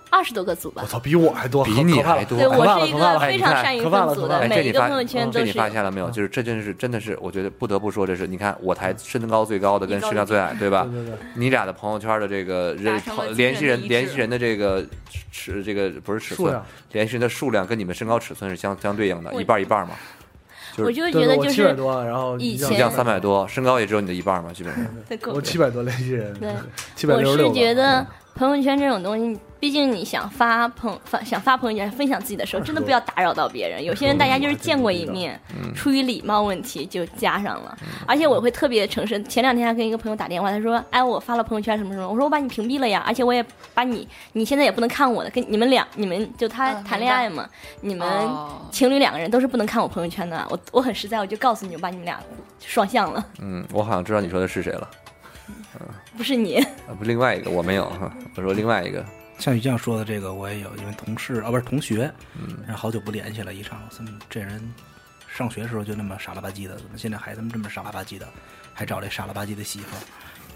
Speaker 11: 二十多个组吧
Speaker 9: 我。操，比我还多，
Speaker 3: 比你
Speaker 9: 可怕了
Speaker 3: 还多
Speaker 11: 对
Speaker 9: 可怕
Speaker 11: 我
Speaker 9: 了
Speaker 11: 是一
Speaker 9: 可怕
Speaker 11: 个
Speaker 9: 了
Speaker 11: 非常善于
Speaker 9: 可怕了
Speaker 11: 分组
Speaker 9: 可怕
Speaker 11: 的，
Speaker 9: 了
Speaker 3: 哎，这
Speaker 11: 每
Speaker 3: 你
Speaker 11: 一个
Speaker 3: 发
Speaker 11: 朋友圈
Speaker 3: 这
Speaker 11: 都
Speaker 3: 你
Speaker 11: 是
Speaker 3: 发现了
Speaker 4: 嗯
Speaker 3: 没有？就是这真是真的是，我觉得不得不说，这是你看我台身高最高的跟身高最矮，对吧？
Speaker 9: 对对对
Speaker 3: 你俩的朋友圈的这个人
Speaker 8: 达成了惊人的
Speaker 3: 联系
Speaker 8: 一
Speaker 3: 人
Speaker 8: 致
Speaker 3: 联系人的这个尺，这个不是尺
Speaker 9: 数
Speaker 3: 寸
Speaker 9: 量，
Speaker 3: 联系人的数量跟你们身高尺寸是相相对应的，
Speaker 11: 我
Speaker 3: 一半儿一半儿嘛。就
Speaker 11: 我
Speaker 3: 是
Speaker 11: 就
Speaker 9: 对
Speaker 11: 觉
Speaker 9: 对
Speaker 11: 得
Speaker 9: 我
Speaker 11: 就
Speaker 9: 七百
Speaker 11: 是
Speaker 9: 多，然后
Speaker 11: 以
Speaker 9: 一
Speaker 11: 前
Speaker 9: 样
Speaker 3: 你像三百多，身高也只有你的一半儿嘛，基本上。
Speaker 11: 对够
Speaker 9: 我七百多联系人，
Speaker 11: 对，
Speaker 9: 七百
Speaker 11: 我
Speaker 9: 六十
Speaker 11: 是
Speaker 9: 六。嗯
Speaker 11: 觉得朋友圈这种东西，毕竟你想发朋发想发朋友圈分享自己的时候，真的不要打扰到别人。有些人大家就是见过一面，出于礼貌问题就加上了。而且我会特别诚实，前两天还跟一个朋友打电话，他说：“哎，我发了朋友圈什么什么。”我说：“我把你屏蔽了呀，而且我也把你，你现在也不能看我的，跟你们俩，你们就他
Speaker 8: 嗯哦
Speaker 11: 谈恋爱嘛，你们情侣两个人都是不能看我朋友圈的。我我很实在，我就告诉你，我把你们俩双向了，
Speaker 3: 嗯，我好像知道你说的是谁了，
Speaker 11: 不是你。
Speaker 3: 啊不，另外一个我没有，哈我说另外一个，
Speaker 4: 像于酱说的这个，我也有，因为同事啊，不是同学，
Speaker 3: 嗯
Speaker 4: 然后好久不联系了，一上这么这人上学的时候就那么傻了吧唧的，怎么现在还他妈这么傻了吧唧的，还找这傻了吧唧的媳妇儿，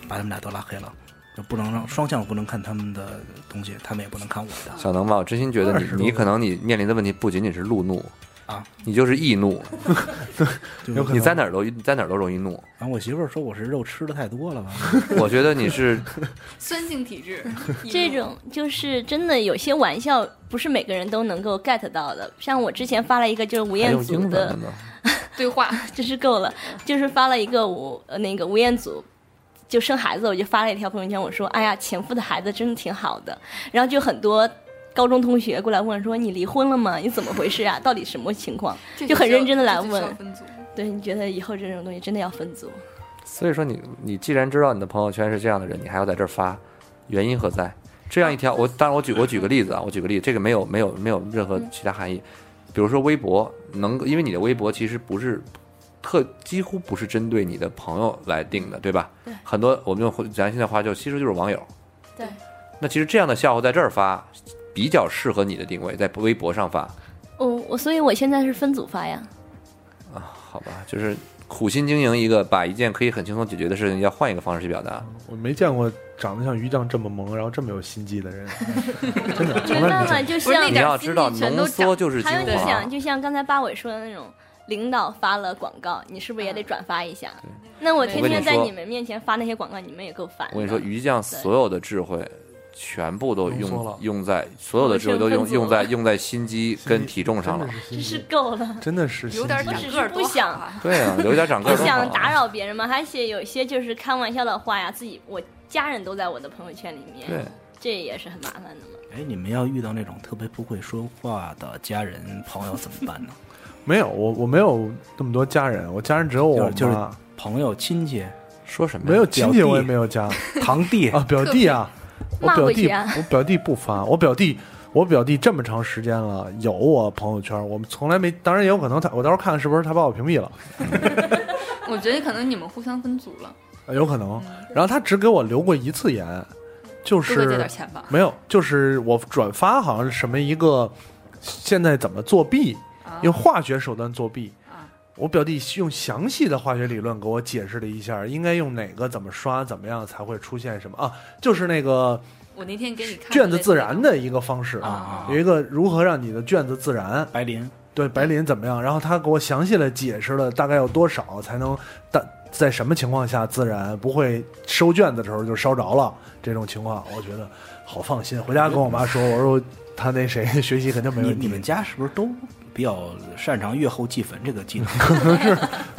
Speaker 4: 把他们俩都拉黑了，就不能让双向不能看他们的东西，他们也不能看我的。
Speaker 3: 小能吧，我真心觉得
Speaker 4: 20多
Speaker 3: 你，你可能你面临的问题不仅仅是路怒
Speaker 4: 啊，
Speaker 3: 你就是易怒，
Speaker 4: 有可能
Speaker 3: 你在哪儿都你在哪儿都容易怒。
Speaker 4: 然后我媳妇儿说我是肉吃的太多了吧，
Speaker 3: 我觉得你 是
Speaker 8: 酸性体 质，
Speaker 11: 这种就是真的有些玩笑不是每个人都能够 get 到的。像我之前发了一个就是吴
Speaker 3: 还
Speaker 11: 彦
Speaker 3: 用英
Speaker 11: 祖
Speaker 3: 文 的
Speaker 11: 的，
Speaker 3: 呢，
Speaker 8: 对话，
Speaker 11: 真是够了，就是发了一个吴呃那个吴彦祖。就生孩子，我就发了一条朋友圈，我说：“哎呀，前夫的孩子真的挺好的。”然后就很多高中同学过来问说：“你离婚了吗？你怎么回事啊？到底什么情况？”
Speaker 8: 这
Speaker 11: 就
Speaker 8: 就
Speaker 11: 很
Speaker 8: 叫
Speaker 11: 认真的来
Speaker 8: 这就叫
Speaker 11: 问
Speaker 8: 分组。
Speaker 11: 对，你觉得以后这种东西真的要分组？
Speaker 3: 所以说你你既然知道你的朋友圈是这样的人，你还要在这儿发，原因何在？这样一条，我当然我举我举个例子啊，我举个例子，这个没有没有没有任何其他含义。比如说微博能，因为你的微博其实不是特几乎不是针对你的朋友来定的，对吧？
Speaker 11: 对
Speaker 3: 很多我们用咱现在话就其实就是网友。
Speaker 11: 对，
Speaker 3: 那其实这样的笑话在这儿发比较适合你的定位，在微博上发，
Speaker 11: 哦，我所以我现在是分组发呀。
Speaker 3: 啊好吧？就是苦心经营一个，把一件可以很轻松解决的事情，要换一个方式去表达。
Speaker 13: 我没见过长得像于酱这么萌，然后这么有心机的 人，真的从
Speaker 11: 没
Speaker 13: 来
Speaker 11: 办
Speaker 13: 没
Speaker 11: 法，
Speaker 13: 见过。
Speaker 11: 就像
Speaker 3: 你要知道，浓缩就是精
Speaker 11: 还有你
Speaker 3: 华啊
Speaker 11: 想，。就像刚才八尾说的那种，领导发了广告，你是不是也得转发一下？那我天
Speaker 3: 我跟
Speaker 11: 天
Speaker 3: 你
Speaker 11: 在
Speaker 3: 说
Speaker 11: 你们面前发那些广告，你们也够烦的。
Speaker 3: 我跟你说，于酱所有的智慧全部都
Speaker 13: 浓缩
Speaker 3: 用
Speaker 13: 了
Speaker 3: 用在所有的智慧都
Speaker 11: 我
Speaker 3: 用
Speaker 11: 是
Speaker 3: 用在用在心机跟体重上了。
Speaker 11: 真是够了。
Speaker 13: 真的是
Speaker 11: 有点长个儿不想，
Speaker 3: 对啊有 点长个儿
Speaker 11: 不
Speaker 3: 多好啊
Speaker 11: 想打扰别人嘛，而且有些就是开玩笑的话呀，自己我家人都在我的朋友圈里面，
Speaker 4: 对，
Speaker 11: 这也是很麻烦的嘛。
Speaker 4: 哎，你们要遇到那种特别不会说话的家人朋友怎么办呢？
Speaker 9: 没有，我我没有那么多家人，我家人只有我
Speaker 4: 就
Speaker 9: 妈
Speaker 4: 是就是朋友亲戚，
Speaker 3: 说什么
Speaker 9: 没有亲戚，我也没有家，
Speaker 4: 堂弟
Speaker 9: 啊，表弟啊，我
Speaker 11: 骂
Speaker 9: 表
Speaker 11: 回
Speaker 9: 弟，
Speaker 11: 去啊
Speaker 9: 我表弟不发，我表弟，我表弟这么长时间了，有我朋友圈，我们从来没，当然也有可能他，我到时候看看是不是他把我屏蔽了，
Speaker 8: 我觉得可能你们互相分组了，
Speaker 9: 啊有可
Speaker 3: 哦
Speaker 9: 能。然后他只给我留过一次言，就
Speaker 8: 嗯多
Speaker 9: 是
Speaker 8: 给点钱吧
Speaker 9: 没有，就是我转发好像是什么一个现在怎么作弊，
Speaker 8: 啊
Speaker 9: 用化学手段作弊。我表弟用详细的化学理论给我解释了一下，应该用哪个怎么刷，怎么样才会出现什么啊？就是那个
Speaker 8: 我那天给你看
Speaker 9: 卷子自然的一个方式啊，有一个如何让你的卷子自然。
Speaker 4: 白磷
Speaker 9: 对白磷怎么样？然后他给我详细的解释了大概要多少才能大在什么情况下自然不会收卷子的时候就烧着了这种情况，我觉得好放心。回家跟我妈说，我说他那谁学习肯定没
Speaker 4: 你
Speaker 9: 问题。
Speaker 4: 你们家是不是都比较擅长阅后记粉这个技能？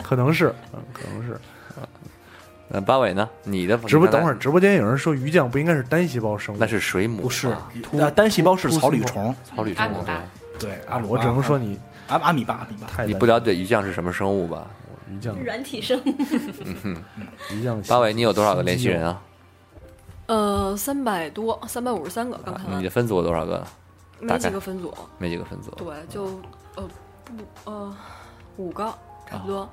Speaker 9: 可能是，嗯，可能是。
Speaker 3: 那呃八尾呢？你的
Speaker 9: 直播等会
Speaker 3: 儿
Speaker 9: 儿直播间有人说鱼酱不应该是单细胞生物，
Speaker 3: 那是水母，不啊
Speaker 4: 是啊那单细胞是
Speaker 9: 突
Speaker 4: 草履
Speaker 9: 突
Speaker 4: 虫，
Speaker 3: 草履虫对。
Speaker 4: 对，阿鲁
Speaker 9: 我只能说你
Speaker 4: 阿阿米巴阿米巴，
Speaker 9: 太
Speaker 3: 你不了解鱼酱是什么生物吧？
Speaker 9: 鱼酱
Speaker 11: 软体生物，
Speaker 3: 嗯哼，
Speaker 9: 鱼酱。
Speaker 3: 八尾，你有多少个联系人啊？
Speaker 12: 呃，三百多，三百五十三个，刚看完
Speaker 3: 啊你的，分组有多少个？
Speaker 12: 没
Speaker 3: 大概
Speaker 12: 几个分组，
Speaker 3: 没几个分组，
Speaker 12: 对，就呃不呃五个差不多，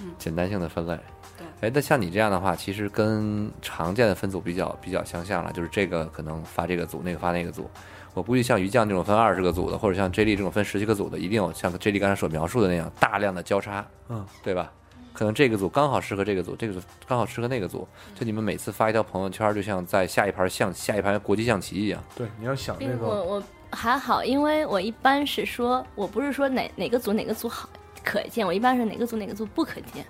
Speaker 12: 嗯，
Speaker 3: 简单性的分类。
Speaker 12: 对
Speaker 3: 哎，那像你这样的话，其实跟常见的分组比较比较相像了，就是这个可能发这个组，那个发那个组。我估计像于酱这种分二十个组的，或者像 J D 这种分十几个组的，一定有像 J D 刚才所描述的那样大量的交叉，
Speaker 9: 嗯，
Speaker 3: 对吧？可能这个组刚好适合这个组，这个组刚好适合那个组。就
Speaker 12: 嗯
Speaker 3: 你们每次发一条朋友圈，就像在下一盘象下一盘国际象棋
Speaker 12: 嗯
Speaker 3: 一样。
Speaker 9: 对，你要想
Speaker 11: 因为我我还好，因为我一般是说，我不是说哪哪个组哪个组好可见，我一般是哪个组哪个组不可见，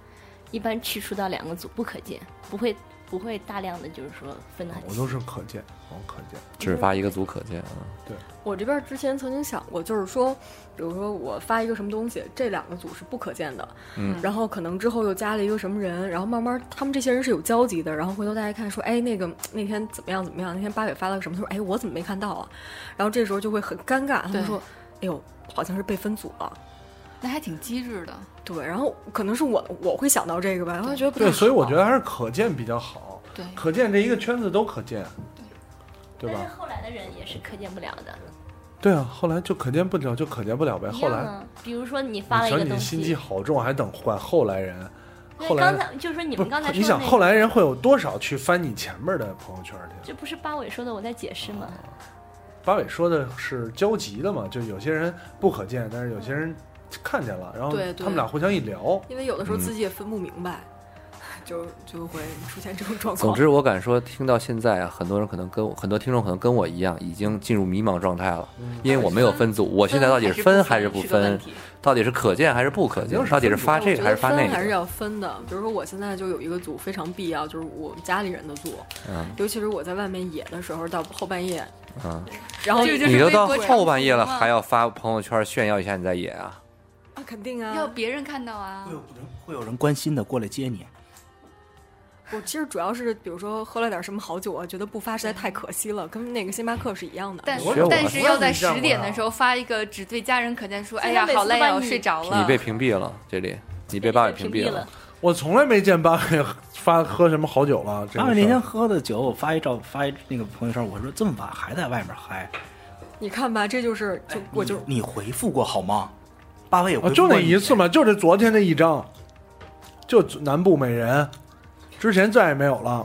Speaker 11: 一般去除到两个组不可见，不会不会大量的就是说分的很
Speaker 9: 我都是可见，我可见，
Speaker 3: 只发一个组可见啊。
Speaker 9: 对，
Speaker 12: 我这边之前曾经想过，就是说，比如说我发一个什么东西，这两个组是不可见的，
Speaker 3: 嗯
Speaker 12: 然后可能之后又加了一个什么人，然后慢慢他们这些人是有交集的，然后回头大家一看说，哎，那个那天怎么样怎么样，那天八尾发了个什么，他说，哎，我怎么没看到啊？然后这时候就会很尴尬，他们说，哎呦，好像是被分组了。
Speaker 8: 那还挺机智的，
Speaker 12: 对，然后可能是我我会想到这个吧，然后觉得不太
Speaker 9: 对，所以我
Speaker 12: 好
Speaker 9: 觉得还是可见比较好。
Speaker 8: 对，
Speaker 9: 可见这一个圈子都可见，对吧？
Speaker 11: 后来的人也是可见不了的，
Speaker 9: 对啊，后来就可见不了，就可见不了呗。
Speaker 11: 一
Speaker 9: 哎后
Speaker 11: 样
Speaker 9: 来
Speaker 11: 啊。比如说你发了
Speaker 9: 你
Speaker 11: 一个
Speaker 9: 瞧你
Speaker 11: 东
Speaker 9: 心机
Speaker 11: 西，
Speaker 9: 好重，还等管后来人。
Speaker 11: 对
Speaker 9: 后来
Speaker 11: 刚才就是说你
Speaker 9: 不
Speaker 11: 们
Speaker 9: 是
Speaker 11: 刚才
Speaker 9: 你
Speaker 11: 说
Speaker 9: 想
Speaker 11: 那
Speaker 9: 后
Speaker 11: 个
Speaker 9: 来人会有多少去翻你前面的朋友圈去？
Speaker 11: 这不是八尾说的，我在解释吗？
Speaker 9: 八尾说的是交集的嘛，就有些人不可见，但是有些人看见了，然后
Speaker 12: 对对
Speaker 9: 他们俩互相一聊，
Speaker 12: 因为有的时候
Speaker 9: 嗯
Speaker 12: 自己也分不明白，就就会出现这种状况。
Speaker 3: 总之，我敢说，听到现在啊，很多人可能跟我很多听众可能跟我一样，已经进入迷茫状态了，
Speaker 9: 嗯
Speaker 3: 因为我没有分
Speaker 12: 嗯
Speaker 3: 组，我现在到底是分还是不分，到底是可见还是不可见，到底是发这个还是发
Speaker 12: 我觉
Speaker 3: 那
Speaker 12: 得分还是
Speaker 3: 个？
Speaker 12: 要分的。比如说，我现在就有一个组非常必要，就是我们家里人的组，
Speaker 3: 嗯
Speaker 12: 尤其是我在外面野的时候，到后半夜，
Speaker 3: 嗯，
Speaker 12: 然后
Speaker 3: 你都到后半夜了，还要发朋友圈炫耀一下你在野啊？
Speaker 12: 啊，肯定啊，
Speaker 8: 要别人看到啊，
Speaker 4: 会有人关心的过来接你。
Speaker 12: 我其实主要是，比如说喝了点什么好酒啊，觉得不发实在太可惜了，跟那个星巴克是一样的。
Speaker 8: 但是但是要在十点的时候发一个只对家人可见说，哎呀，好累啊，我睡着了。
Speaker 3: 你被屏蔽了，这里你被八尾屏蔽了。
Speaker 9: 我从来没见八尾发喝什么好酒了。
Speaker 4: 八尾那天喝的酒，我发一照，发一那个朋友圈，我说这么晚还在外面嗨，哎
Speaker 12: 你看吧，这就是
Speaker 3: 哎
Speaker 12: 就我就
Speaker 4: 你回复过好吗？八尾也
Speaker 9: 啊
Speaker 4: 回复
Speaker 9: 就
Speaker 4: 过
Speaker 9: 那
Speaker 4: 你
Speaker 9: 一次嘛，就是昨天那一张，就南部美人，之前再也没有了。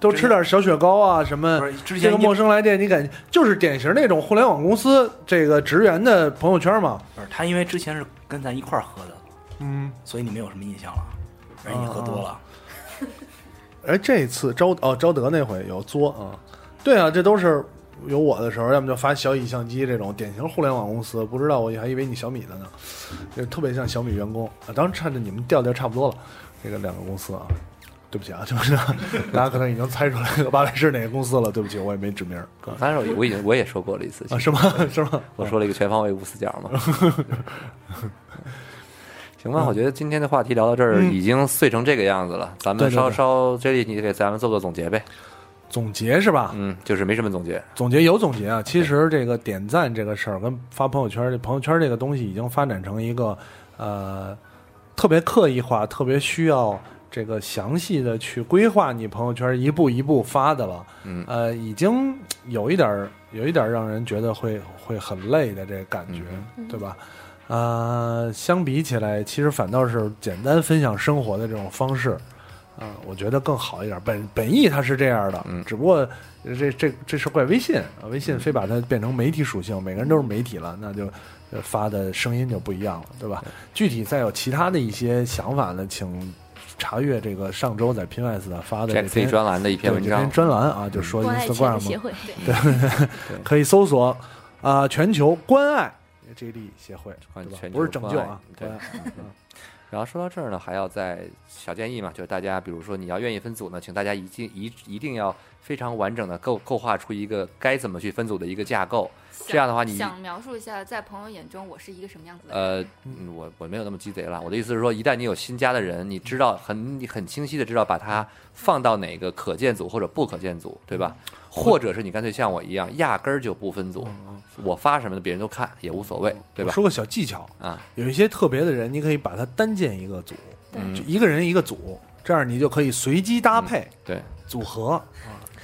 Speaker 9: 都吃点小雪糕啊，什么？
Speaker 4: 之
Speaker 9: 这
Speaker 4: 前
Speaker 9: 个陌生来电，你感觉就是典型那种互联网公司这个职员的朋友圈嘛？
Speaker 4: 不是他因为之前是跟咱一块儿喝的，
Speaker 9: 嗯，
Speaker 4: 所以你没有什么印象了，而且你喝多
Speaker 9: 哦
Speaker 4: 了。
Speaker 9: 哎，这次招哦招德那回有作啊，对啊，这都是有我的时候，要么就发小米相机这种典型互联网公司，不知道我还以为你小米的呢，就特别像小米员工啊。当然，趁着你们调调差不多了，这个两个公司啊，对不起啊，就是大家可能已经猜出来这个八位是哪个公司了，对不起，我也没指名儿啊
Speaker 3: 当然，我已经我也说过了一次
Speaker 9: 啊，是吗？是吗？
Speaker 3: 我说了一个全方位无死角 嘛。行吧，我觉得今天的话题聊到这儿
Speaker 9: 嗯
Speaker 3: 已经碎成这个样子了，咱
Speaker 9: 对
Speaker 3: 们
Speaker 9: 对
Speaker 3: 稍
Speaker 9: 对
Speaker 3: 稍 J 你给咱们做个总结呗。
Speaker 9: 总结是吧？
Speaker 3: 嗯，就是没什么总结。
Speaker 9: 总结有总结啊，其实这个点赞这个事儿跟发朋友圈儿，这朋友圈儿这个东西已经发展成一个呃特别刻意化、特别需要这个详细的去规划你朋友圈儿一步一步发的了。
Speaker 3: 嗯，
Speaker 9: 呃，已经有一点儿有一点儿让人觉得会会很累的这个感觉，
Speaker 3: 嗯
Speaker 9: 对吧？呃，相比起来，其实反倒是简单分享生活的这种方式，啊、我觉得更好一点。本本意它是这样的，
Speaker 3: 嗯
Speaker 9: 只不过呃这这这是怪微信啊，微信非把它变成媒体属性，每个人都是媒体了，那就呃发的声音就不一样了，对
Speaker 3: 嗯
Speaker 9: 吧？具体再有其他的一些想法呢，请查阅这个上周在 p i n s 发的
Speaker 3: Jack
Speaker 9: 这
Speaker 3: C 专栏的一篇
Speaker 9: 对
Speaker 3: 文
Speaker 9: 这
Speaker 3: 章嗯
Speaker 9: 专栏啊，就说
Speaker 11: 关爱
Speaker 9: Instagram 嘛
Speaker 11: 协会，
Speaker 9: 对，可以搜索啊、全球关爱 JD 协会，
Speaker 3: 关
Speaker 9: 对吧
Speaker 3: 全？球
Speaker 9: 不是拯救啊，
Speaker 3: 关
Speaker 9: 关
Speaker 3: 爱
Speaker 9: 爱。嗯
Speaker 3: 然后说到这儿呢，还要再小建议嘛，就是大家，比如说你要愿意分组呢，请大家一定一一定要非常完整的构构画出一个该怎么去分组的一个架构。这样的话你，
Speaker 8: 想描述一下，在朋友眼中我是一个什么样子的人？
Speaker 3: 呃，嗯我我没有那么鸡贼了。我的意思是说，一旦你有新加的人，你知道很你很清晰的知道把它放到哪个可见组或者不可见组，对吧？
Speaker 9: 嗯
Speaker 3: 或者是你干脆像我一样，压根儿就不分组，我发什么的别人都看也无所谓，对
Speaker 9: 嗯我
Speaker 3: 吧？
Speaker 9: 说个小技巧，
Speaker 3: 啊，
Speaker 9: 有一些特别的人，你可以把他单建一个组，
Speaker 3: 对
Speaker 9: 就一个人一个组，这样你就可以随机搭配、
Speaker 3: 对。
Speaker 9: 组合啊。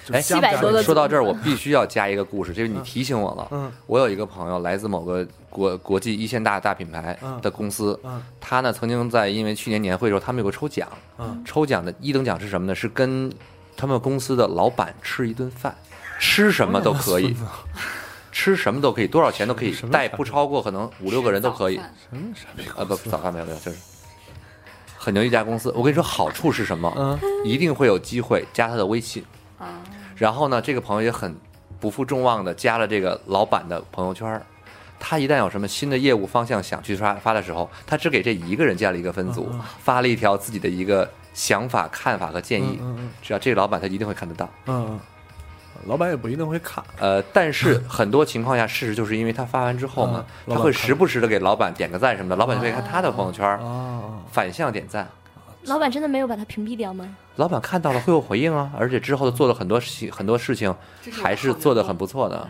Speaker 9: 就
Speaker 3: 哎，
Speaker 9: 加不加人
Speaker 3: 说到这儿，我必须要加一个故事，这个你提醒我了。
Speaker 9: 嗯，
Speaker 3: 我有一个朋友来自某个国国际一线大大品牌
Speaker 9: 嗯
Speaker 3: 的公司，
Speaker 9: 嗯
Speaker 3: 他呢曾经在因为去年年会的时候，他们有个抽奖，
Speaker 9: 嗯
Speaker 3: 抽奖的一等奖是什么呢？是跟他们公司的老板吃一顿饭，吃什么都可
Speaker 9: 哦
Speaker 3: 以，吃什么都可以，多少钱都可以，带不超过可能五六个人都可以。
Speaker 9: 什么傻逼？
Speaker 3: 啊，不，早饭没有没有，就是很牛一家公司。我跟你说，好处是什么？
Speaker 9: 嗯，
Speaker 3: 一定会有机会加他的微信。
Speaker 8: 啊
Speaker 3: 然后呢，这个朋友也很不负众望的加了这个老板的朋友圈儿。他一旦有什么新的业务方向想去发发的时候，他只给这一个人建了一个分组
Speaker 9: 嗯嗯，
Speaker 3: 发了一条自己的一个想法、看法和建议
Speaker 9: 嗯嗯嗯。
Speaker 3: 只要这个老板他一定会看得到。
Speaker 9: 嗯，老板也不一定会看，
Speaker 3: 呃，但是很多情况下，事实就是因为他发完之后嘛，
Speaker 9: 嗯
Speaker 3: 他
Speaker 9: 老板
Speaker 3: 会
Speaker 9: 看
Speaker 3: 时不时的给老板点个赞什么的，老板就会看他的朋友圈儿，
Speaker 9: 哦
Speaker 3: 反向点赞。
Speaker 11: 老板真的没有把他屏蔽掉吗？
Speaker 3: 老板看到了会有回应啊，而且之后做了很多事情，很多事情
Speaker 11: 这是
Speaker 3: 还是做的很不错的，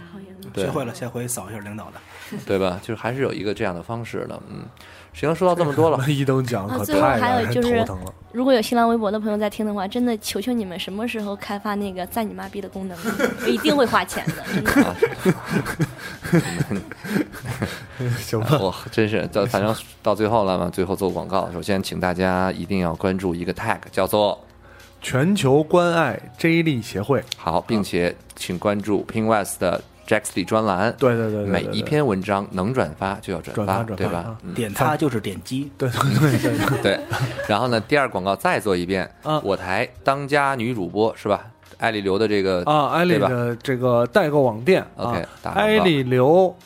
Speaker 3: 对
Speaker 4: 学会了，下回扫一下领导的。
Speaker 3: 对吧？就是还是有一个这样的方式的，嗯。行，说到这么多 了，
Speaker 9: 一等奖
Speaker 11: 啊，最后还有就是
Speaker 3: 疼了，
Speaker 11: 如果有新浪微博的朋友在听的话，真的求求你们什么时候开发那个赞你妈逼的 功能，我一定会花钱的，真的。
Speaker 9: 行
Speaker 3: 吧，我真是到反正到最后了嘛，最后做广告，首先请大家一定要关注一个 tag 叫做
Speaker 9: 全球关爱 J 力协会，
Speaker 3: 好，并且请关注 Ping West 的 Jaxley 专栏，
Speaker 9: 对对对对对
Speaker 3: 每一篇文章能转发就要转
Speaker 9: 转发转
Speaker 3: 对
Speaker 9: 发
Speaker 3: 吧
Speaker 9: 啊？
Speaker 3: 嗯
Speaker 4: 点它就是点击，
Speaker 9: 对对对对，
Speaker 3: 对，然后呢，第二广告再做一遍，
Speaker 9: 啊
Speaker 3: 我台当家女主播是吧？艾丽刘的这个
Speaker 9: 啊，艾丽
Speaker 3: 对吧？
Speaker 9: 的这个代购网店啊
Speaker 3: OK，打广告
Speaker 9: 艾丽流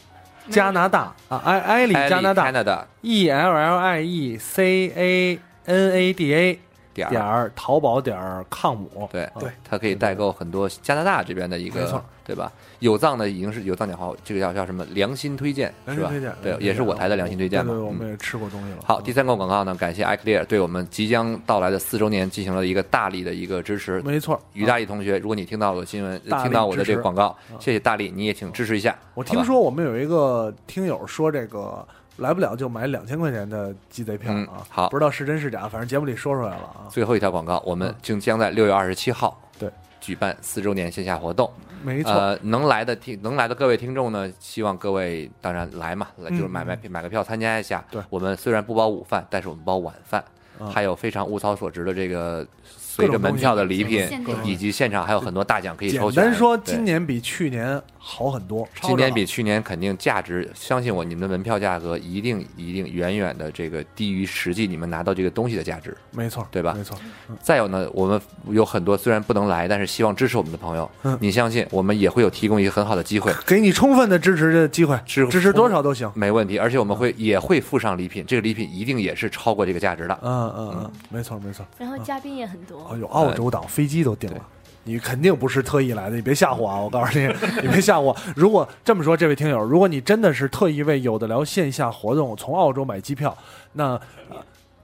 Speaker 9: 加拿大啊，艾艾丽加拿大
Speaker 3: Canada
Speaker 9: E L L I E C A N A D A
Speaker 3: 点
Speaker 9: 点儿淘宝点儿啊抗姆，
Speaker 3: 对
Speaker 9: 对，
Speaker 3: 它可以代购很多加拿大这边的一
Speaker 9: 没
Speaker 3: 个
Speaker 9: 错，
Speaker 3: 对吧？有藏的已经是有藏讲话，这个叫叫什么良心推荐
Speaker 9: 良
Speaker 3: 是
Speaker 9: 心
Speaker 3: 吧
Speaker 9: 推荐？啊
Speaker 3: 对，也是我台的良心推荐嘛。
Speaker 9: 对对，我们
Speaker 3: 嗯
Speaker 9: 也吃过东西了。
Speaker 3: 好，第三个广告呢，感谢 iClear 对我们即将到来的四周年进行了一个大力的一个支持。
Speaker 9: 嗯没错啊
Speaker 3: 于大力同学，如果你听到我的新闻，
Speaker 9: 大力
Speaker 3: 听到我的这
Speaker 9: 支
Speaker 3: 个
Speaker 9: 持嗯
Speaker 3: 广告，谢谢大力，你也请支持一下。
Speaker 9: 我
Speaker 3: 好
Speaker 9: 听
Speaker 3: 吧
Speaker 9: 说我们有一个听友说，这个来不了就买两千块钱的鸡贼票
Speaker 3: 嗯
Speaker 9: 啊，
Speaker 3: 好
Speaker 9: 不知道是真是假，反正节目里说出来了啊，
Speaker 3: 最后一条广告，我们竟将在六月二十七号
Speaker 9: 对
Speaker 3: 举办四周年线下活动。
Speaker 9: 没错
Speaker 3: 呃，能来的听能来的各位听众呢，希望各位当然来嘛，来就是买买
Speaker 9: 嗯
Speaker 3: 买个票参加一下。对，我们虽然不包午饭，但是我们包晚饭，
Speaker 9: 嗯
Speaker 3: 还有非常物超所值的这个随着门票的礼品
Speaker 9: 各种东，西
Speaker 3: 以及现场还有很多大奖可以抽
Speaker 9: 简
Speaker 3: 选。
Speaker 9: 单说，
Speaker 3: 对
Speaker 9: 今年比去年好很多，
Speaker 3: 今年比去年肯定价值，相信我，你们的门票价格一定一定远远的这个低于实际你们拿到这个东西的价值。
Speaker 9: 没错，
Speaker 3: 对吧？
Speaker 9: 没错。
Speaker 3: 再有呢，我们有很多虽然不能来，但是希望支持我们的朋友，
Speaker 9: 嗯
Speaker 3: 你相信我们也会有提供一个很好的机会，
Speaker 9: 给你充分的支持的机会，
Speaker 3: 支
Speaker 9: 支持多少都行。
Speaker 3: 没问题。而且我们会也会附上礼品，这个礼品一定也是超过这个价值的。
Speaker 9: 嗯嗯嗯，没错没错。
Speaker 11: 然后嘉宾也很多，
Speaker 9: 哦，有澳洲岛，飞机都订了。你肯定不是特意来的，你别吓唬啊！我告诉你， 你别吓唬我。如果这么说，这位听友，如果你真的是特意为有的聊线下活动从澳洲买机票，那、呃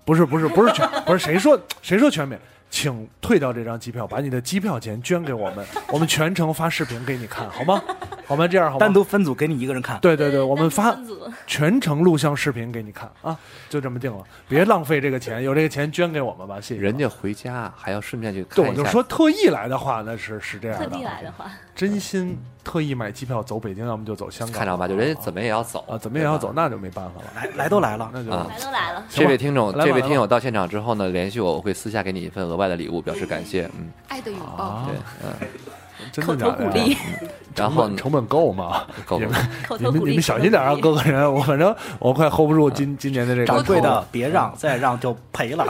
Speaker 9: 不是不是不是全不是谁说谁说全免，请退掉这张机票，把你的机票钱捐给我们，我们全程发视频给你看，好吗？好吗？这样好吗？
Speaker 4: 单独分组给你一个人看。
Speaker 9: 对对对，我们发
Speaker 11: 分组
Speaker 9: 全程录像视频给你看啊，就这么定了，别浪费这个钱，有这个钱捐给我们吧，谢谢。
Speaker 3: 人家回家还要顺便去看
Speaker 9: 对，
Speaker 3: 一下。
Speaker 9: 我就说特意来的话，那是是这样
Speaker 11: 特
Speaker 9: 的，啊
Speaker 11: 地来 的话，
Speaker 9: 真心特意买机票走北京，要么就走香港，
Speaker 3: 看着吧，就人家怎么也要走
Speaker 9: 啊，怎么也要走，那就没办法了。
Speaker 4: 来来都来了，
Speaker 9: 那就
Speaker 3: 啊
Speaker 11: 来都来了。
Speaker 3: 这位听众，
Speaker 9: 来吧
Speaker 3: 这位
Speaker 9: 来吧
Speaker 3: 听友到现场之后呢，联系我，我会私下给你一份额外的礼物，表示感谢。嗯，
Speaker 8: 爱的拥抱，
Speaker 9: 啊
Speaker 3: 对，，嗯，
Speaker 9: 真的假的呀？
Speaker 3: 然
Speaker 9: 成
Speaker 3: 后
Speaker 9: 本成本够吗？
Speaker 3: 够嗯
Speaker 9: 你
Speaker 3: 了
Speaker 9: 们
Speaker 11: 口
Speaker 9: 你
Speaker 11: 头鼓励
Speaker 9: 们你们小心点 啊，各个人，我反正我快 hold 不住今今年的这个
Speaker 4: 掌柜的，别让，再让就赔了。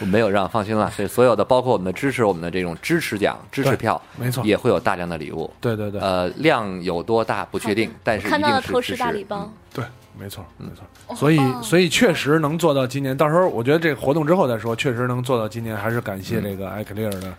Speaker 3: 我没有让，放心了。这所有的，包括我们的支持，我们的这种支持奖、支持票，
Speaker 9: 没错
Speaker 3: 也会有大量的礼物。
Speaker 9: 对对对
Speaker 3: 呃，量有多大不确定，但是一
Speaker 11: 看到
Speaker 3: 定
Speaker 11: 了
Speaker 3: 是
Speaker 11: 头
Speaker 3: 支
Speaker 11: 十
Speaker 3: 持
Speaker 11: 大礼包，
Speaker 9: 对，没错没
Speaker 3: 嗯
Speaker 9: 错。所以
Speaker 3: 哦
Speaker 9: 所以确实能做到今年，到时候我觉得这个活动之后再说，确实能做到今年，还是感谢
Speaker 3: 嗯
Speaker 9: 这个 iClear 的。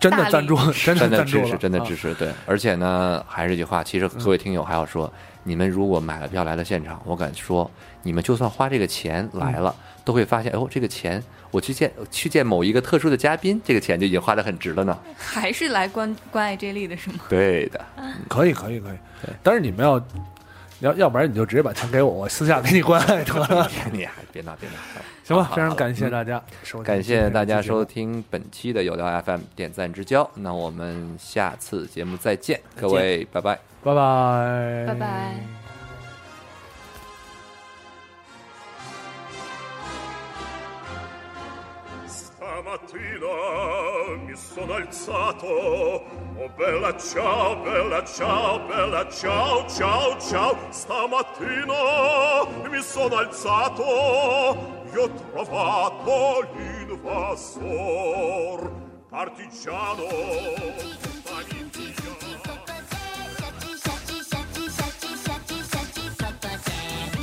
Speaker 9: 真的赞 助，真
Speaker 3: 真
Speaker 9: 的赞助
Speaker 3: 支
Speaker 9: 了啊
Speaker 3: 持，，真的支
Speaker 9: 持。
Speaker 3: 持。对，而且呢，还是这句话，其实各位听友还要说，你们如果买了票来了现场，我敢说，你们就算花这个钱来了，都会发现，哎呦，这个钱我去见去见某一个特殊的嘉宾，这个钱就已经花得很值了 呢。
Speaker 8: 还是来关关爱 J 莉的是吗？
Speaker 3: 对的，
Speaker 9: 可以，可以，可以。但是你们要，要要不然你就直接把钱给我，我私下给你关爱得 了。
Speaker 3: 你还别闹别闹，
Speaker 9: 行吧，
Speaker 3: 好
Speaker 9: 非常感谢
Speaker 3: 好
Speaker 9: 大家收听今天这期节目，
Speaker 3: 感谢大家收听本期的有聊 FM 点赞之交，那我们下次节目再见，各位，拜拜。
Speaker 9: 拜
Speaker 3: 哎
Speaker 9: 拜，
Speaker 8: 拜拜。
Speaker 14: Stamattina mi sono alzato. Oh bella ciao, bella ciao, bella ciao, ciao, ciao. Stamattina mi sono alzato. Io ho trovato l'invasor partigiano.